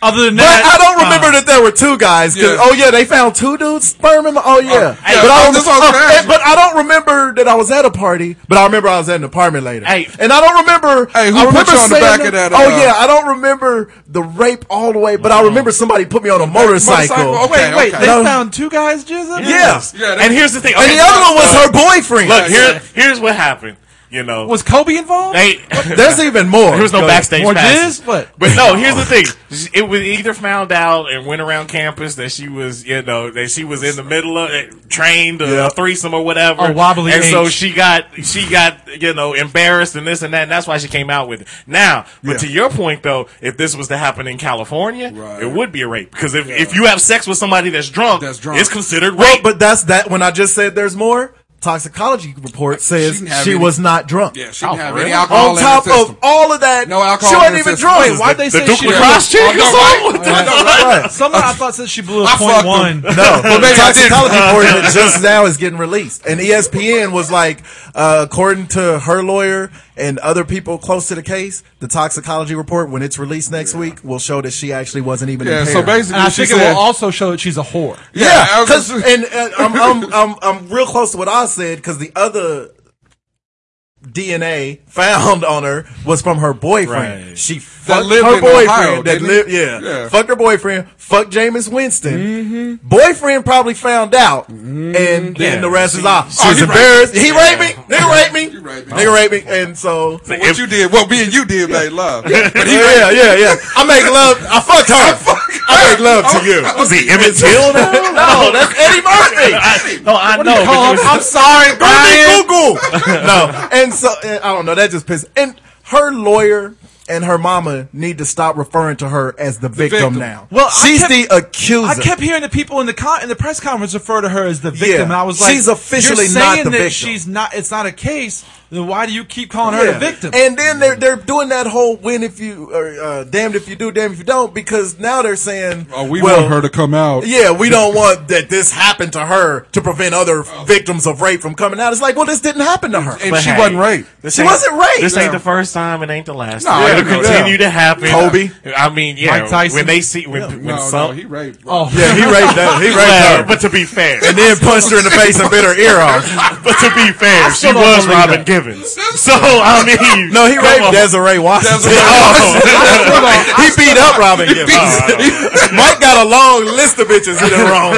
Speaker 6: Other than
Speaker 9: But I
Speaker 6: that,
Speaker 9: don't remember that there were two guys. 'cause-
Speaker 7: Yeah.
Speaker 9: Oh yeah, they found two dudes sperm in my. Oh yeah,
Speaker 8: hey,
Speaker 9: but, I don't,
Speaker 7: this was
Speaker 9: oh,
Speaker 7: bad.
Speaker 9: and- but I don't remember that I was at a party. But I remember I was at an apartment later.
Speaker 8: Hey.
Speaker 9: and I don't remember.
Speaker 7: Hey, who
Speaker 9: I
Speaker 7: put
Speaker 9: remember
Speaker 7: you on the
Speaker 9: saying
Speaker 7: back of that,
Speaker 9: oh
Speaker 7: uh, Uh-huh.
Speaker 9: yeah, I don't remember the rape all the way, but I remember somebody put me on a motorcycle.
Speaker 7: Motorcycle? Okay,
Speaker 6: wait, wait.
Speaker 7: okay.
Speaker 6: They
Speaker 9: No.
Speaker 6: found two guys jizzing.
Speaker 9: Yes,
Speaker 7: Yeah, they-
Speaker 8: and here's the thing.
Speaker 9: and the other one was her boyfriend.
Speaker 8: Look, here, here's what happened. You know,
Speaker 6: Was Kobe involved?
Speaker 8: they
Speaker 9: there's even more.
Speaker 8: there was no
Speaker 9: Go ahead.
Speaker 8: backstage
Speaker 6: Or
Speaker 8: passes.
Speaker 6: jizz? What?
Speaker 8: But no, here's the thing. It was either found out and went around campus that she was, you know, that she was in the middle of it, trained a
Speaker 9: Yeah.
Speaker 8: threesome or whatever.
Speaker 6: A wobbly
Speaker 8: And so
Speaker 6: H.
Speaker 8: she got, she got, you know, embarrassed and this and that. And that's why she came out with it. Now, but to your point though, if this was to happen in California,
Speaker 7: Right.
Speaker 8: it would be a rape. Because if, if you have sex with somebody that's drunk,
Speaker 7: That's drunk.
Speaker 8: it's considered rape.
Speaker 9: Well, but that's that. When I just said there's more, toxicology report says
Speaker 7: didn't
Speaker 9: she,
Speaker 7: have any-
Speaker 9: was not drunk.
Speaker 7: yeah, she
Speaker 6: Oh,
Speaker 7: didn't have
Speaker 8: really?
Speaker 7: any
Speaker 9: on
Speaker 7: alcohol
Speaker 9: top
Speaker 7: in her system.
Speaker 9: of all of that,
Speaker 7: No alcohol
Speaker 9: She
Speaker 7: in
Speaker 9: wasn't
Speaker 7: her
Speaker 9: even
Speaker 7: system.
Speaker 9: drunk. Oh,
Speaker 7: Wait,
Speaker 6: Why'd they
Speaker 8: the
Speaker 6: say
Speaker 8: Duke
Speaker 6: she?
Speaker 8: lacrosse chick
Speaker 7: I
Speaker 8: or
Speaker 7: know, right?
Speaker 8: something?
Speaker 7: I know, right?
Speaker 9: Right.
Speaker 6: Someone I thought said she blew a
Speaker 7: I
Speaker 6: point
Speaker 7: fucked
Speaker 6: one.
Speaker 9: No,
Speaker 7: Well, maybe I didn't.
Speaker 9: toxicology report that just now is getting released, and E ESPN was like, uh, according to her lawyer and other people close to the case, the toxicology report when it's released next week will show that she actually wasn't even.
Speaker 7: Yeah,
Speaker 9: impaired.
Speaker 7: so basically,
Speaker 6: And I
Speaker 7: she
Speaker 6: think it
Speaker 7: said,
Speaker 6: will also show that she's a whore.
Speaker 7: I
Speaker 9: Yeah,
Speaker 7: was
Speaker 9: 'cause-
Speaker 7: just-
Speaker 9: and, and I'm, I'm I'm I'm real close to what I said because the other DNA found on her was from her boyfriend.
Speaker 8: Right.
Speaker 9: She fucked
Speaker 7: lived
Speaker 9: her
Speaker 7: in Ohio,
Speaker 9: boyfriend that
Speaker 7: didn't he?
Speaker 9: lived yeah,
Speaker 7: Yeah.
Speaker 9: fucked her boyfriend, fucked Jameis Winston. Boyfriend probably found out, and then the rest is off. She
Speaker 7: Oh,
Speaker 9: was
Speaker 7: he
Speaker 9: embarrassed. He raped me. Nigga raped
Speaker 7: You
Speaker 9: me.
Speaker 7: raped me.
Speaker 9: Nigga raped me. And so.
Speaker 7: what you did, what me and you did, made love.
Speaker 9: Yeah, yeah, yeah, yeah. I make love. I fucked her. I make love to you.
Speaker 8: was he Emmett Till now?
Speaker 9: No, that's Eddie Murphy.
Speaker 8: I, no, I know. but
Speaker 6: Call
Speaker 8: there
Speaker 6: him,
Speaker 8: was-
Speaker 6: I'm sorry, Brian.
Speaker 9: Google. no, and so and I don't know. That just pissed. And her lawyer and her mama need to stop referring to her as the, victim,
Speaker 7: victim.
Speaker 9: now.
Speaker 6: Well, I
Speaker 9: she's
Speaker 6: kept-
Speaker 9: the accuser.
Speaker 6: I kept hearing the people in the con- in the press conference refer to her as the victim,
Speaker 9: Yeah.
Speaker 6: and I was like,
Speaker 9: She's officially
Speaker 6: you're
Speaker 9: not
Speaker 6: saying
Speaker 9: the
Speaker 6: that
Speaker 9: victim."
Speaker 6: She's not. It's not a case. Then why do you keep calling her
Speaker 9: Yeah.
Speaker 6: the victim?
Speaker 9: And then they're they're doing that whole win if you or uh, damned if you do, damned if you don't, because now they're saying,
Speaker 7: Oh, we
Speaker 9: well,
Speaker 7: want her to come out.
Speaker 9: Yeah, we don't want that this happened to her to prevent other victims of rape from coming out. It's like, well, this didn't happen to her.
Speaker 7: And
Speaker 8: But
Speaker 7: she
Speaker 8: hey,
Speaker 7: wasn't raped.
Speaker 8: this
Speaker 9: She
Speaker 8: ain't-
Speaker 9: wasn't raped.
Speaker 8: This
Speaker 9: Yeah.
Speaker 8: ain't the first time. It ain't the last.
Speaker 7: No,
Speaker 8: time.
Speaker 7: yeah,
Speaker 8: It'll
Speaker 7: no,
Speaker 8: continue to happen.
Speaker 9: Kobe?
Speaker 8: I mean, yeah.
Speaker 6: Mike Tyson?
Speaker 8: When they see when, when
Speaker 7: No, no,
Speaker 8: some.
Speaker 7: he raped. Bro.
Speaker 6: oh,
Speaker 9: yeah, he raped that. He
Speaker 8: Well,
Speaker 9: raped her.
Speaker 8: but to be fair,
Speaker 9: And then punched her in the face and bit her ear off.
Speaker 8: but to be fair, she
Speaker 6: still don't
Speaker 8: was
Speaker 6: believe
Speaker 8: Robin
Speaker 6: that.
Speaker 8: Givens. So I mean,
Speaker 9: No, he
Speaker 8: come
Speaker 9: raped
Speaker 8: on.
Speaker 9: Desiree Washington.
Speaker 7: Oh.
Speaker 9: he beat up Robin Gibbs. Mike got a long list of bitches he done wrong.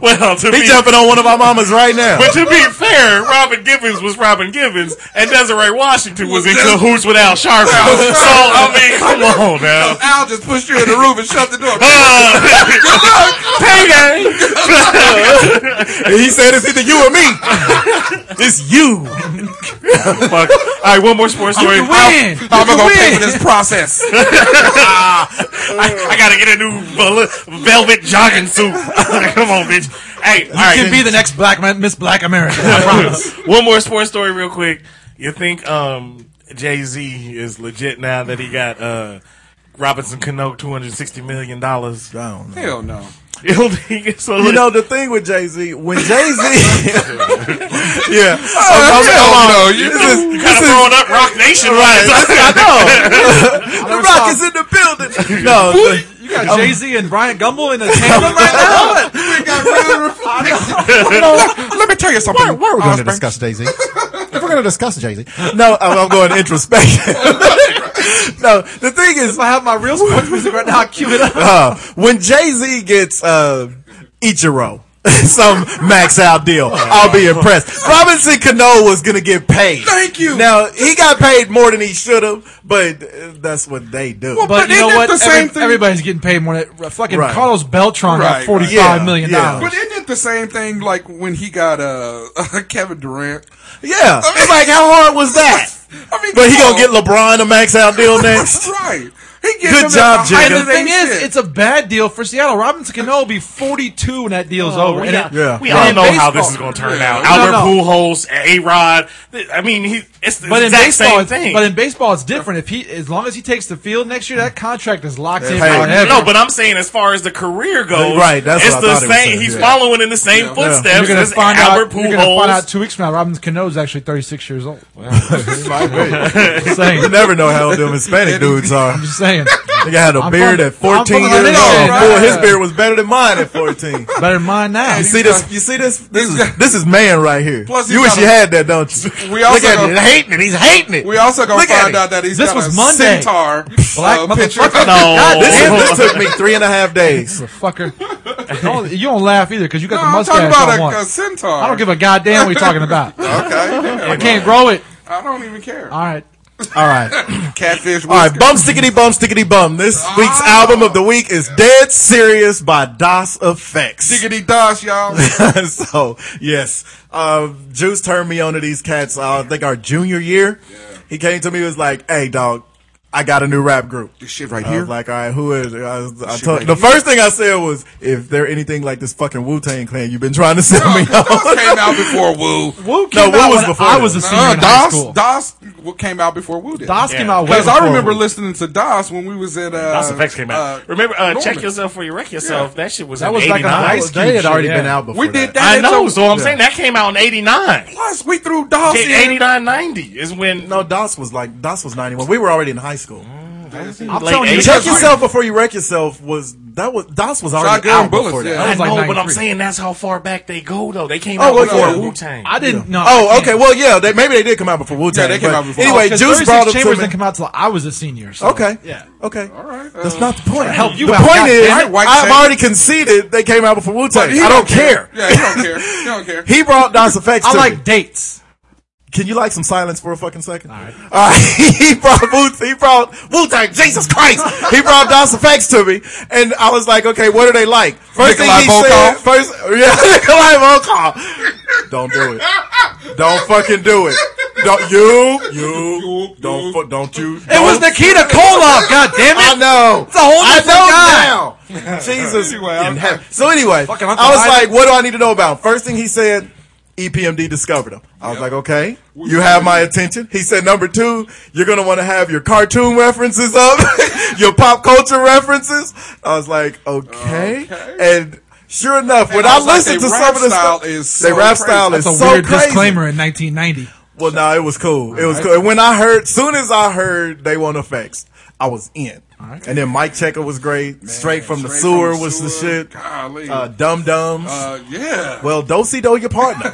Speaker 8: well, to
Speaker 9: He
Speaker 8: be
Speaker 9: jumping on one of our mamas right now.
Speaker 8: but to be fair, Robin Givens was Robin Givens, and Desiree Washington was in cahoots with Al Sharpton. So I mean, come on now.
Speaker 7: Al just pushed you in the room and shut the door.
Speaker 8: Uh, Payday.
Speaker 9: And he said it's either you or me. it's you.
Speaker 8: Fuck. All right, one more sports story.
Speaker 6: You can win.
Speaker 7: How am I gonna pay for this process?
Speaker 8: I, I gotta get a new vel- velvet jogging suit. Come on, bitch. Hey, all right.
Speaker 6: You can be the next black man, Miss Black America. I promise.
Speaker 8: One more sports story, real quick. You think um, Jay Z is legit now that he got uh, Robinson Cano two hundred sixty million dollars?
Speaker 9: Down.
Speaker 7: Hell no.
Speaker 9: You
Speaker 8: you
Speaker 9: know the thing with Jay Z, when Jay Z, yeah,
Speaker 7: Hell no. You
Speaker 9: this is,
Speaker 8: kind of throwing up Rock Nation, right?
Speaker 9: the Rock is in the building. No, the-
Speaker 6: You got Jay Z and Brian Gumble in the tandem right now.
Speaker 7: Let me tell you something.
Speaker 10: Why are we going to
Speaker 7: Osbourne.
Speaker 10: discuss Jay Z? if we're going to discuss Jay Z,
Speaker 9: no, I'm, I'm going introspection. no, the thing is,
Speaker 6: If I have my real sports music right now, I cue it up.
Speaker 9: uh, when Jay Z gets uh, Ichiro, some max out deal, I'll be impressed. Robinson Cano was gonna get paid.
Speaker 7: Thank you.
Speaker 9: Now he got paid more than he should have, but uh, that's what they do.
Speaker 7: Well, But
Speaker 6: But, you
Speaker 7: they
Speaker 6: know
Speaker 7: did
Speaker 6: what?
Speaker 7: the same thing.
Speaker 6: Everybody's getting paid more. Than, uh, fucking
Speaker 9: Right.
Speaker 6: Carlos
Speaker 7: Right,
Speaker 6: Beltran got
Speaker 7: right.
Speaker 6: forty
Speaker 9: Yeah,
Speaker 6: five million
Speaker 9: yeah.
Speaker 6: dollars.
Speaker 7: But isn't it the same thing like when he got uh, Kevin Durant?
Speaker 9: yeah,
Speaker 7: I mean-
Speaker 9: it's like how hard was that?
Speaker 7: I mean,
Speaker 9: But he
Speaker 7: come
Speaker 9: gonna get
Speaker 7: on.
Speaker 9: LeBron a max out deal next.
Speaker 7: right. He gets
Speaker 9: Good
Speaker 7: him
Speaker 9: job,
Speaker 7: at the height
Speaker 9: Jacob.
Speaker 7: of
Speaker 6: The thing
Speaker 7: their
Speaker 6: is,
Speaker 7: shit.
Speaker 6: it's a bad deal for Seattle. Robinson Cano will be 42 when that deal's over.
Speaker 8: we,
Speaker 6: And
Speaker 8: all-
Speaker 6: it-
Speaker 9: yeah.
Speaker 8: we all
Speaker 6: in
Speaker 8: know how
Speaker 6: baseball-
Speaker 8: this is going to turn out.
Speaker 6: No,
Speaker 8: Albert
Speaker 6: no.
Speaker 8: Pujols, A Rod. I mean, he, it's the
Speaker 6: but in
Speaker 8: exact
Speaker 6: baseball,
Speaker 8: same
Speaker 6: it's,
Speaker 8: thing.
Speaker 6: but in baseball, it's different. If he, as long as he takes the field next year, that contract is locked in
Speaker 9: paid.
Speaker 6: forever.
Speaker 8: no, but I'm saying as far as the career goes,
Speaker 9: Right, that's
Speaker 8: it's
Speaker 9: what I
Speaker 8: the
Speaker 9: thought he was
Speaker 8: same.
Speaker 9: saying,
Speaker 8: he's
Speaker 9: yeah.
Speaker 8: following in the same
Speaker 6: And
Speaker 8: footsteps
Speaker 6: you're gonna
Speaker 8: as
Speaker 6: find
Speaker 8: Albert
Speaker 6: out. You're gonna find out
Speaker 8: Pujols.
Speaker 6: two weeks from now. Robinson Cano is actually 36 years old. Just
Speaker 9: You
Speaker 6: saying.
Speaker 9: never know how old them Hispanic dudes are.
Speaker 6: I'm just saying.
Speaker 9: Nigga had a
Speaker 6: I'm
Speaker 9: beard
Speaker 6: from-
Speaker 9: at 14
Speaker 6: I'm
Speaker 9: years old.
Speaker 6: from Atlanta.
Speaker 9: Boy,
Speaker 6: Right.
Speaker 9: his beard was better than mine at 14.
Speaker 6: Better than mine now.
Speaker 9: You see this? You see this? This is
Speaker 7: got-
Speaker 9: this is man right here.
Speaker 7: Plus he's
Speaker 9: you wish
Speaker 7: got
Speaker 9: you
Speaker 7: a-
Speaker 9: had that, don't you?
Speaker 7: We also
Speaker 9: Look at
Speaker 7: got-
Speaker 9: it. Hating it. He's hating it.
Speaker 7: we also gonna
Speaker 9: Look at
Speaker 7: find
Speaker 9: it.
Speaker 7: out that he's
Speaker 6: This
Speaker 7: got
Speaker 6: was
Speaker 7: a
Speaker 6: Monday.
Speaker 7: centaur
Speaker 6: Black
Speaker 7: uh, picture.
Speaker 6: motherfucker.
Speaker 8: No,
Speaker 9: This, this took me three and a half days.
Speaker 6: Motherfucker. Don't- you don't laugh either because you got
Speaker 7: No,
Speaker 6: the
Speaker 7: I'm
Speaker 6: mustache
Speaker 7: talking
Speaker 6: I
Speaker 7: about
Speaker 6: want.
Speaker 7: a, a centaur.
Speaker 6: I don't give a goddamn what you're talking about.
Speaker 7: Okay.
Speaker 6: I can't grow it.
Speaker 7: I don't even care.
Speaker 6: All right.
Speaker 9: All right,
Speaker 7: Catfish.
Speaker 9: all right.
Speaker 7: whisker.
Speaker 9: Bum stickety bum stickety bum. This week's
Speaker 7: Ah.
Speaker 9: album of the week is "Dead Serious" by Das Effects.
Speaker 7: Diggity dosh, y'all.
Speaker 9: so yes, uh, Juice turned me on to these cats. Uh, I think our junior year, he came to me he was like, "Hey, dog, I got a new rap group."
Speaker 7: this shit right
Speaker 9: I
Speaker 7: here.
Speaker 9: was like, all right, who is? it? I, was- I
Speaker 7: Shit
Speaker 9: told,
Speaker 7: right
Speaker 9: the
Speaker 7: here.
Speaker 9: first thing I said was, if they're anything like this fucking Wu Tang Clan, you've been trying to sell me.
Speaker 7: Those came out before Woo.
Speaker 6: Woo
Speaker 9: No,
Speaker 6: came
Speaker 9: Woo
Speaker 6: out
Speaker 9: was
Speaker 6: when
Speaker 9: before
Speaker 6: I
Speaker 9: that.
Speaker 6: was a senior
Speaker 7: Uh,
Speaker 6: in high
Speaker 7: DOS,
Speaker 6: school.
Speaker 7: DOS came out before Woo did.
Speaker 6: DOS came
Speaker 8: Yeah.
Speaker 6: out way
Speaker 7: Because I
Speaker 6: before
Speaker 7: remember
Speaker 6: Woo.
Speaker 7: listening to DOS when we was at. Uh,
Speaker 8: That's effects came out.
Speaker 7: uh,
Speaker 8: Remember, uh, check
Speaker 7: Norman.
Speaker 8: yourself or you wreck yourself. That shit was
Speaker 6: That
Speaker 8: in
Speaker 6: was back on
Speaker 8: 89.
Speaker 6: the Ice Cube
Speaker 9: They had
Speaker 6: shit,
Speaker 9: alady
Speaker 6: yeah.
Speaker 9: been out before.
Speaker 7: We did
Speaker 9: that.
Speaker 7: that.
Speaker 8: I know,
Speaker 7: until-
Speaker 8: so I'm saying that came out in 89.
Speaker 7: Plus, we threw DOS in.
Speaker 8: 89, 90 is when
Speaker 9: No, Das was like Das was ninety one. We were already in high school.
Speaker 6: I'm
Speaker 8: late
Speaker 6: telling you,
Speaker 8: 80s.
Speaker 9: Check
Speaker 6: check yourself.
Speaker 9: yourself before you wreck yourself. Was that was Das was already
Speaker 7: Shotgun
Speaker 9: out
Speaker 7: bullets,
Speaker 9: before that?
Speaker 7: yeah.
Speaker 6: That
Speaker 8: I
Speaker 6: was like
Speaker 8: know, but I'm
Speaker 6: 93.
Speaker 8: saying that's how far back they go, though. They came
Speaker 9: Oh,
Speaker 8: out
Speaker 9: well,
Speaker 8: before
Speaker 9: yeah.
Speaker 8: Wu Tang.
Speaker 6: I didn't know.
Speaker 9: Oh, okay. Well, yeah. They, maybe they did come out before Wu Tang.
Speaker 7: Yeah, they came out before.
Speaker 9: Anyway, Juice brought up
Speaker 6: Oh, Chambers
Speaker 9: to me.
Speaker 6: didn't come out till I was a senior. So.
Speaker 9: okay.
Speaker 6: Yeah.
Speaker 9: Okay.
Speaker 7: All right. uh,
Speaker 9: That's not the point.
Speaker 6: help you
Speaker 9: the
Speaker 6: out,
Speaker 9: point
Speaker 6: God
Speaker 9: is,
Speaker 6: damn
Speaker 7: it, White
Speaker 9: I've
Speaker 7: Savior.
Speaker 9: already conceded they came out before Wu Tang.
Speaker 7: he
Speaker 9: I don't care.
Speaker 7: Yeah, he don't care. He don't care.
Speaker 9: He brought Das Effects.
Speaker 6: I
Speaker 9: to
Speaker 6: like
Speaker 9: me.
Speaker 6: dates.
Speaker 9: Can you like some silence for a fucking second? All right. he brought Wu- he brought Wu Tang. Jesus Christ! he brought DOS effects to me, and I was like, okay, what are they like? First
Speaker 7: Nikolai
Speaker 9: thing he
Speaker 7: Volkov?
Speaker 9: said, first yeah, Nikolai Volkov. Don't do it. Don't fucking do it. Don't you you don't fu- don't you?
Speaker 6: It was Nikita Koloff. God damn
Speaker 9: I
Speaker 6: it!
Speaker 9: know.
Speaker 6: a whole
Speaker 9: I
Speaker 6: different guy.
Speaker 9: know now. Jesus.
Speaker 7: Anyway, I'm-
Speaker 9: in heaven. So anyway,
Speaker 6: Fucking Uncle
Speaker 9: I was
Speaker 6: Isaac.
Speaker 9: like, what do I need to know about? him? First thing he said, E EPMD discovered him. I was like, okay, you have my attention. He said, number two, you're going to want to have your cartoon references up, your pop culture references. I was like, okay. And sure enough, when
Speaker 7: And I
Speaker 9: I,
Speaker 7: was like,
Speaker 9: listened
Speaker 7: they
Speaker 9: to
Speaker 7: rap
Speaker 9: some of the
Speaker 7: style
Speaker 9: stuff,
Speaker 7: is
Speaker 9: they
Speaker 7: so
Speaker 9: rap
Speaker 7: crazy.
Speaker 9: style
Speaker 6: That's
Speaker 9: is
Speaker 6: a
Speaker 9: so
Speaker 6: weird
Speaker 9: crazy.
Speaker 6: disclaimer in 1990.
Speaker 9: Well, no, it was cool. It was cool. And when I heard, soon as I heard they want effects, I was in. And then Mike Checker was great. straight from the
Speaker 7: Straight
Speaker 9: sewer
Speaker 7: from
Speaker 9: was
Speaker 7: sewer.
Speaker 9: the shit.
Speaker 7: Golly.
Speaker 9: Uh, Dum Dums.
Speaker 7: Uh, yeah.
Speaker 9: well, do see do your partner.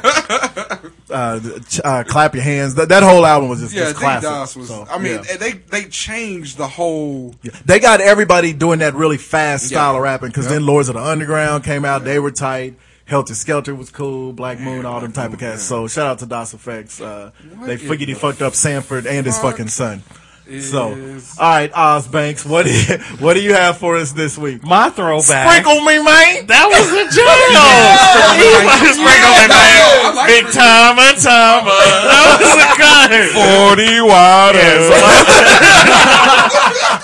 Speaker 9: uh, ch- uh, clap your hands. That, that whole album was just,
Speaker 7: Yeah,
Speaker 9: just
Speaker 7: D
Speaker 9: classic.
Speaker 7: DOS was.
Speaker 9: So,
Speaker 7: I mean,
Speaker 9: yeah.
Speaker 7: and they they changed the whole.
Speaker 9: Yeah. they got everybody doing that really fast
Speaker 7: Yeah.
Speaker 9: style of rapping because then Lords of the Underground came out. They were tight. Helter Skelter was cool. Black Moon, all them type of cats. So shout out to DOS Effects. Uh, they
Speaker 7: in
Speaker 9: figured he fucked up Sanford and his
Speaker 7: fuck
Speaker 9: fucking son. So, all right, Oz Banks, what do you, what do you have for us this week?
Speaker 8: My throwback.
Speaker 9: Sprinkle me, man.
Speaker 8: That was a jam. yeah, sprinkle
Speaker 7: I
Speaker 8: me, man.
Speaker 7: like
Speaker 8: Big
Speaker 7: sprinkle.
Speaker 8: time and time. uh, That was a gun. Forty water.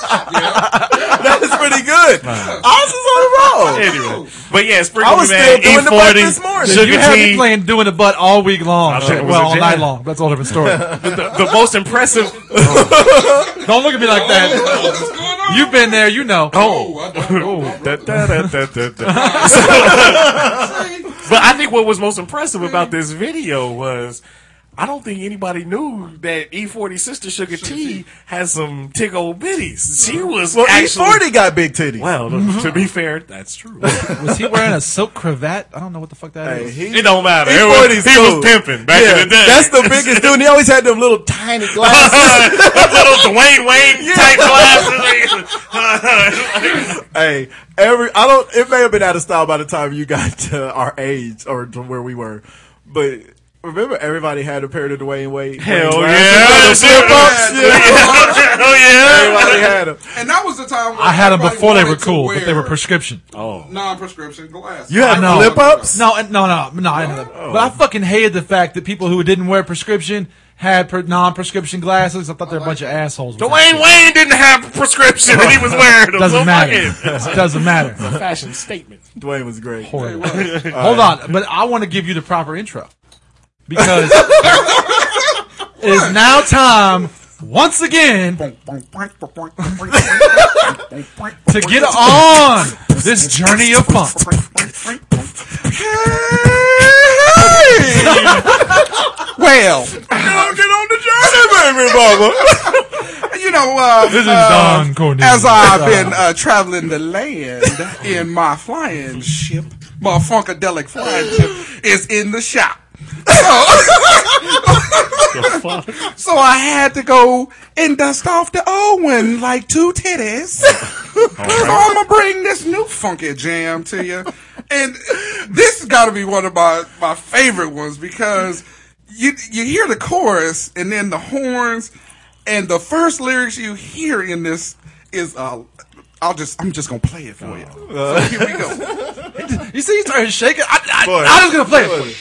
Speaker 9: That was pretty good. Oz is on a roll.
Speaker 8: anyway, but yeah,
Speaker 9: I
Speaker 8: sprinkle me,
Speaker 9: was
Speaker 8: man.
Speaker 9: still doing
Speaker 8: E
Speaker 9: the butt
Speaker 8: forty.
Speaker 9: this morning.
Speaker 8: Sugar
Speaker 6: You have me
Speaker 8: tea.
Speaker 6: playing doing the butt all week long.
Speaker 8: I'll take it
Speaker 6: well,
Speaker 8: was
Speaker 6: all
Speaker 8: a
Speaker 6: night
Speaker 8: jam.
Speaker 6: long. That's a whole different story.
Speaker 8: The, the most impressive.
Speaker 6: Don't look at me like that.
Speaker 7: What's going on?
Speaker 6: You've been there, you know.
Speaker 7: Oh, I don't know.
Speaker 8: Da, da, da, da, da, da. So, but I think what was most impressive about this video was I don't think anybody knew that E40 sister Sugar T has some tick old bitties. She was
Speaker 9: Well, E
Speaker 8: actually.
Speaker 9: E40 got big titty.
Speaker 8: Well, to be fair, that's true.
Speaker 6: Was he wearing a silk cravat? I don't know what the fuck that is.
Speaker 8: It don't matter. It
Speaker 9: E40's
Speaker 8: was, he
Speaker 9: cool.
Speaker 8: was pimping back
Speaker 9: E Yeah,
Speaker 8: in the day.
Speaker 9: That's the biggest dude. and He always had them little tiny glasses.
Speaker 8: little Dwayne Wayne type glasses.
Speaker 9: hey, every I don't. It may have been out of style by the time you got to our age or to where we were, but. Remember, everybody had a pair of Dwayne Wade.
Speaker 8: Hell
Speaker 9: Wayne
Speaker 8: yeah!
Speaker 9: glasses, the flip ups.
Speaker 8: Oh
Speaker 9: Everybody had 'em.
Speaker 7: And that was the time.
Speaker 6: I had them before they were cool, but they were prescription.
Speaker 7: non-prescription glasses.
Speaker 9: You Oh. had Oh.
Speaker 6: know.
Speaker 9: flip ups.
Speaker 6: No, and- no, no, no. I didn't have that. But I fucking hated the fact that people who didn't wear prescription had per- non-prescription glasses. I thought they were a bunch of assholes. with
Speaker 8: yeah!
Speaker 6: that shit.
Speaker 8: Dwayne Wayne didn't have a prescription and he was wearing them. Oh,
Speaker 6: Doesn't
Speaker 8: so
Speaker 6: matter.
Speaker 8: fuck it.
Speaker 6: It doesn't matter.
Speaker 8: Fashion statement.
Speaker 9: Dwayne was great.
Speaker 6: Horrible. Hold on, but I want to give you the proper intro because it is now time once again to get on this journey of funk.
Speaker 5: Well,
Speaker 9: Don't get on the journey, baby mama.
Speaker 7: You know, uh,
Speaker 6: This is
Speaker 7: uh,
Speaker 6: Don Cornelius.
Speaker 7: as I've been uh, traveling the land in my flying ship, my funkadelic flying ship is in the shop. So, so I had to go and dust off the old one like two titties. So I'm gonna bring this new funky jam to you, and this has got to be one of my my favorite ones because you you hear the chorus and then the horns, and the first lyrics you hear in this is uh. I'll just, I'm just gonna play it for you. So
Speaker 9: Uh.
Speaker 7: here we go.
Speaker 6: You see, he started shaking. I, I,
Speaker 9: Boy.
Speaker 6: I was gonna play it. for you.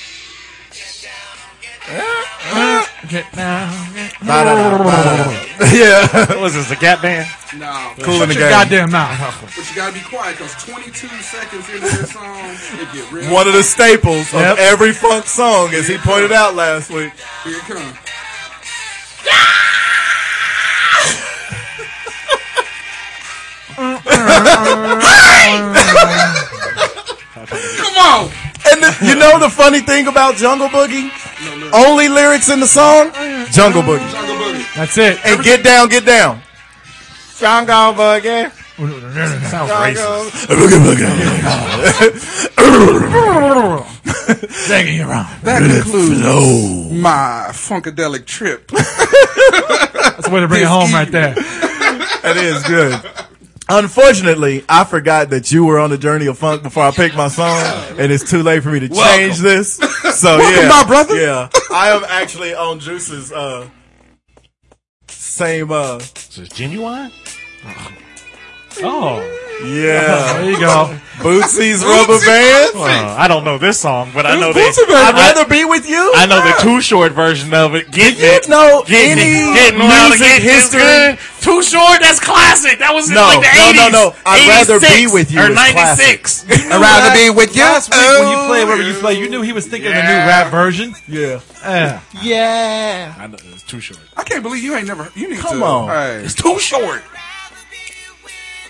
Speaker 6: Get down.
Speaker 9: Yeah,
Speaker 8: What was this, the Gap Band?
Speaker 7: No,
Speaker 9: cool in the game.
Speaker 6: Shut your goddamn mouth.
Speaker 7: but you gotta be quiet because 22 seconds into this song, it get real.
Speaker 9: One of the staples
Speaker 6: Yep.
Speaker 9: of every funk song, as he pointed out last week.
Speaker 7: Here it comes. Come on!
Speaker 9: And the, you know the funny thing about Jungle Boogie? Only lyrics in the song? Jungle Boogie.
Speaker 7: Jungle Boogie.
Speaker 6: That's it.
Speaker 9: And get down, get down. Jungle Boogie.
Speaker 8: Sounds racist.
Speaker 6: Dang, you're wrong.
Speaker 7: That concludes my funkadelic trip.
Speaker 6: That's the way to bring it home right there.
Speaker 9: That is good. Unfortunately, I forgot that you were on the journey of funk before I picked my song, and it's too late for me to change this. So yeah,
Speaker 7: my brother.
Speaker 9: Yeah, I am actually on Juice's uh, same uh,
Speaker 8: Is this genuine?
Speaker 6: Oh,
Speaker 9: yeah,
Speaker 6: there you go.
Speaker 9: Bootsy's rubber band.
Speaker 8: Uh, I don't know this song, but I know
Speaker 9: Bootsy, I'd
Speaker 8: that. I-
Speaker 9: rather be with you.
Speaker 8: I know the too short version of it. Getting
Speaker 9: You
Speaker 8: it.
Speaker 9: know
Speaker 8: Getting
Speaker 9: any
Speaker 8: it. Getting around to
Speaker 9: music
Speaker 8: getting this
Speaker 9: history?
Speaker 8: good. Too short, that's classic. That was in
Speaker 9: No,
Speaker 8: like the
Speaker 9: no,
Speaker 8: 80s.
Speaker 9: no, no. I'd rather be
Speaker 8: 86
Speaker 9: with you
Speaker 8: Or
Speaker 9: is
Speaker 8: 96.
Speaker 5: I'd rather be with you.
Speaker 6: Last week when you played whatever you played, you knew he was thinking of a new rap version.
Speaker 9: Yeah,
Speaker 6: Yeah.
Speaker 5: Yeah.
Speaker 8: I know, it's too short.
Speaker 7: I can't believe you ain't never. You need
Speaker 9: Come
Speaker 7: to.
Speaker 9: on.
Speaker 7: Hey.
Speaker 8: It's too short.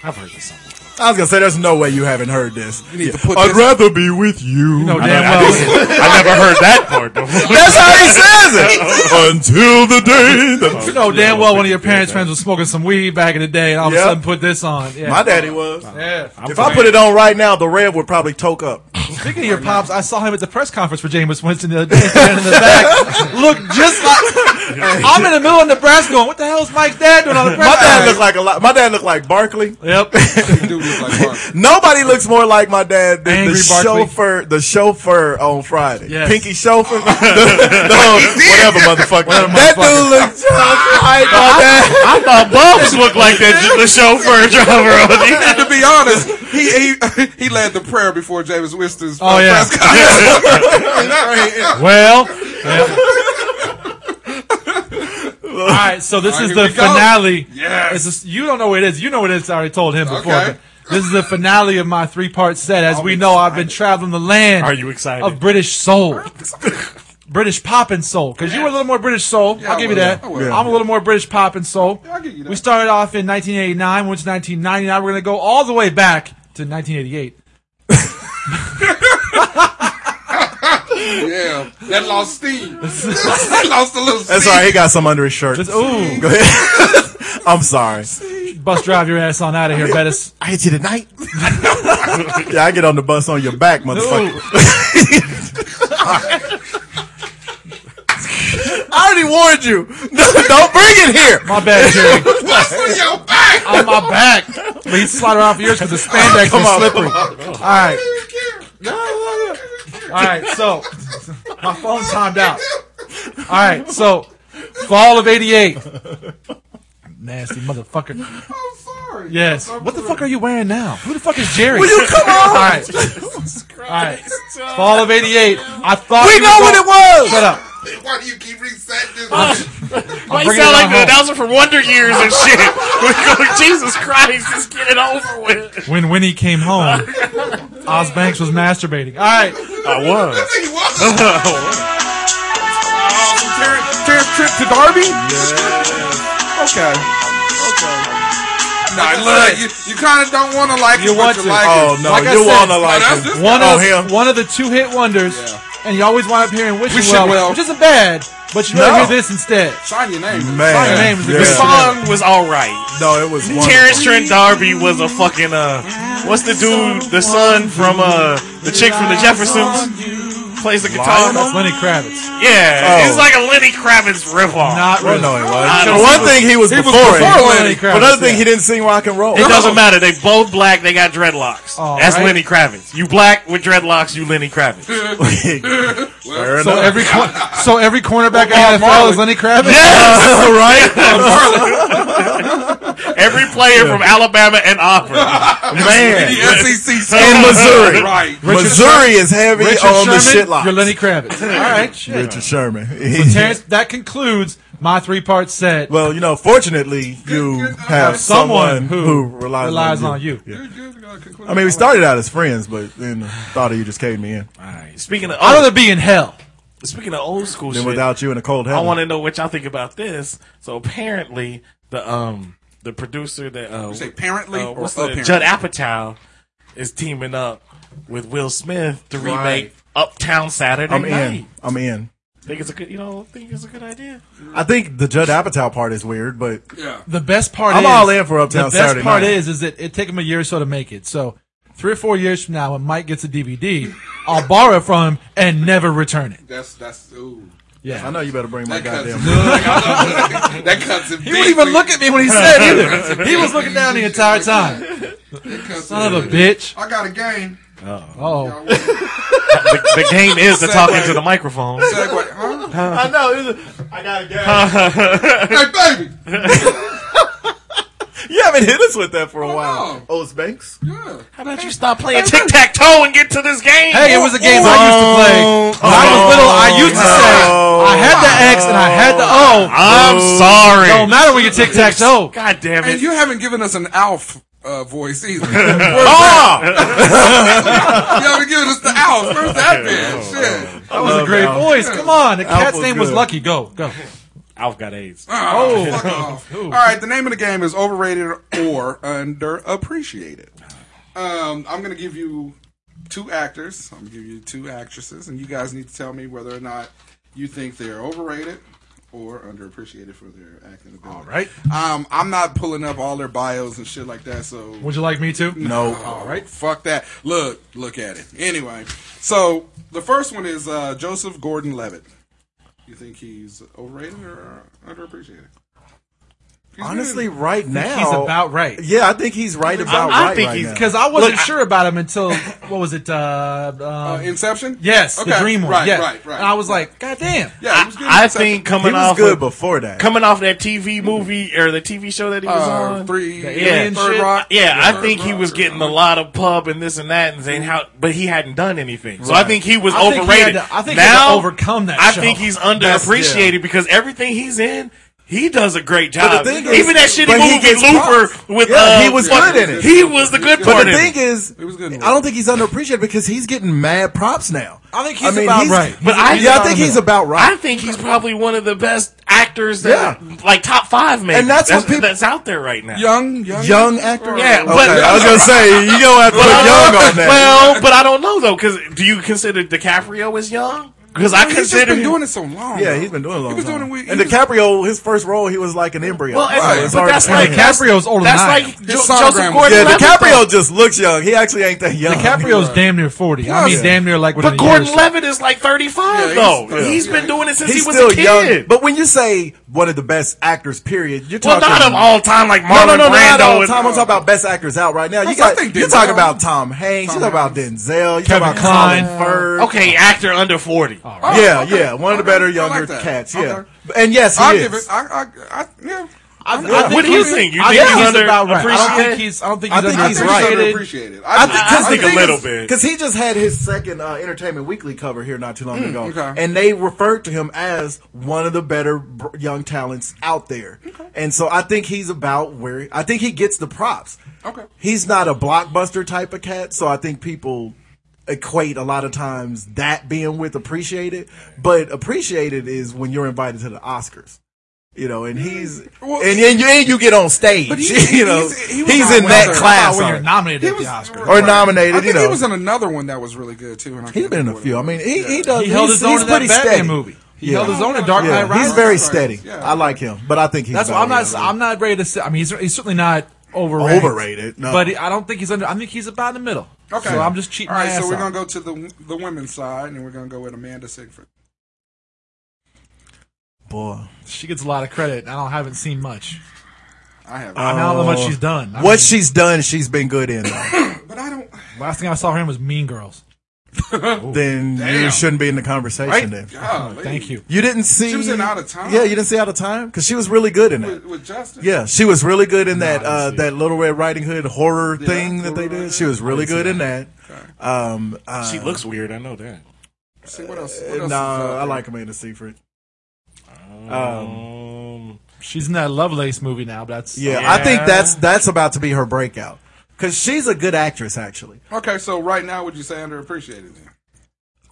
Speaker 8: I've heard this song.
Speaker 9: I was gonna say there's no way you haven't heard this.
Speaker 7: need
Speaker 9: Yeah.
Speaker 7: to put
Speaker 9: I'd
Speaker 7: this-
Speaker 9: rather be with you.
Speaker 6: No
Speaker 8: I,
Speaker 6: damn
Speaker 8: I
Speaker 6: well.
Speaker 8: didn't- I never heard that part before.
Speaker 9: That's how he says it. Until the day that
Speaker 6: You know damn well one of your parents' friends was smoking some weed back in the day, and all of
Speaker 9: Yep.
Speaker 8: Oh.
Speaker 6: a sudden put this on. Yeah.
Speaker 9: My daddy was.
Speaker 6: yeah.
Speaker 9: If I put it on right now, the rev would probably toke up.
Speaker 6: Speaking of your pops, I saw him at the press conference for Jameis Winston the other day, standing in the back. Look just like I'm in the middle of Nebraska going, what the hell is Mike's dad doing on the press
Speaker 9: My dad
Speaker 6: conference?
Speaker 9: looked like a lot. My dad looked like Barkley.
Speaker 6: Yep.
Speaker 7: Dude was like, fuck.
Speaker 9: Nobody looks more like my dad than
Speaker 6: Angry
Speaker 9: the
Speaker 6: Barkley.
Speaker 9: chauffeur. The chauffeur on Friday,
Speaker 6: Yes.
Speaker 9: Pinky chauffeur. The- the- whatever, motherfucker. that dude looks just like my dad.
Speaker 8: I thought Bubs looked like that. The chauffeur driver.
Speaker 7: to be honest, he he he led the prayer before James Winston's
Speaker 6: Oh, yeah.
Speaker 7: press conference.
Speaker 6: Well. All right, so this
Speaker 7: All right, here
Speaker 6: is the
Speaker 7: we go.
Speaker 6: finale.
Speaker 7: Yes.
Speaker 6: This is- you don't know what it is. You know what it is. I already told him before.
Speaker 7: Okay.
Speaker 6: but This is the finale of my three-part set. As
Speaker 7: I'm
Speaker 6: we know, I've been traveling the land.
Speaker 8: Are you excited?
Speaker 6: of British soul, British pop and soul? Because you were a little more British soul.
Speaker 7: Yeah,
Speaker 6: I'll
Speaker 7: I
Speaker 6: give you
Speaker 7: was.
Speaker 6: that.
Speaker 7: I was.
Speaker 6: I'm a little more British pop and soul.
Speaker 7: I'll give you that.
Speaker 6: We started off in 1989, went to 1999. We're gonna go all the way back to 1988.
Speaker 7: yeah, that lost steam. that lost a little. Steam.
Speaker 9: That's all right. He got some under his shirt.
Speaker 6: Just ooh,
Speaker 9: Go ahead. I'm sorry.
Speaker 6: bus drive your ass on out of here, Bettis.
Speaker 9: I hit you tonight. yeah, I get on the bus on your back, motherfucker. I already warned you. Don't bring it here.
Speaker 6: My bad, Jerry.
Speaker 7: That's on your back.
Speaker 6: on my back. But he slotted off yours because the spandex
Speaker 9: Come
Speaker 6: was
Speaker 9: on.
Speaker 6: slippery. All right.
Speaker 7: No,
Speaker 6: All right, so my phone timed out. All right, so fall of '88. Nasty motherfucker.
Speaker 7: I'm sorry.
Speaker 6: Yes. What the fuck are you wearing now? Who the fuck is Jerry?
Speaker 9: Will you come on?
Speaker 6: All right. All right. Fall of '88. I thought
Speaker 9: We
Speaker 6: you
Speaker 9: know
Speaker 6: were
Speaker 9: what
Speaker 6: going-
Speaker 9: it was.
Speaker 6: Shut up.
Speaker 7: Why do you keep resetting this?
Speaker 8: Why you
Speaker 6: bringing
Speaker 8: sound
Speaker 6: it
Speaker 8: like
Speaker 6: on
Speaker 8: the
Speaker 6: home.
Speaker 8: announcer from Wonder Years and shit? We're going, Jesus Christ, just get it over with.
Speaker 6: When Winnie came home, Oz Banks was masturbating. All right.
Speaker 8: I was.
Speaker 7: He wasn't. Terrence, Terrence trip to Darby. Okay. Okay. Nah, look, you, you kind of don't want to like
Speaker 6: You
Speaker 7: it, but
Speaker 6: want
Speaker 7: you
Speaker 6: to.
Speaker 7: like
Speaker 9: Oh
Speaker 7: it.
Speaker 9: no,
Speaker 6: Like I
Speaker 9: you
Speaker 6: said-
Speaker 9: wanna like
Speaker 7: No,
Speaker 9: him.
Speaker 7: that's-
Speaker 6: One
Speaker 9: Oh,
Speaker 6: of
Speaker 9: him.
Speaker 6: one of the two hit wonders,
Speaker 7: Yeah.
Speaker 6: and you always wind up hearing "Wishing,
Speaker 7: Wishing
Speaker 6: well,
Speaker 7: Well.
Speaker 6: which isn't bad, but you
Speaker 9: No.
Speaker 6: rather hear this instead.
Speaker 7: Sign your name.
Speaker 9: Man.
Speaker 6: Your name is a
Speaker 9: Yeah.
Speaker 6: good
Speaker 9: The
Speaker 6: song.
Speaker 8: Song was all right.
Speaker 9: No, it was one.
Speaker 8: Terrence Trent D'Arby was a fucking uh, what's the dude? The son from uh, the chick from the Jeffersons plays the guitar.
Speaker 6: That's Lenny Kravitz.
Speaker 8: Yeah,
Speaker 9: Oh.
Speaker 8: it's like a Lenny Kravitz ripoff.
Speaker 6: Not
Speaker 9: Well,
Speaker 6: really.
Speaker 9: no, it
Speaker 8: I
Speaker 9: was.
Speaker 8: don't
Speaker 9: For one
Speaker 8: know.
Speaker 9: thing, he was
Speaker 7: He was
Speaker 9: before. it.
Speaker 7: before
Speaker 6: Lenny
Speaker 9: For
Speaker 6: Kravitz,
Speaker 9: another thing,
Speaker 6: yeah.
Speaker 9: he didn't sing rock and roll.
Speaker 8: It doesn't matter. They both black. They got dreadlocks.
Speaker 6: All
Speaker 8: That's
Speaker 6: right.
Speaker 8: Lenny Kravitz. You black with dreadlocks. You Lenny Kravitz.
Speaker 9: Fair
Speaker 6: So
Speaker 9: enough.
Speaker 6: every cor- so every cornerback in the NFL is Lenny Kravitz.
Speaker 8: Yes, right. Every player from Alabama and Auburn.
Speaker 9: man.
Speaker 7: The SEC
Speaker 9: In Missouri.
Speaker 7: Right.
Speaker 9: Missouri is heavy
Speaker 6: Richard
Speaker 9: on the
Speaker 6: Sherman,
Speaker 9: shit lock.
Speaker 6: you're Lenny Kravitz. All right, shit.
Speaker 9: Richard Sherman.
Speaker 6: Terrence, that concludes my three part set.
Speaker 9: well, you know, fortunately, you have someone, who, relies,
Speaker 6: relies on you.
Speaker 9: Yeah. I mean, we started out as friends, but then the thought of you just caved me in.
Speaker 6: Ah,
Speaker 8: Speaking of
Speaker 6: I'd
Speaker 8: old,
Speaker 6: rather be in hell.
Speaker 8: speaking of old school
Speaker 9: Then
Speaker 8: shit,
Speaker 9: without you in a cold
Speaker 8: I
Speaker 9: heaven.
Speaker 8: want to know what y'all think about this. So apparently, the um the producer that uh,
Speaker 7: say apparently
Speaker 8: uh,
Speaker 7: or
Speaker 8: what's the,
Speaker 7: apparently?
Speaker 8: Judd Apatow is teaming up with Will Smith to remake Uptown Saturday
Speaker 9: I'm
Speaker 8: Night.
Speaker 9: in. I'm in.
Speaker 8: Think it's a good, you know, think it's a good idea.
Speaker 9: I think the Judd Apatow part is weird, but
Speaker 7: Yeah.
Speaker 6: The best part
Speaker 9: I'm
Speaker 6: is
Speaker 9: all in for Uptown
Speaker 6: The best
Speaker 9: Saturday
Speaker 6: part
Speaker 9: night.
Speaker 6: is is that it take him a year or so to make it. So three or four years from now, when Mike gets a DVD, I'll borrow it from him and never return it.
Speaker 7: That's that's ooh.
Speaker 9: I know you better bring my
Speaker 7: That cuts
Speaker 9: goddamn.
Speaker 7: it. that cuts it.
Speaker 6: He wouldn't even look at me when he said it either. He was looking down the entire time. Son of a bitch.
Speaker 7: I got a game.
Speaker 6: Oh,
Speaker 8: The, the game is the talking to the microphone.
Speaker 7: Segway, huh?
Speaker 9: I know. it's a- I got a guy.
Speaker 7: hey, baby.
Speaker 9: You haven't hit us with that for a while.
Speaker 7: no.
Speaker 9: Oh, it's Banks.
Speaker 7: Yeah.
Speaker 8: How about you stop playing tic tac toe and get to this game?
Speaker 6: hey, it was a game I used to play. When I was little, I used to say I had the X and I had the O.
Speaker 8: I'm sorry.
Speaker 6: No matter when you oh. tic tac toe.
Speaker 8: God damn
Speaker 7: And
Speaker 8: it.
Speaker 7: you haven't given us an Alf uh, voice either. you
Speaker 8: Ah!
Speaker 9: Oh,
Speaker 7: haven't given us the Alf. Where's that
Speaker 6: Oh,
Speaker 7: been? Shit.
Speaker 6: That was a great voice. Come on, the cat's
Speaker 9: was
Speaker 6: name was
Speaker 9: good.
Speaker 6: Lucky. Go, go.
Speaker 8: Alf got AIDS.
Speaker 7: Oh, fuck off. All right, the name of the game is overrated or underappreciated. Um, I'm going to give you two actors. I'm going to give you two actresses, and you guys need to tell me whether or not you think they're overrated or underappreciated for their acting ability. All
Speaker 8: right.
Speaker 7: Um, I'm not pulling up all their bios and shit like that. So
Speaker 6: Would you like me to?
Speaker 7: no.
Speaker 6: All right.
Speaker 7: Fuck that. Look, look at it. Anyway, so the first one is uh, Joseph Gordon-Levitt. You think he's overrated or underappreciated? He's
Speaker 9: Honestly,
Speaker 7: good.
Speaker 9: right now,
Speaker 6: He's about right.
Speaker 9: Yeah, I think he's right about
Speaker 6: I, I
Speaker 9: right.
Speaker 6: think
Speaker 9: right
Speaker 6: he's
Speaker 9: now.
Speaker 6: because I wasn't sure about him until what was it? Uh, um,
Speaker 7: uh, Inception.
Speaker 6: yes, the
Speaker 7: Okay,
Speaker 6: dream one.
Speaker 7: Right,
Speaker 6: yes.
Speaker 7: right, right.
Speaker 6: And I was like, God damn.
Speaker 7: yeah, he was good in
Speaker 8: I
Speaker 7: Inception.
Speaker 8: think
Speaker 9: he
Speaker 8: coming
Speaker 9: was
Speaker 8: off
Speaker 9: good
Speaker 8: of-
Speaker 9: before that.
Speaker 8: coming off that TV movie or the TV show that he was
Speaker 7: uh,
Speaker 8: on.
Speaker 7: three,
Speaker 6: The
Speaker 7: yeah,
Speaker 6: alien
Speaker 7: Third
Speaker 6: shit?
Speaker 7: Rock.
Speaker 8: Yeah, I
Speaker 7: Third
Speaker 8: think he
Speaker 7: Rock
Speaker 8: was
Speaker 7: or
Speaker 8: getting a
Speaker 7: something.
Speaker 8: lot of pub and this and that, and saying how, but he hadn't done anything. So I
Speaker 9: Right.
Speaker 8: think he was
Speaker 6: I think he
Speaker 8: overrated.
Speaker 6: had to- I think he had to
Speaker 8: now
Speaker 6: overcome that
Speaker 8: I
Speaker 6: show.
Speaker 8: think he's
Speaker 9: That's-
Speaker 8: underappreciated
Speaker 9: yeah.
Speaker 8: because everything he's in. He does a great
Speaker 9: the
Speaker 8: job.
Speaker 9: thing is-
Speaker 8: Even that shitty
Speaker 9: but he
Speaker 8: movie with
Speaker 9: gets
Speaker 8: Looper
Speaker 9: props.
Speaker 8: with
Speaker 9: Yeah,
Speaker 8: uh,
Speaker 9: he was
Speaker 8: fucking-
Speaker 9: good in it.
Speaker 8: He was the good
Speaker 9: But
Speaker 8: part.
Speaker 9: the
Speaker 8: in it.
Speaker 9: thing is,
Speaker 7: He was good in it.
Speaker 9: I don't think he's underappreciated because he's getting mad props now.
Speaker 6: I think he's about right.
Speaker 8: But
Speaker 9: yeah, I
Speaker 8: I-
Speaker 6: he's
Speaker 9: think
Speaker 6: about
Speaker 9: he's about
Speaker 8: I
Speaker 9: right.
Speaker 8: think he's probably one of the best actors. That,
Speaker 9: Yeah.
Speaker 8: like top five, maybe.
Speaker 9: And that's what people-
Speaker 8: that's out there right now.
Speaker 7: Young, young,
Speaker 9: Young actor?
Speaker 8: Yeah,
Speaker 9: okay,
Speaker 8: but-
Speaker 9: I was gonna say you don't have to put young on that.
Speaker 8: Well, but I don't know though, because do you consider DiCaprio as young? Because I
Speaker 7: He's just
Speaker 8: consider
Speaker 7: been
Speaker 8: him-
Speaker 7: doing it so long.
Speaker 9: yeah,
Speaker 7: though.
Speaker 9: he's been doing it a long
Speaker 7: He was
Speaker 9: time.
Speaker 7: doing it with-
Speaker 9: and
Speaker 7: he was-
Speaker 9: DiCaprio, his first role, he was like an embryo.
Speaker 8: Well,
Speaker 9: Right,
Speaker 8: and,
Speaker 9: it's
Speaker 8: but
Speaker 9: hard to
Speaker 8: that's
Speaker 9: tell.
Speaker 8: like
Speaker 6: DiCaprio's older
Speaker 8: that's
Speaker 6: than I am.
Speaker 8: like Jo-
Speaker 7: His
Speaker 8: Joseph
Speaker 7: sonogram-
Speaker 8: Gordon.
Speaker 9: yeah,
Speaker 8: Levitt.
Speaker 9: DiCaprio just looks young. He actually ain't that young.
Speaker 6: DiCaprio's damn near forty. I mean,
Speaker 9: Yeah.
Speaker 6: damn near like within
Speaker 8: But
Speaker 6: a year or
Speaker 8: Gordon
Speaker 6: so.
Speaker 8: Levitt is like thirty
Speaker 7: Yeah,
Speaker 8: five
Speaker 7: he's-
Speaker 8: though.
Speaker 7: yeah.
Speaker 8: He's been doing it since
Speaker 9: He's
Speaker 8: he was
Speaker 9: still
Speaker 8: a
Speaker 9: young.
Speaker 8: kid.
Speaker 9: But when you say one of the best actors, period, you're
Speaker 8: well,
Speaker 9: talking
Speaker 8: not of all time, like
Speaker 9: No,
Speaker 8: Marlon
Speaker 9: no, no,
Speaker 8: Brando.
Speaker 9: not all the
Speaker 8: and-
Speaker 9: time. I'm talking about best actors out right now. You
Speaker 7: That's- I
Speaker 9: got,
Speaker 7: think
Speaker 9: you're
Speaker 7: Denzel.
Speaker 9: talking about Tom Hanks.
Speaker 7: Tom
Speaker 9: you're talking about Denzel. You're talking about
Speaker 6: Klein.
Speaker 9: Colin Firth.
Speaker 8: Okay, actor under forty.
Speaker 7: Oh,
Speaker 9: yeah,
Speaker 7: okay.
Speaker 9: yeah. One of the
Speaker 7: Okay.
Speaker 9: better
Speaker 7: I
Speaker 9: younger
Speaker 7: like that.
Speaker 9: cats.
Speaker 7: Okay.
Speaker 9: Yeah. And yes, he
Speaker 7: I'll
Speaker 9: is.
Speaker 7: give it. I, I, I, yeah.
Speaker 6: I,
Speaker 7: Yeah.
Speaker 6: I think
Speaker 8: What do you
Speaker 6: he's-
Speaker 8: think? You
Speaker 6: I
Speaker 8: think
Speaker 6: think
Speaker 8: he's
Speaker 6: he's about right. I don't
Speaker 8: underappreciated?
Speaker 6: think he's. I don't think
Speaker 9: I
Speaker 6: he's
Speaker 9: think
Speaker 7: I
Speaker 9: he's
Speaker 7: think
Speaker 6: underappreciated.
Speaker 9: right.
Speaker 7: he's underappreciated.
Speaker 9: I think,
Speaker 8: I think a little
Speaker 7: it's-
Speaker 8: bit.
Speaker 9: Because he just had his second uh, Entertainment Weekly cover here not too long ago,
Speaker 7: Mm, okay.
Speaker 9: and they referred to him as one of the better br- young talents out there. And so I think he's about where I think he gets the props.
Speaker 7: Okay.
Speaker 9: he's not a blockbuster type of cat, so I think people equate a lot of times that being with appreciated, but appreciated is when you're invited to the Oscars. You know, and he's
Speaker 7: Well-
Speaker 9: and, and, you, and you get on stage.
Speaker 7: But he-
Speaker 9: you know, he's,
Speaker 7: he's- he was not
Speaker 9: in
Speaker 7: well
Speaker 9: that
Speaker 7: served.
Speaker 9: class.
Speaker 6: When
Speaker 9: already.
Speaker 6: you're nominated
Speaker 7: He
Speaker 6: at the
Speaker 7: was
Speaker 6: Oscars.
Speaker 9: Or nominated,
Speaker 7: I think
Speaker 9: you
Speaker 7: he
Speaker 9: know.
Speaker 7: was in another one that was really good too. And I
Speaker 9: He's
Speaker 7: can't
Speaker 9: been in a
Speaker 7: remember
Speaker 9: few. I
Speaker 7: what it
Speaker 9: mean, he,
Speaker 7: was.
Speaker 9: he
Speaker 7: Yeah.
Speaker 9: does.
Speaker 6: He held
Speaker 9: he's
Speaker 6: his own in
Speaker 9: pretty
Speaker 6: that Batman
Speaker 9: steady.
Speaker 6: movie. He
Speaker 9: Yeah.
Speaker 6: held his own in Dark
Speaker 9: Yeah,
Speaker 6: Knight Rises.
Speaker 9: he's very
Speaker 7: Right.
Speaker 9: steady.
Speaker 7: Yeah.
Speaker 9: I like him, but I think he's.
Speaker 6: That's why I'm not.
Speaker 9: valuable.
Speaker 6: I'm not ready to say. I mean, he's, he's certainly not overrated.
Speaker 9: Overrated, no.
Speaker 6: But he, I don't think he's under. I think he's about in the middle.
Speaker 7: Okay.
Speaker 6: So I'm just cheating.
Speaker 7: All right,
Speaker 6: my ass
Speaker 7: so we're
Speaker 6: off.
Speaker 7: gonna go to the the women's side, and we're gonna go with Amanda Siegfried.
Speaker 9: Boy,
Speaker 6: She gets a lot of credit. and I don't haven't seen much.
Speaker 7: I have,
Speaker 6: I mean, I don't know much
Speaker 9: Oh.
Speaker 6: she's done. I
Speaker 9: uh, what
Speaker 6: mean, Oh,
Speaker 9: she's done, she's been good in.
Speaker 7: but I don't.
Speaker 6: last thing I saw her in was Mean Girls.
Speaker 9: then you
Speaker 7: Damn.
Speaker 9: shouldn't be in the conversation.
Speaker 6: Right?
Speaker 9: Then
Speaker 7: Golly.
Speaker 6: Thank you.
Speaker 9: you didn't see.
Speaker 7: She was in Out of Time.
Speaker 9: Yeah, you didn't see out of time because she was really good in it.
Speaker 7: With, with Justin.
Speaker 9: Yeah, she was really good in that uh, that Little Red Riding Hood horror thing that they
Speaker 7: Little Red
Speaker 9: did. She was really good in that. Um, uh,
Speaker 8: She looks weird. I know that.
Speaker 7: See what else? What
Speaker 9: no,
Speaker 7: else
Speaker 9: Uh, nah, I like Amanda Seyfried. Um,
Speaker 8: Um,
Speaker 6: She's in that Lovelace movie now. But that's
Speaker 9: Yeah, I think
Speaker 8: Yeah.
Speaker 9: that's that's about to be her breakout because she's a good actress actually.
Speaker 7: Okay, so right now, would you say underappreciated? Then?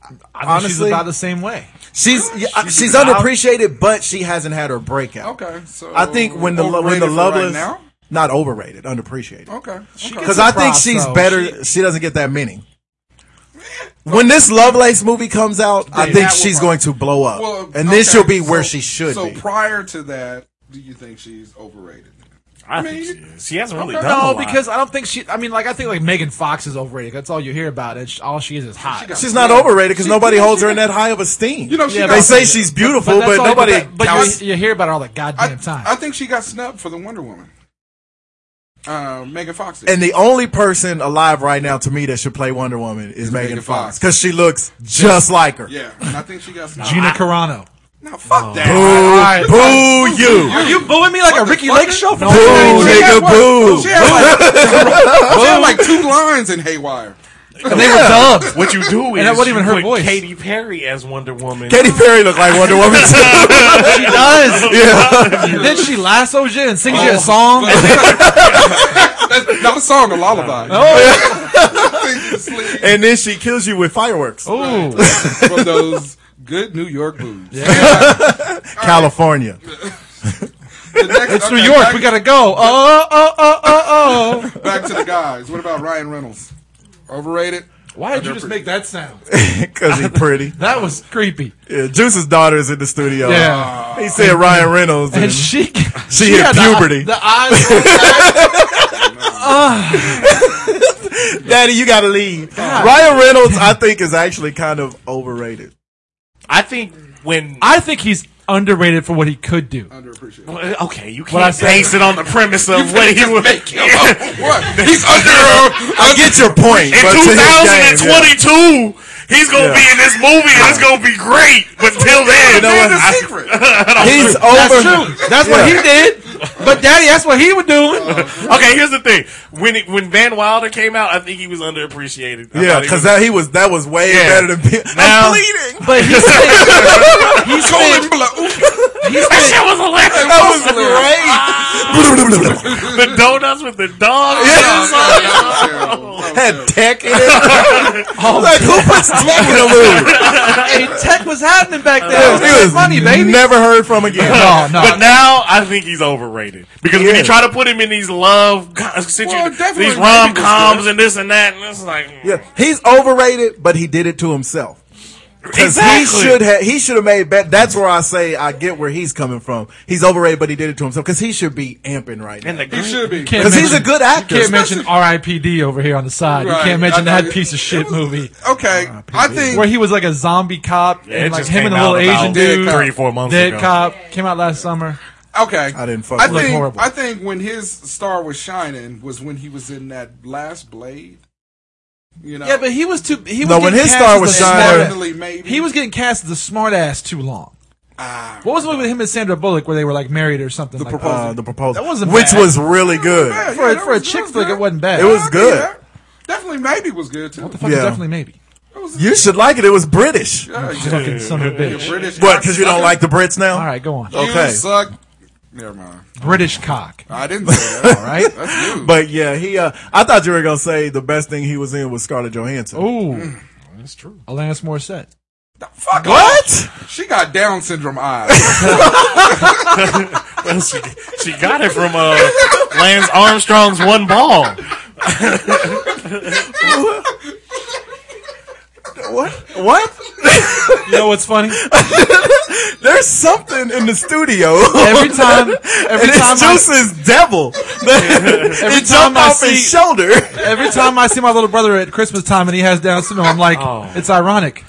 Speaker 6: I think she's
Speaker 9: honestly-
Speaker 6: about the same way.
Speaker 9: She's yeah, I- she's, underappreciated, but she hasn't had her breakout.
Speaker 7: Okay, so
Speaker 9: I think when the lo- when the
Speaker 7: overrated for right
Speaker 9: Loveless
Speaker 7: now.
Speaker 9: not overrated, underappreciated.
Speaker 7: Okay, okay.
Speaker 9: Because I think
Speaker 6: Surprise,
Speaker 9: she's
Speaker 6: though.
Speaker 9: better. She, doesn't get that many. When this Lovelace movie comes out, I
Speaker 7: Yeah,
Speaker 9: think
Speaker 7: that will
Speaker 9: she's
Speaker 7: probably-
Speaker 9: going to blow up,
Speaker 7: Well,
Speaker 9: uh,
Speaker 7: uh,
Speaker 9: and then
Speaker 7: okay,
Speaker 9: she'll be where
Speaker 7: so-
Speaker 9: she should
Speaker 7: So
Speaker 9: be.
Speaker 7: prior to that, do you think she's overrated?
Speaker 8: I,
Speaker 7: I
Speaker 8: think
Speaker 7: mean,
Speaker 8: she is. She hasn't really
Speaker 7: okay.
Speaker 8: done a
Speaker 6: No,
Speaker 8: lot.
Speaker 6: because I don't think she. I mean, like I think like Megan Fox is overrated. That's all you hear about. It. All she is is hot.
Speaker 7: got-
Speaker 9: she's not overrated because
Speaker 7: She-
Speaker 9: nobody
Speaker 7: you know,
Speaker 9: holds
Speaker 7: she
Speaker 9: her in
Speaker 7: got-
Speaker 9: that high of esteem.
Speaker 7: You know, she
Speaker 6: Yeah,
Speaker 7: got
Speaker 9: they say she's beautiful, but,
Speaker 6: that's all-
Speaker 9: nobody.
Speaker 6: But, but
Speaker 9: counts-
Speaker 6: you, you hear about her all the goddamn
Speaker 7: I,
Speaker 6: time.
Speaker 7: I think she got snubbed for the Wonder Woman. Uh, Megan Fox. did.
Speaker 9: And the only person alive right now to me that should play Wonder Woman is Megan,
Speaker 7: Megan
Speaker 9: Fox
Speaker 7: Fox.
Speaker 9: because she looks just like her.
Speaker 7: yeah, and I think she got snubbed.
Speaker 6: Gina Carano.
Speaker 7: no, fuck that.
Speaker 9: Boo, boo you,
Speaker 6: Are you booing me like a Ricky Lake show? No,
Speaker 9: boo
Speaker 7: She had
Speaker 9: nigga,
Speaker 7: what?
Speaker 9: boo.
Speaker 7: She had like, she had like two lines in Haywire.
Speaker 6: they were dubbed.
Speaker 8: what you do is
Speaker 6: that wasn't even
Speaker 8: you
Speaker 6: her
Speaker 8: put
Speaker 6: voice.
Speaker 8: Katy Perry as Wonder Woman.
Speaker 9: Katy Perry looked like Wonder Woman too.
Speaker 6: She does. Oh, And then she lassos you and sings you a song.
Speaker 7: That's not a song, a lullaby.
Speaker 6: Oh,
Speaker 7: Sleep
Speaker 9: and then she kills you with fireworks.
Speaker 6: Ooh.
Speaker 7: From those good New York boobs.
Speaker 9: California.
Speaker 7: The next-
Speaker 6: it's New
Speaker 7: okay,
Speaker 6: York.
Speaker 7: back-
Speaker 6: We gotta go. Uh, Oh, oh, oh, oh, oh.
Speaker 7: Back to the guys. What about Ryan Reynolds? Overrated?
Speaker 6: Why did you just make that sound?
Speaker 9: because he's pretty.
Speaker 6: That was creepy.
Speaker 9: Yeah, Juice's daughter is in the studio.
Speaker 6: Yeah.
Speaker 9: he said Ryan Reynolds, and,
Speaker 6: And she, she,
Speaker 9: hit
Speaker 6: had the-
Speaker 9: puberty.
Speaker 6: The, eyes. on the side.
Speaker 9: Daddy, you gotta leave. Ryan Reynolds, I think, is actually kind of overrated.
Speaker 8: I think when
Speaker 6: I think he's underrated for what he could do.
Speaker 7: Underappreciated.
Speaker 8: okay, you
Speaker 6: I
Speaker 8: can't
Speaker 6: said-
Speaker 8: base it on the premise of what he was making.
Speaker 7: what? He's under.
Speaker 9: I get your point.
Speaker 8: In
Speaker 9: but to his game, yeah.
Speaker 8: 2022, he's gonna
Speaker 9: Yeah.
Speaker 8: be in this movie and it's gonna be great. But till then,
Speaker 9: know what?
Speaker 7: the
Speaker 8: I-
Speaker 7: secret.
Speaker 9: he's
Speaker 6: That's
Speaker 9: over.
Speaker 6: true. That's what he did. But Daddy, that's what he was doing.
Speaker 8: okay, here's the thing: when it, when Van Wilder came out, I think he was underappreciated. I
Speaker 9: Yeah,
Speaker 8: thought he
Speaker 9: because
Speaker 8: was-
Speaker 9: that he was that was way
Speaker 8: Yeah.
Speaker 9: better than being.
Speaker 8: Now-
Speaker 9: I'm bleeding.
Speaker 6: But he spent, he
Speaker 7: Colin
Speaker 6: spent,
Speaker 7: Blow.
Speaker 8: that
Speaker 6: he spent
Speaker 8: shit was hilarious.
Speaker 9: That was great.
Speaker 8: the donuts with the dog.
Speaker 9: Had tech in it.
Speaker 6: Oh,
Speaker 9: like who puts tech in a movie?
Speaker 6: Hey, tech was happening back then.
Speaker 9: It
Speaker 6: It was making
Speaker 9: was
Speaker 6: money, baby. Oh,
Speaker 9: Never heard from again.
Speaker 6: No, no.
Speaker 8: But now I think he's overrated because when
Speaker 9: Yeah.
Speaker 8: you try to put him in these love, co- situ-
Speaker 7: Well, definitely
Speaker 8: these
Speaker 7: maybe was
Speaker 8: rom coms and this and that, and it's like
Speaker 9: Yeah, he's overrated, but he did it to himself. Because he
Speaker 8: Exactly.
Speaker 9: should have, he should have made bet. That's where I say I get where he's coming from. He's overrated, but he did it to himself because he should be amping right now.
Speaker 8: And the
Speaker 7: He should be.
Speaker 6: Can't
Speaker 9: Because he's a
Speaker 6: mention-
Speaker 9: good actor.
Speaker 6: Can't mention R.I.P.D. over here on the side.
Speaker 7: Right.
Speaker 6: You can't mention
Speaker 7: I know.
Speaker 6: that piece of
Speaker 7: It
Speaker 6: shit
Speaker 7: was-
Speaker 6: movie Ah,
Speaker 7: Okay, I think
Speaker 6: where he was like a zombie cop
Speaker 8: it
Speaker 6: and like
Speaker 8: just
Speaker 6: him
Speaker 8: came
Speaker 6: and the
Speaker 8: out
Speaker 6: little
Speaker 8: about
Speaker 6: Asian
Speaker 7: Dead
Speaker 6: dude.
Speaker 7: Cop.
Speaker 8: three four months
Speaker 6: Dead
Speaker 8: ago.
Speaker 6: cop came out last summer.
Speaker 7: Okay.
Speaker 9: I didn't fuck
Speaker 7: I
Speaker 9: with it.
Speaker 7: think,
Speaker 6: Horrible.
Speaker 7: I think when his star was shining was when he was in that last Blade. You know?
Speaker 6: Yeah, but he was too. He was
Speaker 9: No, when
Speaker 6: getting
Speaker 9: his
Speaker 6: cast
Speaker 9: star
Speaker 6: as
Speaker 9: was
Speaker 6: a
Speaker 9: shining-
Speaker 6: smart-
Speaker 7: Finally, maybe.
Speaker 6: He was getting cast as a smart ass too long.
Speaker 8: Ah,
Speaker 6: what was the movie with him and Sandra Bullock where they were like married or something? The like that?
Speaker 9: Uh, the proposal,
Speaker 6: That wasn't
Speaker 9: which
Speaker 6: bad.
Speaker 9: was really good.
Speaker 7: Yeah,
Speaker 6: for, a,
Speaker 7: yeah,
Speaker 6: for a
Speaker 7: that was-
Speaker 6: chick
Speaker 7: that
Speaker 6: flick,
Speaker 7: good.
Speaker 6: it wasn't bad.
Speaker 9: It was
Speaker 7: Yeah,
Speaker 9: good.
Speaker 7: yeah. Definitely, maybe was good too.
Speaker 6: Uh, Fucking
Speaker 9: Yeah.
Speaker 6: definitely maybe.
Speaker 9: You should like it. It was British.
Speaker 7: Yeah, you
Speaker 6: Fucking son of a
Speaker 7: you're
Speaker 6: bitch.
Speaker 7: British.
Speaker 9: What? Because you don't like the Brits now?
Speaker 6: All right, go on.
Speaker 7: You
Speaker 9: Okay.
Speaker 7: suck. Never mind.
Speaker 6: British cock.
Speaker 7: I didn't say that. All
Speaker 6: right.
Speaker 7: That's you.
Speaker 9: But yeah, he. Uh, I thought you were gonna say the best thing he was in was Scarlett Johansson.
Speaker 6: Ooh, that's true. Alanis Morissette.
Speaker 7: Fuck off.
Speaker 9: What?
Speaker 7: She got Down syndrome eyes.
Speaker 8: Well, she, she got it from uh, Lance Armstrong's one ball.
Speaker 9: What?
Speaker 6: You know what's funny?
Speaker 9: There's something in the studio.
Speaker 6: Every time, every
Speaker 9: and
Speaker 6: time,
Speaker 9: it's
Speaker 6: I,
Speaker 9: Juice's devil.
Speaker 6: every
Speaker 9: it
Speaker 6: time
Speaker 9: jumped
Speaker 6: I
Speaker 9: off his
Speaker 6: see,
Speaker 9: shoulder.
Speaker 6: every time I see my little brother at Christmas time and he has Down syndrome, I'm like, it's ironic,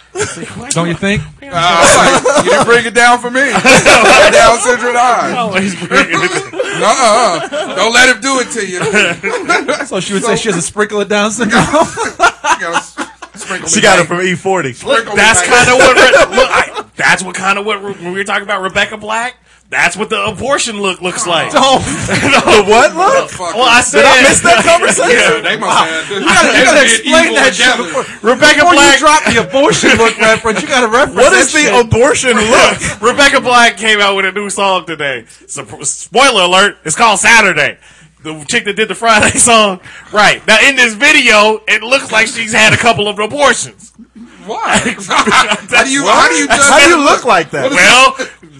Speaker 6: don't you think?
Speaker 7: I was like, you didn't bring it down for me. Down syndrome eyes.
Speaker 8: Always bringing it.
Speaker 7: Uh uh. Don't let him do it to you.
Speaker 6: So she would say she has a sprinkle of Down syndrome.
Speaker 7: You gotta s- sprinkle
Speaker 9: She
Speaker 7: me
Speaker 9: got it
Speaker 7: back.
Speaker 9: from E E40.
Speaker 7: Sprinkle me
Speaker 8: That's
Speaker 7: back.
Speaker 8: kind of what. Re- look, I, that's what kind of what re- when we were talking about Rebecca Black. That's what the abortion look looks like.
Speaker 9: The what look?
Speaker 7: Fuck
Speaker 8: Well, I said
Speaker 9: Did I miss that
Speaker 7: Yeah,
Speaker 9: conversation?
Speaker 7: they must have. You
Speaker 6: gotta- you gotta explain that shit before-
Speaker 8: Rebecca
Speaker 6: Before you
Speaker 8: Black.
Speaker 6: drop the abortion book reference, you got to reference.
Speaker 9: What is
Speaker 6: that
Speaker 9: the
Speaker 6: shit.
Speaker 9: abortion look?
Speaker 8: Rebecca Black came out with a new song today. Sup- Spoiler alert! It's called Saturday. The chick that did the Friday song, right now in this video, it looks like she's had a couple of abortions.
Speaker 7: Why? how do you? How do you? Judge
Speaker 9: How do you look like that?
Speaker 8: Well,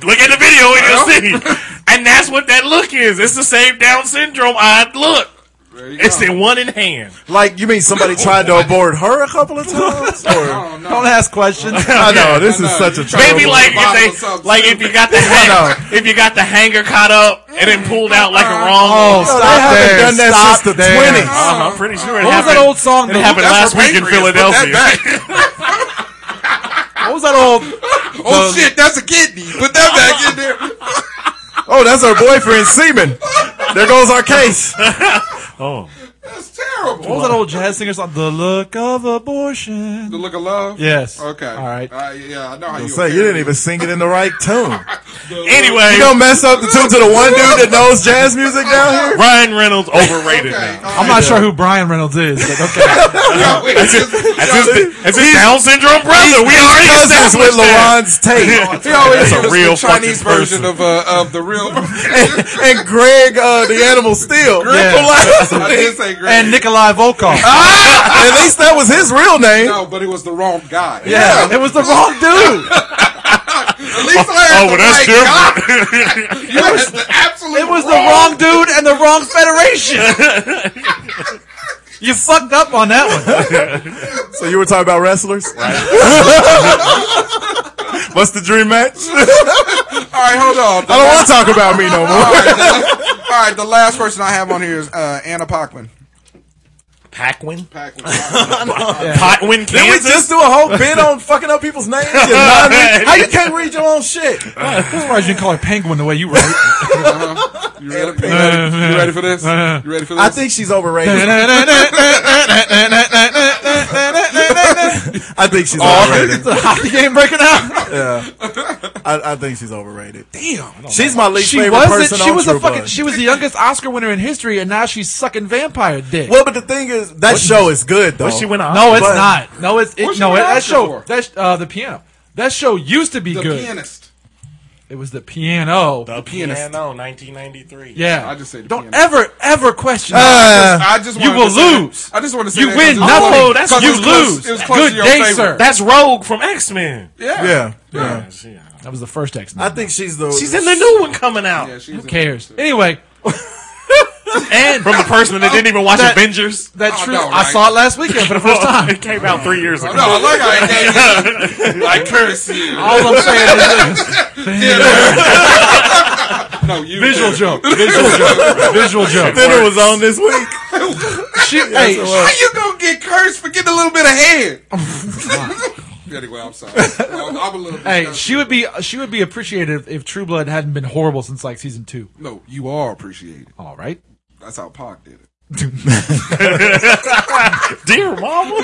Speaker 8: look at the video and you'll see, and that's what that look is. It's the same Down syndrome eyed look.
Speaker 7: There you
Speaker 8: It's
Speaker 7: go.
Speaker 8: in one in hand.
Speaker 9: Like you mean somebody tried to abort her a couple of times? Or
Speaker 7: Oh, no.
Speaker 6: Don't ask questions.
Speaker 9: I know this is
Speaker 7: know.
Speaker 9: such a
Speaker 7: Maybe
Speaker 8: Maybe
Speaker 9: terrible.
Speaker 8: like
Speaker 7: Bible
Speaker 8: if they,
Speaker 7: something.
Speaker 8: like if you got the hang, if you got the hanger caught up and then pulled out like a
Speaker 7: Uh-huh.
Speaker 8: wrong.
Speaker 6: Oh,
Speaker 9: No,
Speaker 6: stop
Speaker 9: they haven't
Speaker 6: there.
Speaker 9: done that
Speaker 6: stop
Speaker 9: since the
Speaker 6: there.
Speaker 9: 20s.
Speaker 8: Uh-huh, I'm pretty sure it
Speaker 6: What was
Speaker 8: happened.
Speaker 6: that old song?
Speaker 8: It
Speaker 6: that-
Speaker 8: happened
Speaker 7: That's
Speaker 8: last
Speaker 7: her
Speaker 8: week in
Speaker 7: pancreas. Put that
Speaker 8: Philadelphia.
Speaker 7: back.
Speaker 6: What was that old?
Speaker 7: Oh shit, that's a kidney. Put that back in there.
Speaker 9: Oh, that's her boyfriend Seaman. There goes our case.
Speaker 7: That's terrible.
Speaker 6: What was that old jazz singer song? The look of abortion.
Speaker 7: The look of love.
Speaker 6: Yes.
Speaker 7: Okay.
Speaker 6: All right.
Speaker 7: Uh, yeah, I know how you.
Speaker 9: Say you didn't even sing it in the right tune.
Speaker 8: Anyway,
Speaker 9: You gonna mess up the tune to the one dude that knows jazz music down here?
Speaker 8: Ryan Reynolds overrated.
Speaker 7: Okay.
Speaker 8: now.
Speaker 6: I'm not sure who Brian Reynolds is, but okay.
Speaker 8: That's his, that's his Down syndrome brother. We already
Speaker 9: Cousins with
Speaker 8: established
Speaker 9: LaRon's
Speaker 8: that.
Speaker 9: Tate
Speaker 7: He always
Speaker 8: That's a
Speaker 7: is
Speaker 8: real
Speaker 7: the Chinese version
Speaker 8: fucking
Speaker 7: of
Speaker 8: person.
Speaker 7: uh, of the real.
Speaker 9: and Greg uh, the Animal Steel.
Speaker 7: I did say great.
Speaker 6: and Nikolai Volkov.
Speaker 9: At least that was his real name.
Speaker 7: no, but it was the wrong guy.
Speaker 6: yeah, it was the wrong dude.
Speaker 7: At least I had
Speaker 8: Oh,
Speaker 7: the
Speaker 8: well, that's
Speaker 7: right guy.
Speaker 8: different.
Speaker 7: You had the absolute
Speaker 6: It was the
Speaker 7: wrong.
Speaker 6: wrong dude and the wrong federation. You sucked up on that one.
Speaker 9: So you were talking about wrestlers? What's the dream match?
Speaker 7: All right, hold on.
Speaker 9: I don't want to talk about me no more.
Speaker 7: All right, the last person I have on here is uh, Anna Paquin.
Speaker 8: Packwin?
Speaker 7: Paquin.
Speaker 8: Potwin,
Speaker 9: Did we
Speaker 8: Kansas?
Speaker 9: just do a whole bit on fucking up people's names? You non- How you can't read your own shit?
Speaker 6: That's why you didn't call it penguin the way you wrote it.
Speaker 7: You
Speaker 9: Uh,
Speaker 7: ready? You ready? You ready for this? You ready for this?
Speaker 9: I think she's overrated. I think she's overrated.
Speaker 6: the hockey game breaking out.
Speaker 9: I, I think she's overrated.
Speaker 6: Damn.
Speaker 9: She's my least
Speaker 6: She
Speaker 9: favorite person
Speaker 6: wasn't. She
Speaker 9: on
Speaker 6: was a
Speaker 9: True
Speaker 6: fucking.
Speaker 9: Blood.
Speaker 6: She was the youngest Oscar winner in history, and now she's sucking vampire dick.
Speaker 9: well, but the thing is, that show is good though.
Speaker 8: What she went on?
Speaker 6: no, it's
Speaker 9: but-
Speaker 6: not. No, it's it,
Speaker 7: What's she
Speaker 6: no.
Speaker 7: an
Speaker 6: It, that
Speaker 7: Oscar
Speaker 6: show.
Speaker 7: for?
Speaker 6: That sh- uh, the piano. That show used to be
Speaker 7: the
Speaker 6: good.
Speaker 7: pianist.
Speaker 6: It was the piano.
Speaker 8: The Piano, 1993.
Speaker 6: yeah.
Speaker 7: I just say the
Speaker 6: Don't
Speaker 7: pianist.
Speaker 6: ever ever question.
Speaker 9: Uh,
Speaker 7: I just
Speaker 6: You
Speaker 7: wanted
Speaker 6: will
Speaker 7: to say-
Speaker 6: lose.
Speaker 7: I just want to say
Speaker 6: You
Speaker 7: that
Speaker 6: win
Speaker 7: because it's
Speaker 6: nothing.
Speaker 7: close.
Speaker 8: that's-
Speaker 7: Because
Speaker 6: you
Speaker 7: it was close-
Speaker 6: lose.
Speaker 7: it was close
Speaker 6: Good
Speaker 7: to your
Speaker 6: day,
Speaker 7: favorite.
Speaker 6: sir.
Speaker 8: That's Rogue from X Men.
Speaker 7: Yeah.
Speaker 9: yeah, yeah.
Speaker 8: Yeah. she-
Speaker 6: That was the first X.
Speaker 9: I think she's the.
Speaker 8: She's in the new one coming out
Speaker 7: Yeah, she's
Speaker 6: Who cares? Anyway. and
Speaker 8: from the person that didn't even watch
Speaker 6: That-
Speaker 8: Avengers. Oh,
Speaker 6: that
Speaker 7: Oh,
Speaker 6: true.
Speaker 7: no,
Speaker 6: I
Speaker 7: right.
Speaker 6: saw it last weekend for the first time.
Speaker 8: it came out three years ago.
Speaker 7: No, I like how it gave you- I curse you.
Speaker 6: All I'm saying is
Speaker 7: No, you.
Speaker 6: visual joke. Visual joke. Visual joke.
Speaker 9: Dinner was on this week.
Speaker 6: She, hey,
Speaker 7: How you gonna get cursed for getting a little bit of head? anyway, I'm sorry. I'm, I'm a little.
Speaker 6: hey,
Speaker 7: disgusted.
Speaker 6: she would be she would be appreciative if True Blood hadn't been horrible since like season two.
Speaker 7: No, you are appreciated.
Speaker 6: All right.
Speaker 7: That's how Pac did it.
Speaker 8: Dear Mama.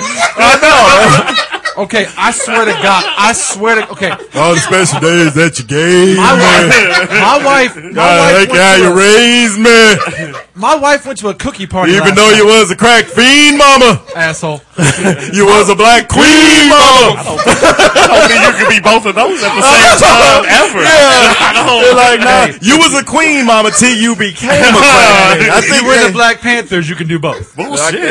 Speaker 6: Okay, I swear to God, I swear to okay.
Speaker 9: All the special days that you gave
Speaker 6: My wife, my wife, my wife, went to a,
Speaker 9: raised me,
Speaker 6: my wife went to a cookie party. last
Speaker 9: you was a crack fiend, mama.
Speaker 6: night, asshole.
Speaker 9: You was a black queen, mama.
Speaker 8: I mean, you could be both of those at the same time ever. I don't-
Speaker 9: They're like, nah, you was a queen, mama, till you became a queen. I
Speaker 6: If
Speaker 9: think
Speaker 6: you were
Speaker 9: we're
Speaker 6: the Black Panthers, you can do both.
Speaker 8: Bullshit.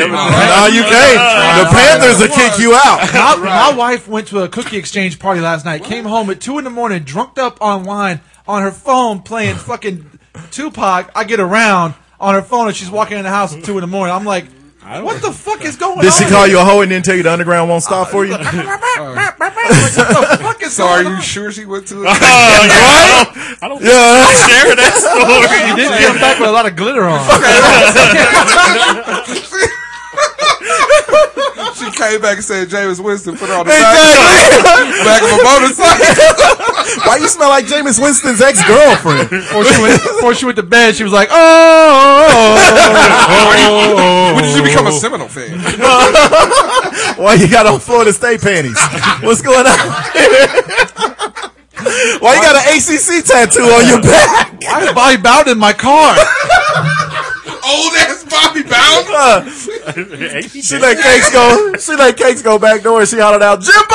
Speaker 8: Uh,
Speaker 9: Nah, you can't. The Panthers will kick you out.
Speaker 6: My, my wife went to a cookie exchange party last night. Came home at two in the morning, drunked up on wine, on her phone playing fucking Tupac. I get around on her phone, and she's walking in the house at two in the morning. I'm like, what the fuck is going on?
Speaker 9: Did she call
Speaker 6: here?
Speaker 9: you a hoe and then tell you the underground won't stop for you?
Speaker 6: Fuck is
Speaker 7: So, are
Speaker 6: going
Speaker 7: you
Speaker 6: on?
Speaker 7: sure she went to?
Speaker 8: Uh,
Speaker 7: it?
Speaker 8: yeah, I don't, I don't
Speaker 9: Yeah.
Speaker 8: share that
Speaker 6: He
Speaker 8: story.
Speaker 6: did come back with a lot of glitter on.
Speaker 7: she came back and said James Winston put her on the back,
Speaker 9: Exactly.
Speaker 7: back of a motorcycle.
Speaker 9: Why you smell like Jameis Winston's ex girlfriend?
Speaker 6: Before she, went, before she went to bed, she was like, "Oh,
Speaker 7: when did you become a Seminole fan?
Speaker 9: Why you got on Florida State panties? What's going on? Why you got an ACC tattoo on your back?
Speaker 6: why is Bobby Bowden in my car?"
Speaker 7: Old ass Bobby Bowden.
Speaker 9: Uh, she
Speaker 6: oh.
Speaker 9: let cakes go. She let cakes go back door. and She hollered out, "Jimbo!"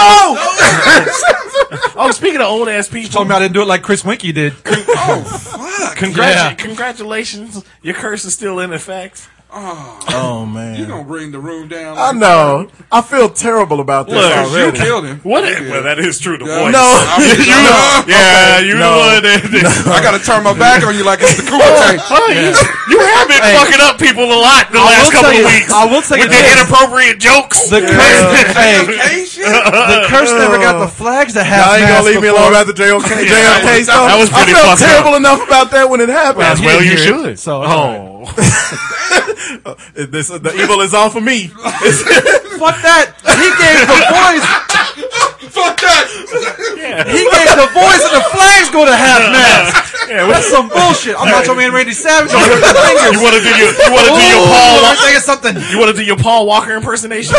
Speaker 8: Oh, speaking of old ass people,
Speaker 6: Told me I didn't do it like Chris Winky did.
Speaker 8: congratu-
Speaker 6: Yeah.
Speaker 8: congratulations. Your curse is still in effect.
Speaker 9: Oh
Speaker 7: You
Speaker 9: man,
Speaker 7: gonna bring the room down?
Speaker 9: I
Speaker 7: like-
Speaker 9: know. I feel terrible about this
Speaker 8: Look,
Speaker 7: You
Speaker 9: already.
Speaker 7: killed him.
Speaker 8: What? if- well, that is true. The
Speaker 7: Yeah.
Speaker 8: voice.
Speaker 9: No.
Speaker 7: I mean,
Speaker 8: You
Speaker 7: I-
Speaker 8: the- yeah, you
Speaker 9: no.
Speaker 8: the one that.
Speaker 7: I gotta turn my back on you like it's the cool thing.
Speaker 8: Oh, you, you have been
Speaker 6: Hey.
Speaker 8: fucking up people a lot the last
Speaker 6: will
Speaker 8: couple of
Speaker 6: tell you-
Speaker 8: weeks.
Speaker 6: I will tell you
Speaker 8: with the
Speaker 6: this.
Speaker 8: inappropriate jokes.
Speaker 6: The curse, hey,
Speaker 7: Hey, shit.
Speaker 6: the curse never got the flags to have.
Speaker 9: Y'all ain't gonna
Speaker 6: masks
Speaker 9: leave me alone
Speaker 6: before.
Speaker 9: about the JFK,
Speaker 8: Yeah,
Speaker 9: JFK
Speaker 8: that-
Speaker 9: stuff.
Speaker 8: that was pretty
Speaker 9: I felt
Speaker 8: fucked up.
Speaker 9: terrible enough about that when it happened.
Speaker 8: As well, you
Speaker 6: didn't hear it,
Speaker 8: should.
Speaker 6: so it's
Speaker 8: oh,
Speaker 9: Uh, It- this- the evil is all for me.
Speaker 6: Fuck that! uh, He gave the voice.
Speaker 7: Fuck that.
Speaker 6: He gave the voice, and the flags go to half mast.
Speaker 8: yeah.
Speaker 6: That's
Speaker 8: What,
Speaker 6: some bullshit. I'm Macho Man Randy
Speaker 8: Oh,
Speaker 6: Savage on your fingers. Oh,
Speaker 8: you want to do your you want to do your Paul
Speaker 6: Ooh,
Speaker 8: Walker?
Speaker 6: I'm thinking something.
Speaker 8: You want to do your Paul Walker impersonation?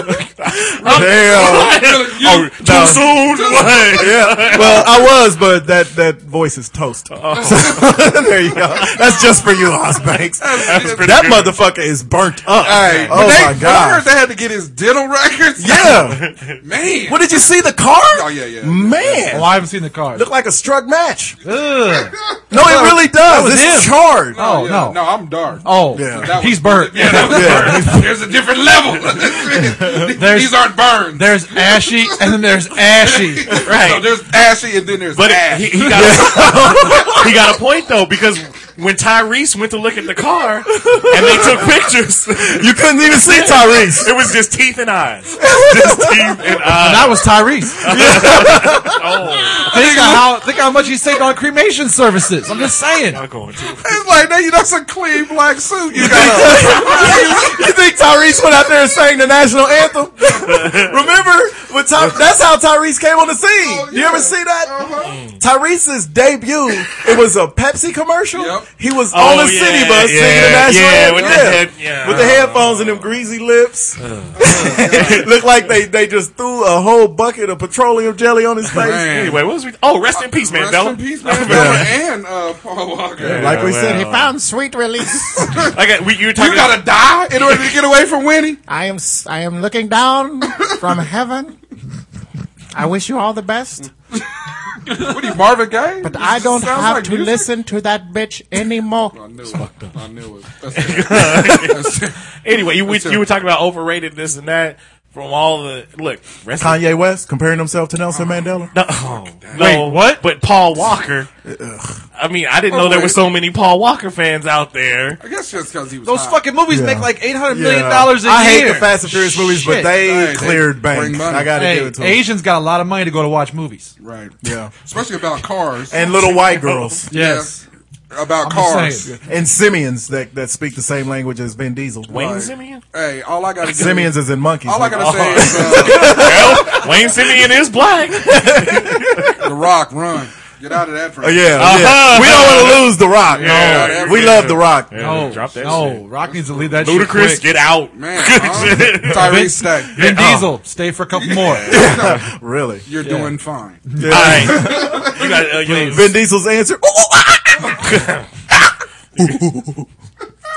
Speaker 9: Damn.
Speaker 8: oh, too
Speaker 9: no.
Speaker 8: soon. What?
Speaker 9: Yeah. Well, I was, but that, that voice is toast.
Speaker 8: Oh.
Speaker 9: So, there you go. That's just for you, Oz Banks.
Speaker 8: That was pretty
Speaker 9: That
Speaker 8: good.
Speaker 9: motherfucker is burnt up.
Speaker 7: Hey,
Speaker 9: oh
Speaker 7: when they,
Speaker 9: my
Speaker 7: when I
Speaker 9: god.
Speaker 7: heard they had to get his dental records.
Speaker 9: Yeah.
Speaker 7: man.
Speaker 9: What did you see? The car?
Speaker 7: Oh yeah, yeah.
Speaker 6: Oh,
Speaker 9: Man.
Speaker 6: I haven't seen the card.
Speaker 9: Looked like a struck match.
Speaker 6: Ugh.
Speaker 9: No, it really does. It's
Speaker 6: him.
Speaker 9: charred.
Speaker 6: Oh,
Speaker 7: yeah.
Speaker 6: no.
Speaker 7: No, I'm dark.
Speaker 6: Oh,
Speaker 9: Yeah.
Speaker 7: That
Speaker 6: he's
Speaker 7: was-
Speaker 6: burnt.
Speaker 7: Yeah, that was
Speaker 9: Yeah.
Speaker 7: burnt. There's a different level.
Speaker 6: There's-
Speaker 7: These aren't burned.
Speaker 6: There's ashy, and then there's ashy.
Speaker 8: Right.
Speaker 7: So there's ashy and then there's
Speaker 8: But
Speaker 7: ash.
Speaker 8: it, he, he got a, he got a point though because when Tyrese went to look at the car and they took pictures,
Speaker 9: You couldn't even see Tyrese.
Speaker 8: it was just teeth and eyes. Just teeth and eyes.
Speaker 6: And that was Tyrese.
Speaker 8: Oh,
Speaker 6: think, of how, think how much he saved on cremation services. I'm just saying.
Speaker 8: I'm going to.
Speaker 7: It's like that, that's a clean black suit you got.
Speaker 9: you think Tyrese went out there and sang the national anthem? Remember, when Ty- that's how Tyrese came on the scene. You ever see that? Tyrese's debut, it was a Pepsi commercial.
Speaker 7: Yep.
Speaker 9: He was
Speaker 8: Oh,
Speaker 9: on the
Speaker 8: yeah,
Speaker 9: city bus
Speaker 8: yeah,
Speaker 9: singing the national
Speaker 8: yeah,
Speaker 9: anthem.
Speaker 8: with the head- Oh. yeah.
Speaker 9: With the headphones and them greasy lips. Looked like they, they just threw a whole bucket of petroleum jelly on his face.
Speaker 7: Man.
Speaker 8: Anyway, what was we? Oh, rest in peace,
Speaker 7: Rest
Speaker 8: Mandela.
Speaker 7: in peace, Mandela and uh, Paul Walker.
Speaker 9: Like we said,
Speaker 10: He
Speaker 9: he-
Speaker 10: found sweet release.
Speaker 8: Like uh, we, you were talking
Speaker 7: You gotta
Speaker 8: about
Speaker 7: die in order to get away from Winnie.
Speaker 10: I am s- I am looking down from heaven. I wish you all the best,
Speaker 7: What are you, Marvin Gaye?
Speaker 10: but
Speaker 7: This
Speaker 10: I don't
Speaker 7: sounds
Speaker 10: have
Speaker 7: like
Speaker 10: to
Speaker 7: music?
Speaker 10: listen to that bitch anymore.
Speaker 7: I knew it. I knew it. That's it. That's it.
Speaker 8: anyway. You, we, you were talking about overrated this and that from all the look. Rest in-
Speaker 9: Kanye West comparing himself to Nelson Mandela.
Speaker 8: no, no,
Speaker 6: Wait, what?
Speaker 8: But Paul Walker. I mean, I didn't know there were so many Paul Walker fans out there.
Speaker 7: I guess just because he was
Speaker 6: Those
Speaker 7: hot.
Speaker 6: fucking movies
Speaker 9: Yeah.
Speaker 6: make like eight hundred
Speaker 9: Yeah.
Speaker 6: million dollars a
Speaker 9: I
Speaker 6: year.
Speaker 9: hate the Fast and Furious movies, but
Speaker 6: Shit.
Speaker 9: they
Speaker 7: Hey, they
Speaker 9: cleared
Speaker 7: bring
Speaker 9: bank.
Speaker 7: money.
Speaker 9: I got to give
Speaker 6: Hey,
Speaker 9: it to them.
Speaker 6: Asians got a lot of money to go to watch movies.
Speaker 7: right?
Speaker 9: Yeah.
Speaker 7: especially about cars
Speaker 9: And little white girls.
Speaker 7: yes, about
Speaker 6: just
Speaker 7: cars.
Speaker 6: saying.
Speaker 9: And simians that, that speak the same language as Vin Diesel.
Speaker 8: Wayne
Speaker 7: Right.
Speaker 8: Simeon.
Speaker 7: Hey, all I gotta
Speaker 9: Simians
Speaker 7: Say,
Speaker 9: is in monkeys.
Speaker 7: all I gotta say
Speaker 8: Oh.
Speaker 7: is
Speaker 8: Well, Wayne Simeon is black.
Speaker 7: uh, the Rock run. Get out of that for
Speaker 9: Oh, yeah,
Speaker 8: Uh-huh.
Speaker 9: yeah. We don't want to lose The Rock.
Speaker 8: Yeah.
Speaker 9: no. We love The Rock.
Speaker 6: No,
Speaker 8: drop that
Speaker 6: no,
Speaker 8: shit.
Speaker 6: Rock needs to leave that
Speaker 8: Ludacris,
Speaker 6: shit quick.
Speaker 8: get out.
Speaker 7: man. Huh? Tyrese Stack,
Speaker 6: Vin
Speaker 8: Yeah, uh.
Speaker 6: Diesel, stay for a couple more.
Speaker 9: Really.
Speaker 7: you're doing fine.
Speaker 8: All right. You got, uh, you
Speaker 9: Vin Diesel's answer. "Ooh, ooh, ah."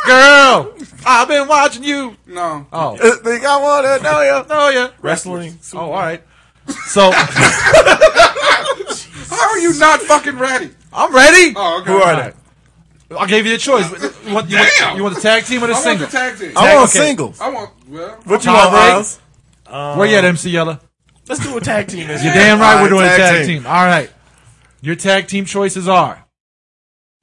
Speaker 6: Girl, I've been watching you.
Speaker 7: No,
Speaker 6: Oh,
Speaker 9: Uh, Think I want to know you.
Speaker 6: no, yeah.
Speaker 8: wrestling.
Speaker 6: Oh, all right. So
Speaker 7: how are you not fucking ready?
Speaker 6: I'm ready.
Speaker 7: Oh, okay.
Speaker 9: Who are they?
Speaker 6: I gave you the choice. You want, you, want,
Speaker 7: Damn.
Speaker 6: you want the tag team or
Speaker 7: I
Speaker 6: the
Speaker 7: want the
Speaker 6: single?
Speaker 7: tag team.
Speaker 9: I want
Speaker 6: Okay.
Speaker 5: Uh,
Speaker 9: singles.
Speaker 7: I want well.
Speaker 9: What you
Speaker 6: Tom
Speaker 9: want,
Speaker 6: Brady?
Speaker 9: Oz?
Speaker 6: Where you at, MC Yella?
Speaker 8: Let's do a tag team. This
Speaker 6: You're damn
Speaker 9: All
Speaker 6: right we're
Speaker 9: right,
Speaker 6: doing a
Speaker 9: tag
Speaker 6: tag
Speaker 9: team.
Speaker 6: team. All right. Your tag team choices are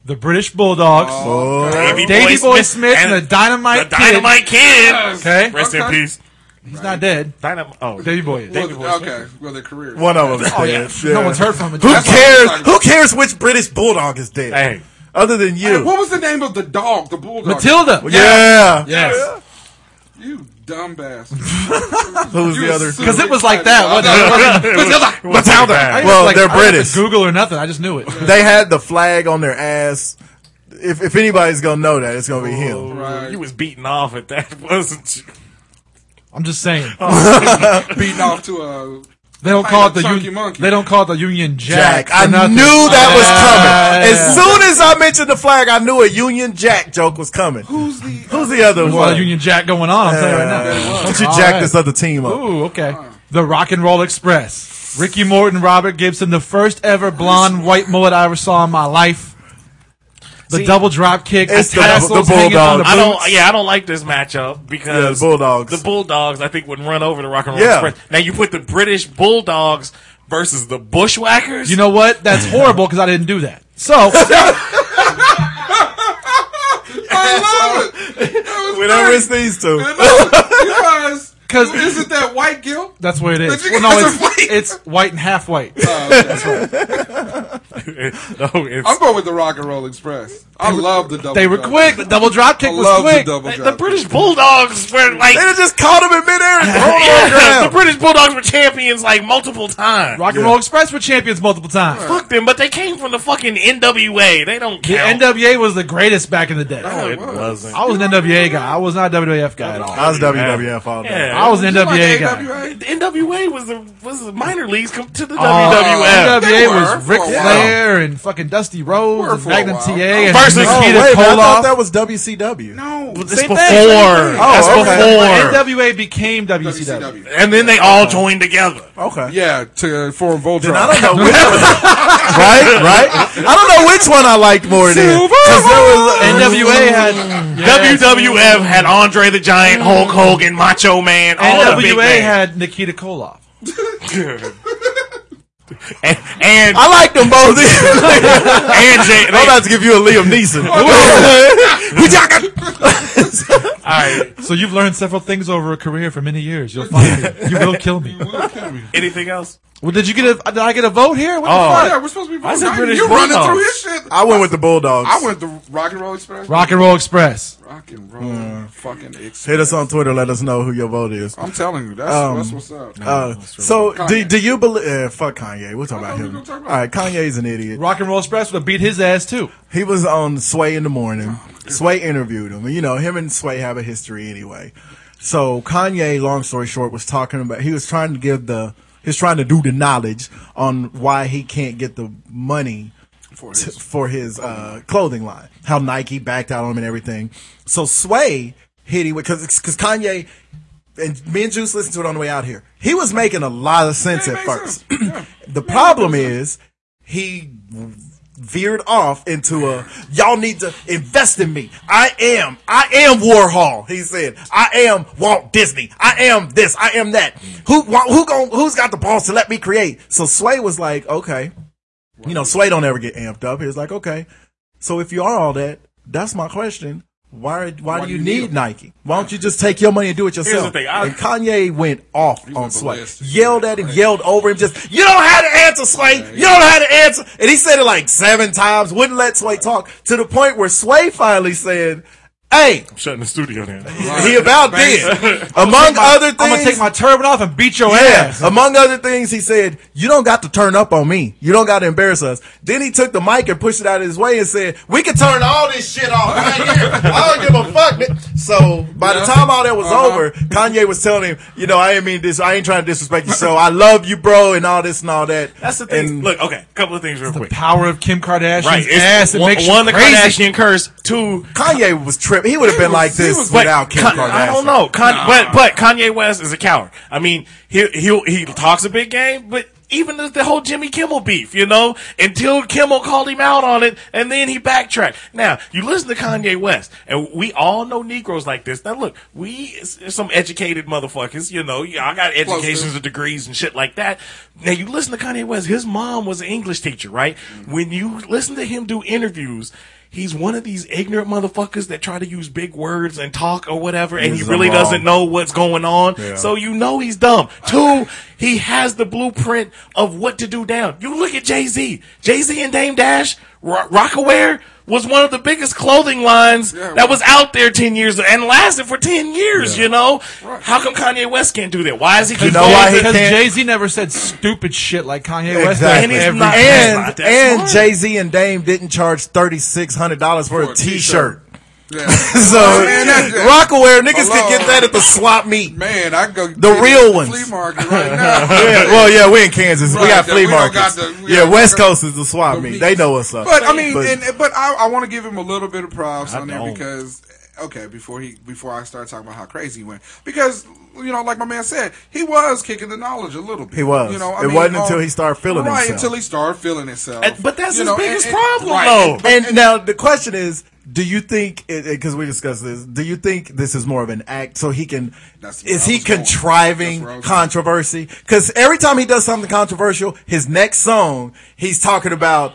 Speaker 6: the British Bulldogs,
Speaker 9: Oh,
Speaker 6: Davey Boy Smith, and the Dynamite,
Speaker 8: the
Speaker 6: Kid.
Speaker 8: Dynamite Kid.
Speaker 6: Okay?
Speaker 8: Rest in
Speaker 7: Okay.
Speaker 8: peace.
Speaker 6: He's not dead.
Speaker 8: Dynamite. Oh,
Speaker 6: Davey Boy is.
Speaker 7: Well,
Speaker 8: David Boy Smith.
Speaker 7: okay, well, their careers.
Speaker 9: One of them.
Speaker 6: Oh, yeah. No one's heard from him.
Speaker 9: Who
Speaker 7: That's what
Speaker 9: cares?
Speaker 7: I'm talking
Speaker 9: Who cares which British bulldog is dead?
Speaker 8: Hey,
Speaker 9: Other than
Speaker 7: Hey,
Speaker 9: you.
Speaker 7: what was the name of the dog? The bulldog.
Speaker 6: Matilda.
Speaker 9: Yeah.
Speaker 6: Yes.
Speaker 7: You dumb bastard.
Speaker 9: Who's
Speaker 7: You
Speaker 9: the other?
Speaker 6: Because it was like that, wasn't it?
Speaker 7: Matilda.
Speaker 8: Matilda.
Speaker 6: I just,
Speaker 9: Well,
Speaker 6: like,
Speaker 9: they're
Speaker 6: I didn't have to
Speaker 9: British.
Speaker 6: Google or nothing. I just knew it.
Speaker 9: They had the flag on their ass. If if anybody's gonna know that, it's gonna be
Speaker 8: Oh,
Speaker 9: him.
Speaker 7: Right.
Speaker 8: you was beating off at that, wasn't you?
Speaker 6: I'm just saying.
Speaker 7: beating off to a.
Speaker 6: They don't
Speaker 7: Like a
Speaker 6: call it the
Speaker 7: chunky
Speaker 6: un-
Speaker 7: monkey.
Speaker 6: they don't call it the Union Jack.
Speaker 9: Jack, I
Speaker 6: for nothing.
Speaker 9: knew that
Speaker 6: Yeah.
Speaker 9: was coming. As soon as I mentioned the flag, I knew a Union Jack joke was coming.
Speaker 7: Who's the?
Speaker 9: Who's the other
Speaker 6: There's a lot of
Speaker 9: one?
Speaker 6: Union Jack going on. I'm telling you right now.
Speaker 9: Uh, Don't you jack this other team up?
Speaker 6: Ooh, okay. The Rock and Roll Express. Ricky Morton, Robert Gibson, the first ever blonde white mullet I ever saw in my life. The double drop kick,
Speaker 9: It's
Speaker 6: the
Speaker 9: the-
Speaker 6: tassels
Speaker 9: the
Speaker 6: hanging on
Speaker 9: Bulldog.
Speaker 6: the boots.
Speaker 8: I don't. Yeah, I don't like this matchup
Speaker 9: Yeah, the
Speaker 8: because
Speaker 9: Bulldogs.
Speaker 8: the Bulldogs, I think, would run over the Rock and Roll
Speaker 9: Yeah.
Speaker 8: Express. Now you put the British Bulldogs versus the Bushwhackers.
Speaker 6: You know what? That's horrible because I didn't do that. So
Speaker 7: I love it. That was
Speaker 9: Whatever
Speaker 7: great.
Speaker 9: it's these two.
Speaker 7: No, you guys,
Speaker 6: 'Cause-
Speaker 7: isn't that white guilt?
Speaker 6: that's what it is.
Speaker 7: But you
Speaker 6: Well, no,
Speaker 7: guys are
Speaker 6: it's
Speaker 7: white.
Speaker 6: it's white and half white.
Speaker 8: no, Oh, it's,
Speaker 7: I'm going with the Rock and Roll Express. I love the double.
Speaker 6: They were
Speaker 7: drop.
Speaker 6: quick. The double drop
Speaker 7: I
Speaker 6: kick was
Speaker 7: love the
Speaker 6: quick.
Speaker 7: double.
Speaker 8: the,
Speaker 7: drop.
Speaker 8: British Bulldogs were like.
Speaker 9: They done just caught him in midair and thrown him on the
Speaker 8: Yeah, the
Speaker 9: ground.
Speaker 8: British Bulldogs were champions like multiple times.
Speaker 6: Rock and Roll Express were champions multiple times.
Speaker 8: Fuck them, but they came from the fucking NWA. They don't
Speaker 6: The
Speaker 8: count.
Speaker 6: NWA was the greatest back in the day.
Speaker 8: No, it wasn't.
Speaker 6: I was an NWA guy. I was not a WWF guy at all.
Speaker 9: I was WWF all day.
Speaker 8: Yeah.
Speaker 6: I was an
Speaker 7: You like
Speaker 6: NWA guy.
Speaker 7: AWA?
Speaker 8: The NWA was the was the minor leagues come to the
Speaker 9: Oh,
Speaker 8: WWF
Speaker 7: They
Speaker 6: NWA
Speaker 7: were
Speaker 6: was Ric
Speaker 7: for a while.
Speaker 6: Flair and fucking Dusty
Speaker 7: Were
Speaker 6: Rhodes
Speaker 7: for
Speaker 6: and
Speaker 7: a
Speaker 6: Magnum
Speaker 7: while.
Speaker 6: TA and
Speaker 8: Versus-
Speaker 9: Oh,
Speaker 8: Nikita
Speaker 9: wait, man, I
Speaker 6: Koloff.
Speaker 9: thought that was WCW.
Speaker 7: No,
Speaker 8: That's
Speaker 6: Same
Speaker 8: before.
Speaker 6: thing,
Speaker 9: thing.
Speaker 8: That's
Speaker 9: Oh,
Speaker 8: before.
Speaker 6: NWA became WCW.
Speaker 7: WCW.
Speaker 8: and then they all joined together.
Speaker 9: Okay.
Speaker 7: Yeah, to form Voltron.
Speaker 9: Then I don't know which one. right, right. I don't know which one I liked more than. 'Cause there was-
Speaker 6: NWA had
Speaker 8: WWF had Andre the Giant, Hulk Hogan, Macho Man, all the big
Speaker 6: NWA
Speaker 8: names.
Speaker 6: had Nikita Koloff.
Speaker 8: and and,
Speaker 9: I like them both.
Speaker 8: and Jay.
Speaker 9: I'm
Speaker 8: they-
Speaker 9: about to give you a Liam Neeson.
Speaker 8: all right.
Speaker 6: So you've learned several things over a career for many years. You'll find me. You will kill me.
Speaker 8: Anything else?
Speaker 6: Well, did you get a? Did I get a vote here? What
Speaker 8: Oh.
Speaker 6: the
Speaker 7: yeah,
Speaker 6: fuck?
Speaker 7: we're supposed to be
Speaker 8: I said
Speaker 7: voting.
Speaker 8: British
Speaker 7: You running
Speaker 8: Bulldogs.
Speaker 7: through his shit.
Speaker 9: I went with the Bulldogs.
Speaker 7: I went the rock and roll express.
Speaker 6: Rock and Hmm. Roll Express.
Speaker 7: Rock and roll, fucking express.
Speaker 9: Hit us on Twitter. Let us know who your vote is.
Speaker 7: I'm telling you, that's, that's what's up.
Speaker 9: Uh, so, do,
Speaker 7: Kanye.
Speaker 9: do you believe? Uh, fuck Kanye. We'll talk about
Speaker 7: thought we
Speaker 9: him.
Speaker 7: were gonna talk
Speaker 9: All
Speaker 7: about-
Speaker 9: right, Kanye's an idiot.
Speaker 6: Rock and Roll Express would have beat his ass too.
Speaker 9: He was on Sway in the morning. Sway interviewed him. You know, him and Sway have a history anyway. So Kanye, long story short, was talking about he was trying to give the he's trying to do the knowledge on why he can't get the money for his, for his uh, clothing line. How Nike backed out on him and everything. So Sway hit him because because Kanye and me and Juice listened to it on the way out here. He was making a lot of sense
Speaker 7: It
Speaker 9: at
Speaker 7: makes
Speaker 9: first.
Speaker 7: sense. Yeah.
Speaker 9: The problem is he veered off into a y'all need to invest in me. I am, I am Warhol. He said, I am Walt Disney. I am this. I am that. Who wha- who gon' who's got the balls to let me create? So Sway was like, okay, you know, Sway don't ever get amped up. He was like, okay, so if you are all that, that's my question. Why, why, do you, need, Nike? Why don't you just take your money and do it yourself?
Speaker 8: the thing, I-
Speaker 9: and Kanye went off on Sway,
Speaker 7: ballistic.
Speaker 9: yelled at him, yelled over him, just you don't have to answer, Sway. You don't have to answer. And he said it like seven times. Wouldn't let Sway talk to the point where Sway finally said, "Hey,
Speaker 8: Shutting the studio down.
Speaker 9: he about did." Among other things,
Speaker 6: I'm gonna take my turban off and beat your
Speaker 9: yeah.
Speaker 6: ass.
Speaker 9: Among other things, he said, "You don't got to turn up on me. You don't got to embarrass us." Then he took the mic and pushed it out of his way and said, "We can turn all this shit off right here. I don't give a fuck." man." So by the time all that was over, Kanye was telling him, "You know, I ain't mean this. I ain't trying to disrespect you. So I love you, bro, and all this and all that."
Speaker 8: That's the thing.
Speaker 9: And
Speaker 8: Look, okay, couple of things real quick.
Speaker 6: Power of Kim Kardashian's
Speaker 8: Right, it's
Speaker 6: ass. It
Speaker 8: one,
Speaker 6: makes you
Speaker 8: one the
Speaker 6: crazy.
Speaker 8: Kardashian curse. Two,
Speaker 9: Kanye was tripping. He would have been like this
Speaker 8: but
Speaker 9: without Kim
Speaker 8: Con-
Speaker 9: Kardashian.
Speaker 8: I don't know. Con- But but Kanye West is a coward. I mean, he he he talks a big game, but even the, the whole Jimmy Kimmel beef, you know, until Kimmel called him out on it, and then he backtracked. Now you listen to Kanye West, and we all know Negroes like this. Now look, we is- is some educated motherfuckers, you know. yeah, I got educations and degrees and shit like that. Now you listen to Kanye West. His mom was an English teacher, right? When you listen to him do interviews. He's one of these ignorant motherfuckers that try to use big words and talk or whatever, and he
Speaker 9: He's
Speaker 8: really
Speaker 9: wrong.
Speaker 8: doesn't know what's going on. So you know he's dumb. Two, he has the blueprint of what to do down. You look at Jay Z, Jay Z and Dame Dash, Ro- Rockaware was one of the biggest clothing lines that was out there ten years and lasted for ten years. You know, how come Kanye West can't do that? Why is he keep
Speaker 9: You know
Speaker 8: going
Speaker 9: why he
Speaker 8: to-
Speaker 6: Because
Speaker 9: can't-
Speaker 6: Jay Z never said stupid shit like Kanye West. does
Speaker 9: Exactly.
Speaker 8: And he's
Speaker 6: every-
Speaker 8: not- That's
Speaker 9: And
Speaker 8: not that
Speaker 9: and
Speaker 8: smart.
Speaker 9: Jay Z and Dame didn't charge thirty six hundred dollars for, a T-shirt.
Speaker 7: Yeah.
Speaker 9: So
Speaker 7: Oh, man, that's-
Speaker 9: Rockaware niggas
Speaker 7: Hello.
Speaker 9: could get that at the swap meet.
Speaker 7: Man, I go
Speaker 9: The real ones.
Speaker 7: flea market right now.
Speaker 9: Yeah, well, yeah, we in Kansas. we
Speaker 7: Right,
Speaker 9: got
Speaker 7: that
Speaker 9: flea
Speaker 7: we don't
Speaker 9: markets.
Speaker 7: got the- we
Speaker 9: yeah,
Speaker 7: don't
Speaker 9: West
Speaker 7: got
Speaker 9: Coast is the swap meet.
Speaker 7: meat.
Speaker 9: They know what's up.
Speaker 7: But I mean,
Speaker 9: But-
Speaker 7: and, but I, I want to give him a little bit of props
Speaker 8: I
Speaker 7: on there
Speaker 8: don't.
Speaker 7: because okay, before he before I start talking about how crazy he went, because you know, like my man said, he was kicking the knowledge a little bit.
Speaker 9: He was.
Speaker 7: You know, I
Speaker 9: It
Speaker 7: mean,
Speaker 9: wasn't until
Speaker 7: oh,
Speaker 9: he started feeling
Speaker 7: right,
Speaker 9: himself.
Speaker 7: until he started feeling himself.
Speaker 8: And- but that's
Speaker 7: You
Speaker 8: his
Speaker 7: know,
Speaker 8: biggest
Speaker 7: and- and-
Speaker 8: problem,
Speaker 7: right,
Speaker 8: though.
Speaker 7: and-
Speaker 9: and now the question is, do you think? Because we discussed this. Do you think this is more of an act so he can?
Speaker 7: That's where
Speaker 9: is
Speaker 7: I
Speaker 9: he
Speaker 7: was going. That's
Speaker 9: contriving
Speaker 7: where I was going.
Speaker 9: controversy? Because every time he does something controversial, his next song he's talking about.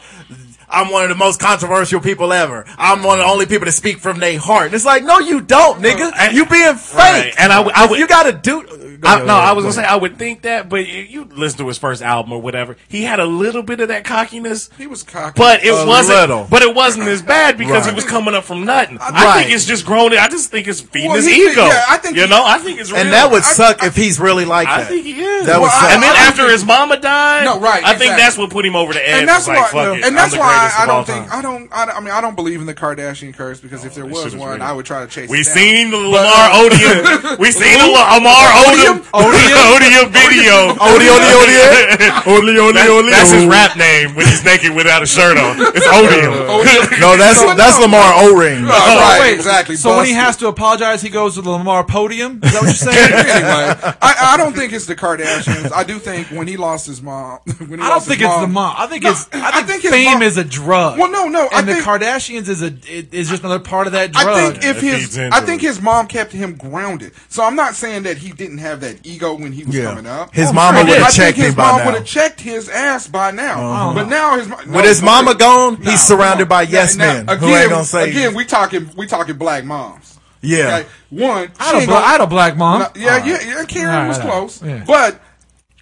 Speaker 9: I'm one of the most controversial people ever. I'm one of the only people that speak from their heart. And it's like, no, you don't, nigga.
Speaker 8: and-
Speaker 9: You being fake.
Speaker 8: Right, and I would- I would-
Speaker 9: you gotta do. Go ahead,
Speaker 8: I,
Speaker 9: go
Speaker 8: no, I
Speaker 9: ahead,
Speaker 8: was
Speaker 9: go
Speaker 8: gonna say
Speaker 9: ahead.
Speaker 8: I would think that, but you- you listen to his first album or whatever, he had a little bit of that cockiness.
Speaker 7: he was cocky. Um,
Speaker 8: But it
Speaker 9: A
Speaker 8: wasn't.
Speaker 9: little.
Speaker 8: But it wasn't as bad because
Speaker 9: Right.
Speaker 8: he was coming up from nothing. I
Speaker 9: Right.
Speaker 8: think it's just grown. I just think it's feeding
Speaker 7: Well,
Speaker 8: his
Speaker 7: he-
Speaker 8: ego.
Speaker 7: yeah, I think
Speaker 8: you
Speaker 7: he-
Speaker 8: know. I think it's real.
Speaker 9: And that would
Speaker 7: I-
Speaker 9: suck if he's really like
Speaker 8: I
Speaker 9: that.
Speaker 8: think he is.
Speaker 9: That would
Speaker 7: Well, I-
Speaker 9: suck.
Speaker 8: and then
Speaker 7: I-
Speaker 8: after his mama died,
Speaker 7: No, right,
Speaker 8: I think
Speaker 7: exactly.
Speaker 8: that's what put him over the edge.
Speaker 7: and that's
Speaker 8: It's like,
Speaker 7: why,
Speaker 8: fuck it, I'm
Speaker 7: and that's
Speaker 8: the
Speaker 7: why
Speaker 8: greatest
Speaker 7: I
Speaker 8: of all
Speaker 7: don't think
Speaker 8: time. Oh,
Speaker 7: I don't, I don't- I mean, I don't believe in the Kardashian curse because if there was
Speaker 8: shit is
Speaker 7: one,
Speaker 8: real.
Speaker 7: I would try to chase.
Speaker 8: we
Speaker 7: it down.
Speaker 8: seen the Lamar
Speaker 7: uh,
Speaker 8: Odium. We seen the Lamar Odom
Speaker 7: Odium?
Speaker 8: Odium video.
Speaker 9: Odie, odie,
Speaker 8: That-
Speaker 9: odie, odie, odie.
Speaker 8: That's his rap name when he's naked without a shirt on. It's Odium.
Speaker 9: No, that's
Speaker 7: So-
Speaker 9: that's
Speaker 7: no.
Speaker 9: Lamar O ring.
Speaker 7: Oh,
Speaker 6: Oh,
Speaker 7: right,
Speaker 6: wait.
Speaker 7: exactly.
Speaker 6: So when he
Speaker 7: Busted.
Speaker 6: has to apologize, he goes to the Lamar podium. Is that what you're saying?
Speaker 7: anyway, I, I don't think it's the Kardashians. I do think when he lost his mom, when he
Speaker 6: I don't
Speaker 7: lost his
Speaker 6: think it's the mom. I think
Speaker 7: No,
Speaker 6: it's. I think,
Speaker 7: his
Speaker 6: fame
Speaker 7: mom-
Speaker 6: is a drug.
Speaker 7: Well, no, no, I
Speaker 6: And the
Speaker 7: think-
Speaker 6: Kardashians is a it- is just another part of that drug.
Speaker 7: I think if
Speaker 8: That feeds
Speaker 7: his,
Speaker 8: into
Speaker 7: I think
Speaker 8: it.
Speaker 7: his mom kept him grounded. So I'm not saying that he didn't have have that ego when he was coming up.
Speaker 9: His mama
Speaker 7: I
Speaker 9: would have
Speaker 7: think
Speaker 9: checked
Speaker 7: his
Speaker 9: him by
Speaker 7: mom
Speaker 9: now.
Speaker 7: would have checked his ass by now. But now his mo- no,
Speaker 9: With his
Speaker 7: no,
Speaker 9: mama gone,
Speaker 7: no,
Speaker 9: he's surrounded by
Speaker 7: no,
Speaker 9: yes
Speaker 7: no,
Speaker 9: men
Speaker 7: Again,
Speaker 9: who ain't gonna say.
Speaker 7: again, we talking we talking black moms.
Speaker 9: yeah,
Speaker 7: Okay? One,
Speaker 6: I had,
Speaker 7: she
Speaker 6: a
Speaker 7: ain't
Speaker 6: bla-
Speaker 7: gonna-
Speaker 6: I had a black mom.
Speaker 7: no, yeah, yeah, yeah. Karen
Speaker 6: All right,
Speaker 7: was
Speaker 6: all right.
Speaker 7: close,
Speaker 6: Yeah.
Speaker 7: but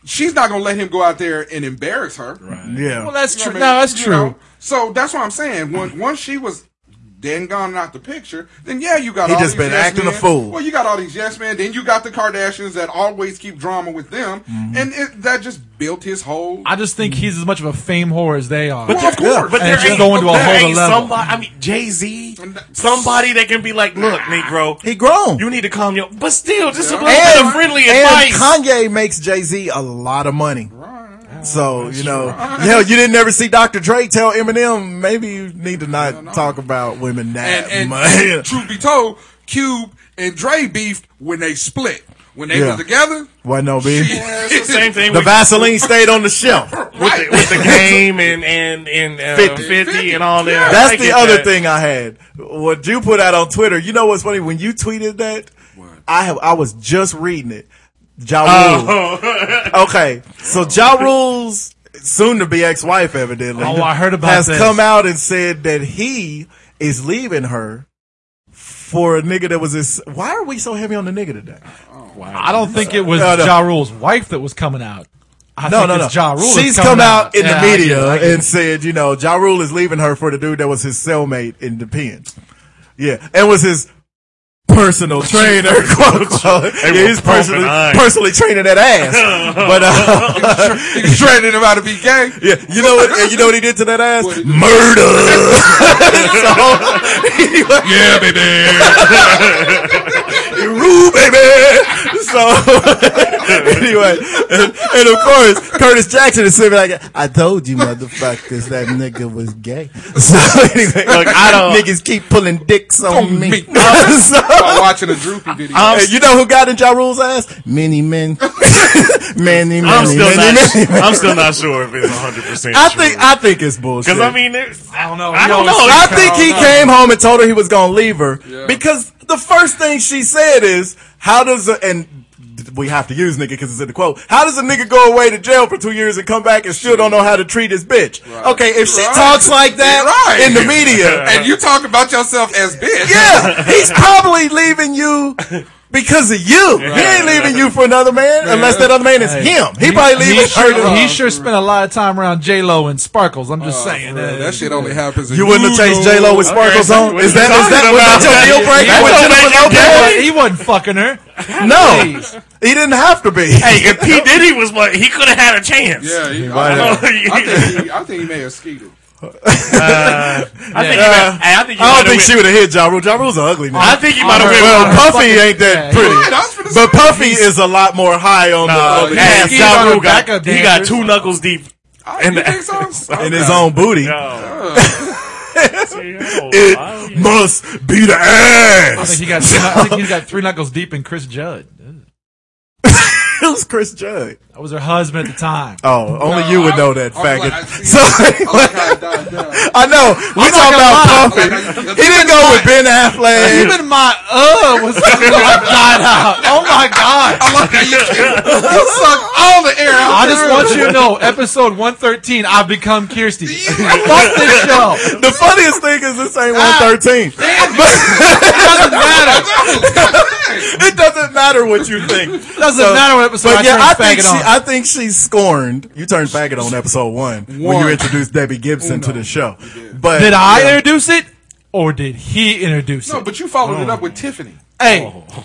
Speaker 7: she's not gonna let him go out there and embarrass her.
Speaker 9: yeah.
Speaker 6: Well, Oh, that's
Speaker 7: You know
Speaker 6: true.
Speaker 7: what I mean?
Speaker 6: No, that's
Speaker 7: You
Speaker 6: true.
Speaker 7: know? So that's what I'm saying. When, once she was then gone and out the picture, then yeah, you got
Speaker 9: He
Speaker 7: all
Speaker 9: just
Speaker 7: these
Speaker 9: been
Speaker 7: yes
Speaker 9: acting a
Speaker 7: men.
Speaker 9: fool.
Speaker 7: Well, you got all these yes men. Then you got the Kardashians that always keep drama with them,
Speaker 9: Mm-hmm.
Speaker 7: and it, that just built his whole.
Speaker 6: I just think he's as much of a fame whore as they are.
Speaker 7: Well, of course.
Speaker 6: And
Speaker 8: there
Speaker 6: it's
Speaker 8: ain't-
Speaker 6: just going to a
Speaker 8: there
Speaker 6: whole
Speaker 8: ain't
Speaker 6: level.
Speaker 8: Somebody, I mean, Jay Z, somebody that can be like, look, Negro,
Speaker 9: He grown.
Speaker 8: you need to calm your. But still, just a little bit
Speaker 9: and,
Speaker 8: of friendly
Speaker 9: and
Speaker 8: advice.
Speaker 9: Kanye makes Jay Z a lot of money. So you know, hell, you didn't ever see Dr. Dre tell Eminem, maybe you need to not talk about women that
Speaker 7: and and
Speaker 9: much.
Speaker 7: truth be told, Cube and Dre beefed when they split. When they
Speaker 9: Yeah.
Speaker 7: were together,
Speaker 9: What no be
Speaker 8: It's the same thing
Speaker 9: the
Speaker 8: with,
Speaker 9: Vaseline stayed on the shelf.
Speaker 8: with, the, with the game and and and uh, 50,
Speaker 9: 50.
Speaker 8: and all that. I
Speaker 9: That's the
Speaker 8: get
Speaker 9: other
Speaker 8: that.
Speaker 9: thing I had. What you put out on Twitter. You know what's funny? When you tweeted that, I have I was just reading it. Ja Rule.
Speaker 6: Oh.
Speaker 9: Okay. So Ja Rule's soon to be ex wife evidently.
Speaker 6: Oh, I heard about
Speaker 9: has
Speaker 6: this.
Speaker 9: come out and said that he is leaving her for a nigga that was his why are we so heavy on the nigga today?
Speaker 6: I don't think it was
Speaker 9: No, no.
Speaker 6: Ja Rule's wife that was coming out. I
Speaker 9: No,
Speaker 6: think
Speaker 9: no, no.
Speaker 6: it's Ja Rule that's
Speaker 9: She's
Speaker 6: coming
Speaker 9: come out in
Speaker 6: Yeah, I
Speaker 9: the
Speaker 6: get it,
Speaker 9: media
Speaker 6: I get it.
Speaker 9: and said, you know, Ja Rule is leaving her for the dude that was his cellmate in the pen. Yeah. And was his personal trainer, quote unquote. Yeah, he's
Speaker 8: were pumping
Speaker 9: personally,
Speaker 8: iron.
Speaker 9: personally training that ass. but, uh,
Speaker 7: he was training him out to be gay.
Speaker 9: yeah, you know what, and you know what he did to that ass? Murder. so, anyway,
Speaker 3: Yeah, baby.
Speaker 9: Rue, baby. So anyway, and, and of course, Curtis Jackson is sitting like, I told you, motherfuckers, that nigga was gay. So anyway,
Speaker 8: Look, I don't-
Speaker 9: niggas keep pulling dicks on
Speaker 7: On
Speaker 9: me.
Speaker 7: me.
Speaker 9: So-
Speaker 7: While watching a droopy video.
Speaker 9: Hey, you know who got in Ja Rule's ass? Many men. many, many,
Speaker 8: I'm
Speaker 9: many,
Speaker 8: still
Speaker 9: many,
Speaker 8: not.
Speaker 9: many.
Speaker 8: I'm still not sure if it's 100. percent
Speaker 9: I think I think it's bullshit.
Speaker 8: because I mean, there's-
Speaker 6: I don't know.
Speaker 8: I
Speaker 6: He
Speaker 8: don't
Speaker 6: always
Speaker 8: know.
Speaker 9: I
Speaker 6: says-
Speaker 9: think he came home and told her he was gonna leave her because the first thing she said is, "How does a, and we have to use nigga because it's in the quote? How does a nigga go away to jail for two years and come back and still don't know how to treat his bitch? Okay, if she
Speaker 7: Right.
Speaker 9: talks like that
Speaker 7: Right.
Speaker 9: in the media,
Speaker 7: and you talk about yourself as bitch.
Speaker 9: yeah, he's probably leaving you." Because of you, he ain't leaving you for another man unless that other man is him. He, probably
Speaker 6: he,
Speaker 9: leaving her.
Speaker 6: sure,
Speaker 9: to-
Speaker 6: he sure spent a lot of time around J Lo and Sparkles. I'm just saying uh,
Speaker 7: Yeah,
Speaker 6: that.
Speaker 7: that shit only happens. in
Speaker 9: you wouldn't have chased
Speaker 7: Google.
Speaker 9: J Lo with sparkles
Speaker 8: so
Speaker 9: on.
Speaker 8: what
Speaker 9: Is
Speaker 8: you
Speaker 9: that is that was that
Speaker 8: talking about?
Speaker 9: your deal breaker
Speaker 8: That's
Speaker 9: with
Speaker 8: what
Speaker 9: Jennifer
Speaker 8: you
Speaker 9: Lopez?
Speaker 8: did.
Speaker 6: He wasn't fucking her.
Speaker 9: No, he didn't have to be.
Speaker 8: hey, if P Diddy was like, he could have had a chance.
Speaker 7: Yeah, he,
Speaker 9: might
Speaker 7: I,
Speaker 8: have.
Speaker 7: think- I think he, I think he may have skied it.
Speaker 8: Uh, I think.
Speaker 9: Yeah.
Speaker 8: he might- hey, I think. He
Speaker 9: I
Speaker 8: might
Speaker 9: don't think
Speaker 8: have
Speaker 9: she
Speaker 8: went-
Speaker 9: would have hit Ja Rule. Ja Rule's an ugly
Speaker 8: I
Speaker 9: man.
Speaker 8: think he might have went.
Speaker 9: Well,
Speaker 6: I'm
Speaker 9: Puffy
Speaker 6: fucking-
Speaker 9: ain't that
Speaker 6: yeah,
Speaker 9: pretty.
Speaker 7: Right, I was finna say-
Speaker 9: But Puffy is a lot more high on
Speaker 8: Nah,
Speaker 9: the
Speaker 8: yeah,
Speaker 9: ass
Speaker 6: he's
Speaker 8: Ja
Speaker 6: on
Speaker 8: Rule
Speaker 6: the
Speaker 8: got-
Speaker 6: backup
Speaker 8: he got
Speaker 6: dancers.
Speaker 8: two knuckles deep.
Speaker 7: I,
Speaker 8: And
Speaker 7: you
Speaker 8: the-
Speaker 7: think so?
Speaker 9: in his own booty.
Speaker 8: Oh.
Speaker 9: It must be the
Speaker 6: I think
Speaker 9: ass.
Speaker 6: he got. I think he's got three knuckles deep in Chris Judd.
Speaker 9: Who's Chris Judd?
Speaker 6: That was her husband at the time.
Speaker 9: Oh, only you would know that,
Speaker 7: I was
Speaker 9: faggot.
Speaker 7: like, I see-
Speaker 9: so
Speaker 7: I like how it died down.
Speaker 9: I know we talking about Puffy.
Speaker 7: Like,
Speaker 9: He didn't go with Ben Affleck.
Speaker 6: Even my uh was died out. Oh my god.
Speaker 7: I like how you, you suck all the air out.
Speaker 6: I just want you to know, episode 113, I've become Kirsty. Fuck this show. It
Speaker 9: The funniest thing is this ain't one thirteen.
Speaker 6: doesn't matter.
Speaker 9: It doesn't matter what you think.
Speaker 6: It doesn't matter what episode
Speaker 9: But
Speaker 6: I
Speaker 9: yeah,
Speaker 6: turned
Speaker 9: I
Speaker 6: faggot
Speaker 9: think she,
Speaker 6: on.
Speaker 9: I think she's scorned. You turned faggot on episode one, when you
Speaker 7: One.
Speaker 9: introduced Debbie Gibson to the show. But
Speaker 6: did I introduce it? Or did he introduce
Speaker 7: No,
Speaker 6: it?
Speaker 7: but you followed it up with Tiffany.
Speaker 6: Hey,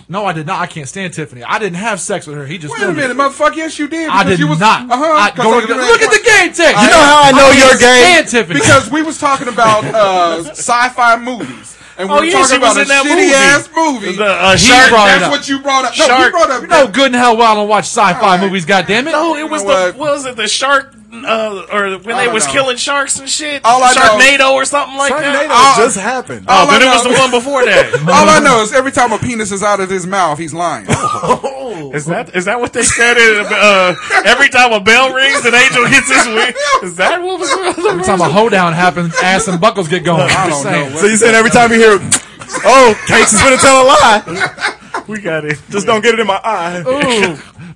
Speaker 6: no, I did not. I can't stand Tiffany. I didn't have sex with her. He just.
Speaker 7: Wait a
Speaker 6: filmed it.
Speaker 7: minute, motherfucker. Yes, you did.
Speaker 6: I
Speaker 7: because
Speaker 6: did
Speaker 7: you was,
Speaker 6: not.
Speaker 7: Uh-huh,
Speaker 6: I-
Speaker 7: 'cause
Speaker 6: go-
Speaker 7: I give it-
Speaker 6: look at the game text.
Speaker 9: You know how I know you're
Speaker 6: can't
Speaker 9: gay?
Speaker 6: Stand Tiffany.
Speaker 7: Because we was talking about uh, sci-fi movies, and we
Speaker 8: Oh,
Speaker 7: were
Speaker 8: yeah, she
Speaker 7: talking about
Speaker 8: was
Speaker 7: a
Speaker 8: in that
Speaker 7: shitty
Speaker 8: movie.
Speaker 7: ass movie.
Speaker 8: The, uh,
Speaker 6: He
Speaker 8: shark.
Speaker 6: brought it
Speaker 7: That's
Speaker 6: up.
Speaker 7: what you brought up. No, you
Speaker 8: Shark-
Speaker 7: brought up.
Speaker 6: no good in hell well I don't watch sci-fi
Speaker 7: All right.
Speaker 6: movies. God damn it!
Speaker 8: No, it was
Speaker 7: You
Speaker 8: the
Speaker 7: know what?
Speaker 8: what was it the shark uh, or when
Speaker 7: I
Speaker 8: they
Speaker 7: don't
Speaker 8: was
Speaker 7: know.
Speaker 8: killing sharks and shit?
Speaker 7: All I know-
Speaker 8: Sharknado or something like
Speaker 9: Tornado
Speaker 8: that.
Speaker 7: Uh,
Speaker 9: just happened.
Speaker 8: Oh,
Speaker 7: all
Speaker 8: but
Speaker 7: I
Speaker 8: it was
Speaker 7: know-
Speaker 8: the one before that.
Speaker 7: All I know is every time a penis is out of his mouth, he's lying.
Speaker 8: Is that is that what they said? In, uh, every time a bell rings, an angel hits his wing. Is that what was the
Speaker 6: Every time a hoedown happens, ass and buckles get going.
Speaker 7: I
Speaker 6: I'm just
Speaker 7: don't
Speaker 6: saying.
Speaker 7: know.
Speaker 9: so you said every time you hear, oh, Cakes is gonna tell a lie.
Speaker 8: We got it. Just don't get it in my eye.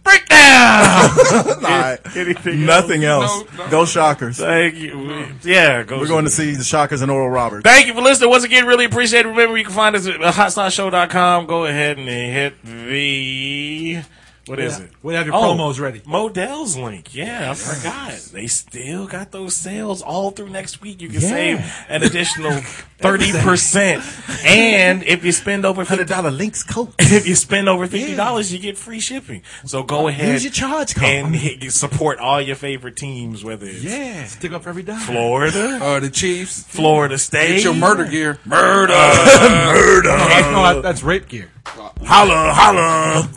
Speaker 9: Breakdown.
Speaker 8: Anything else?
Speaker 9: Nothing else.
Speaker 7: No, no.
Speaker 9: Go Shockers.
Speaker 8: Thank you. Yeah, go.
Speaker 9: We're going to see the Shockers and Oral Roberts.
Speaker 8: Thank you for listening. Once again, really appreciate it. Remember, you can find us at hotshotshow.com. Go ahead and hit the. What is it?
Speaker 6: We have your
Speaker 8: Oh,
Speaker 6: promos ready.
Speaker 8: Modell's link. Yeah, I forgot. They still got those sales all through next week. You can save an additional 30%. and if you spend over $50,
Speaker 9: dollar links coat.
Speaker 8: if you spend over $50, you get free shipping. So go ahead
Speaker 9: Use your charge card.
Speaker 8: and hit- support all your favorite teams, whether it's
Speaker 9: yeah.
Speaker 6: Stick up for every dime.
Speaker 8: Florida,
Speaker 7: Uh, the Chiefs.
Speaker 8: Florida State.
Speaker 7: Get your murder gear. Murder.
Speaker 6: That's, no, that- that's rape gear.
Speaker 8: Holla, holla.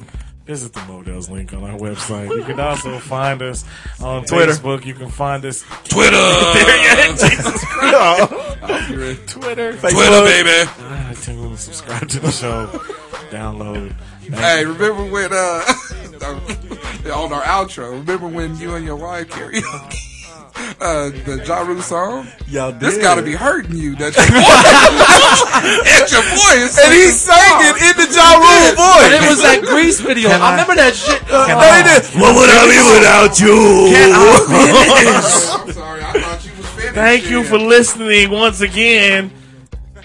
Speaker 8: This is the Models link on our website. You can also find us on
Speaker 9: Twitter.
Speaker 8: Facebook. You can find us Twitter.
Speaker 7: Twitter, baby.
Speaker 8: iTunes. Subscribe to the show. Download.
Speaker 7: Hey, remember when, uh, on our outro, remember when you and your wife carry uh, the Ja Rule song?
Speaker 9: Y'all
Speaker 7: This
Speaker 9: did.
Speaker 7: gotta be hurting you. That your voice, it's your voice.
Speaker 9: And he sang it in the Ja Rule voice.
Speaker 6: It was that Grease video. I, remember that shit.
Speaker 9: They did. What would I be without you?
Speaker 7: I'm sorry, I thought you was finished.
Speaker 8: uh, Thank you
Speaker 7: Yeah.
Speaker 8: for listening once again.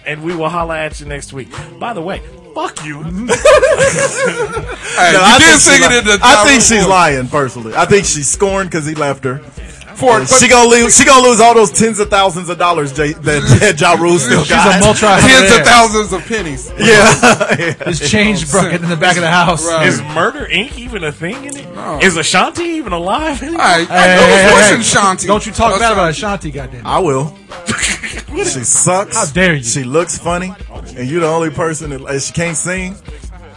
Speaker 8: And we will holla at you next week. By the way, fuck you.
Speaker 7: Hey,
Speaker 9: No,
Speaker 7: you
Speaker 9: I
Speaker 7: did
Speaker 9: think
Speaker 7: sing
Speaker 9: she
Speaker 7: it
Speaker 9: li-
Speaker 7: in the
Speaker 9: I think she's
Speaker 7: lying.
Speaker 9: lying. Personally, I think she's scorned because he left her.
Speaker 7: For, but
Speaker 9: she gonna lose. She gonna lose all those tens of thousands of dollars Jay, that, that Ja Rule still
Speaker 6: She's a
Speaker 9: got.
Speaker 6: multi
Speaker 7: tens of thousands of pennies.
Speaker 9: yeah. yeah.
Speaker 6: His change bucket in the back of the house.
Speaker 7: Right.
Speaker 8: Is Murder Inc. even a thing in it? Is Ashanti even alive? In it?
Speaker 7: All right,
Speaker 6: Hey,
Speaker 7: I know
Speaker 6: hey, hey,
Speaker 7: it's
Speaker 6: hey.
Speaker 7: pushing Shanti.
Speaker 6: Don't you talk
Speaker 7: Oh,
Speaker 6: bad about Ashanti, goddamn.
Speaker 9: I will. she sucks.
Speaker 6: How dare you.
Speaker 9: She looks funny, and you're the only person that if she can't sing.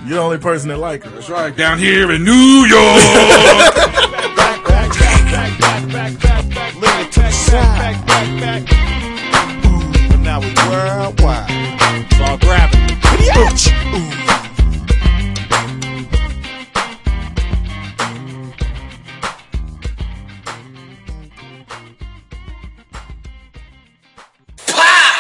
Speaker 9: You're the only person that like her.
Speaker 7: That's right. Down here in New York.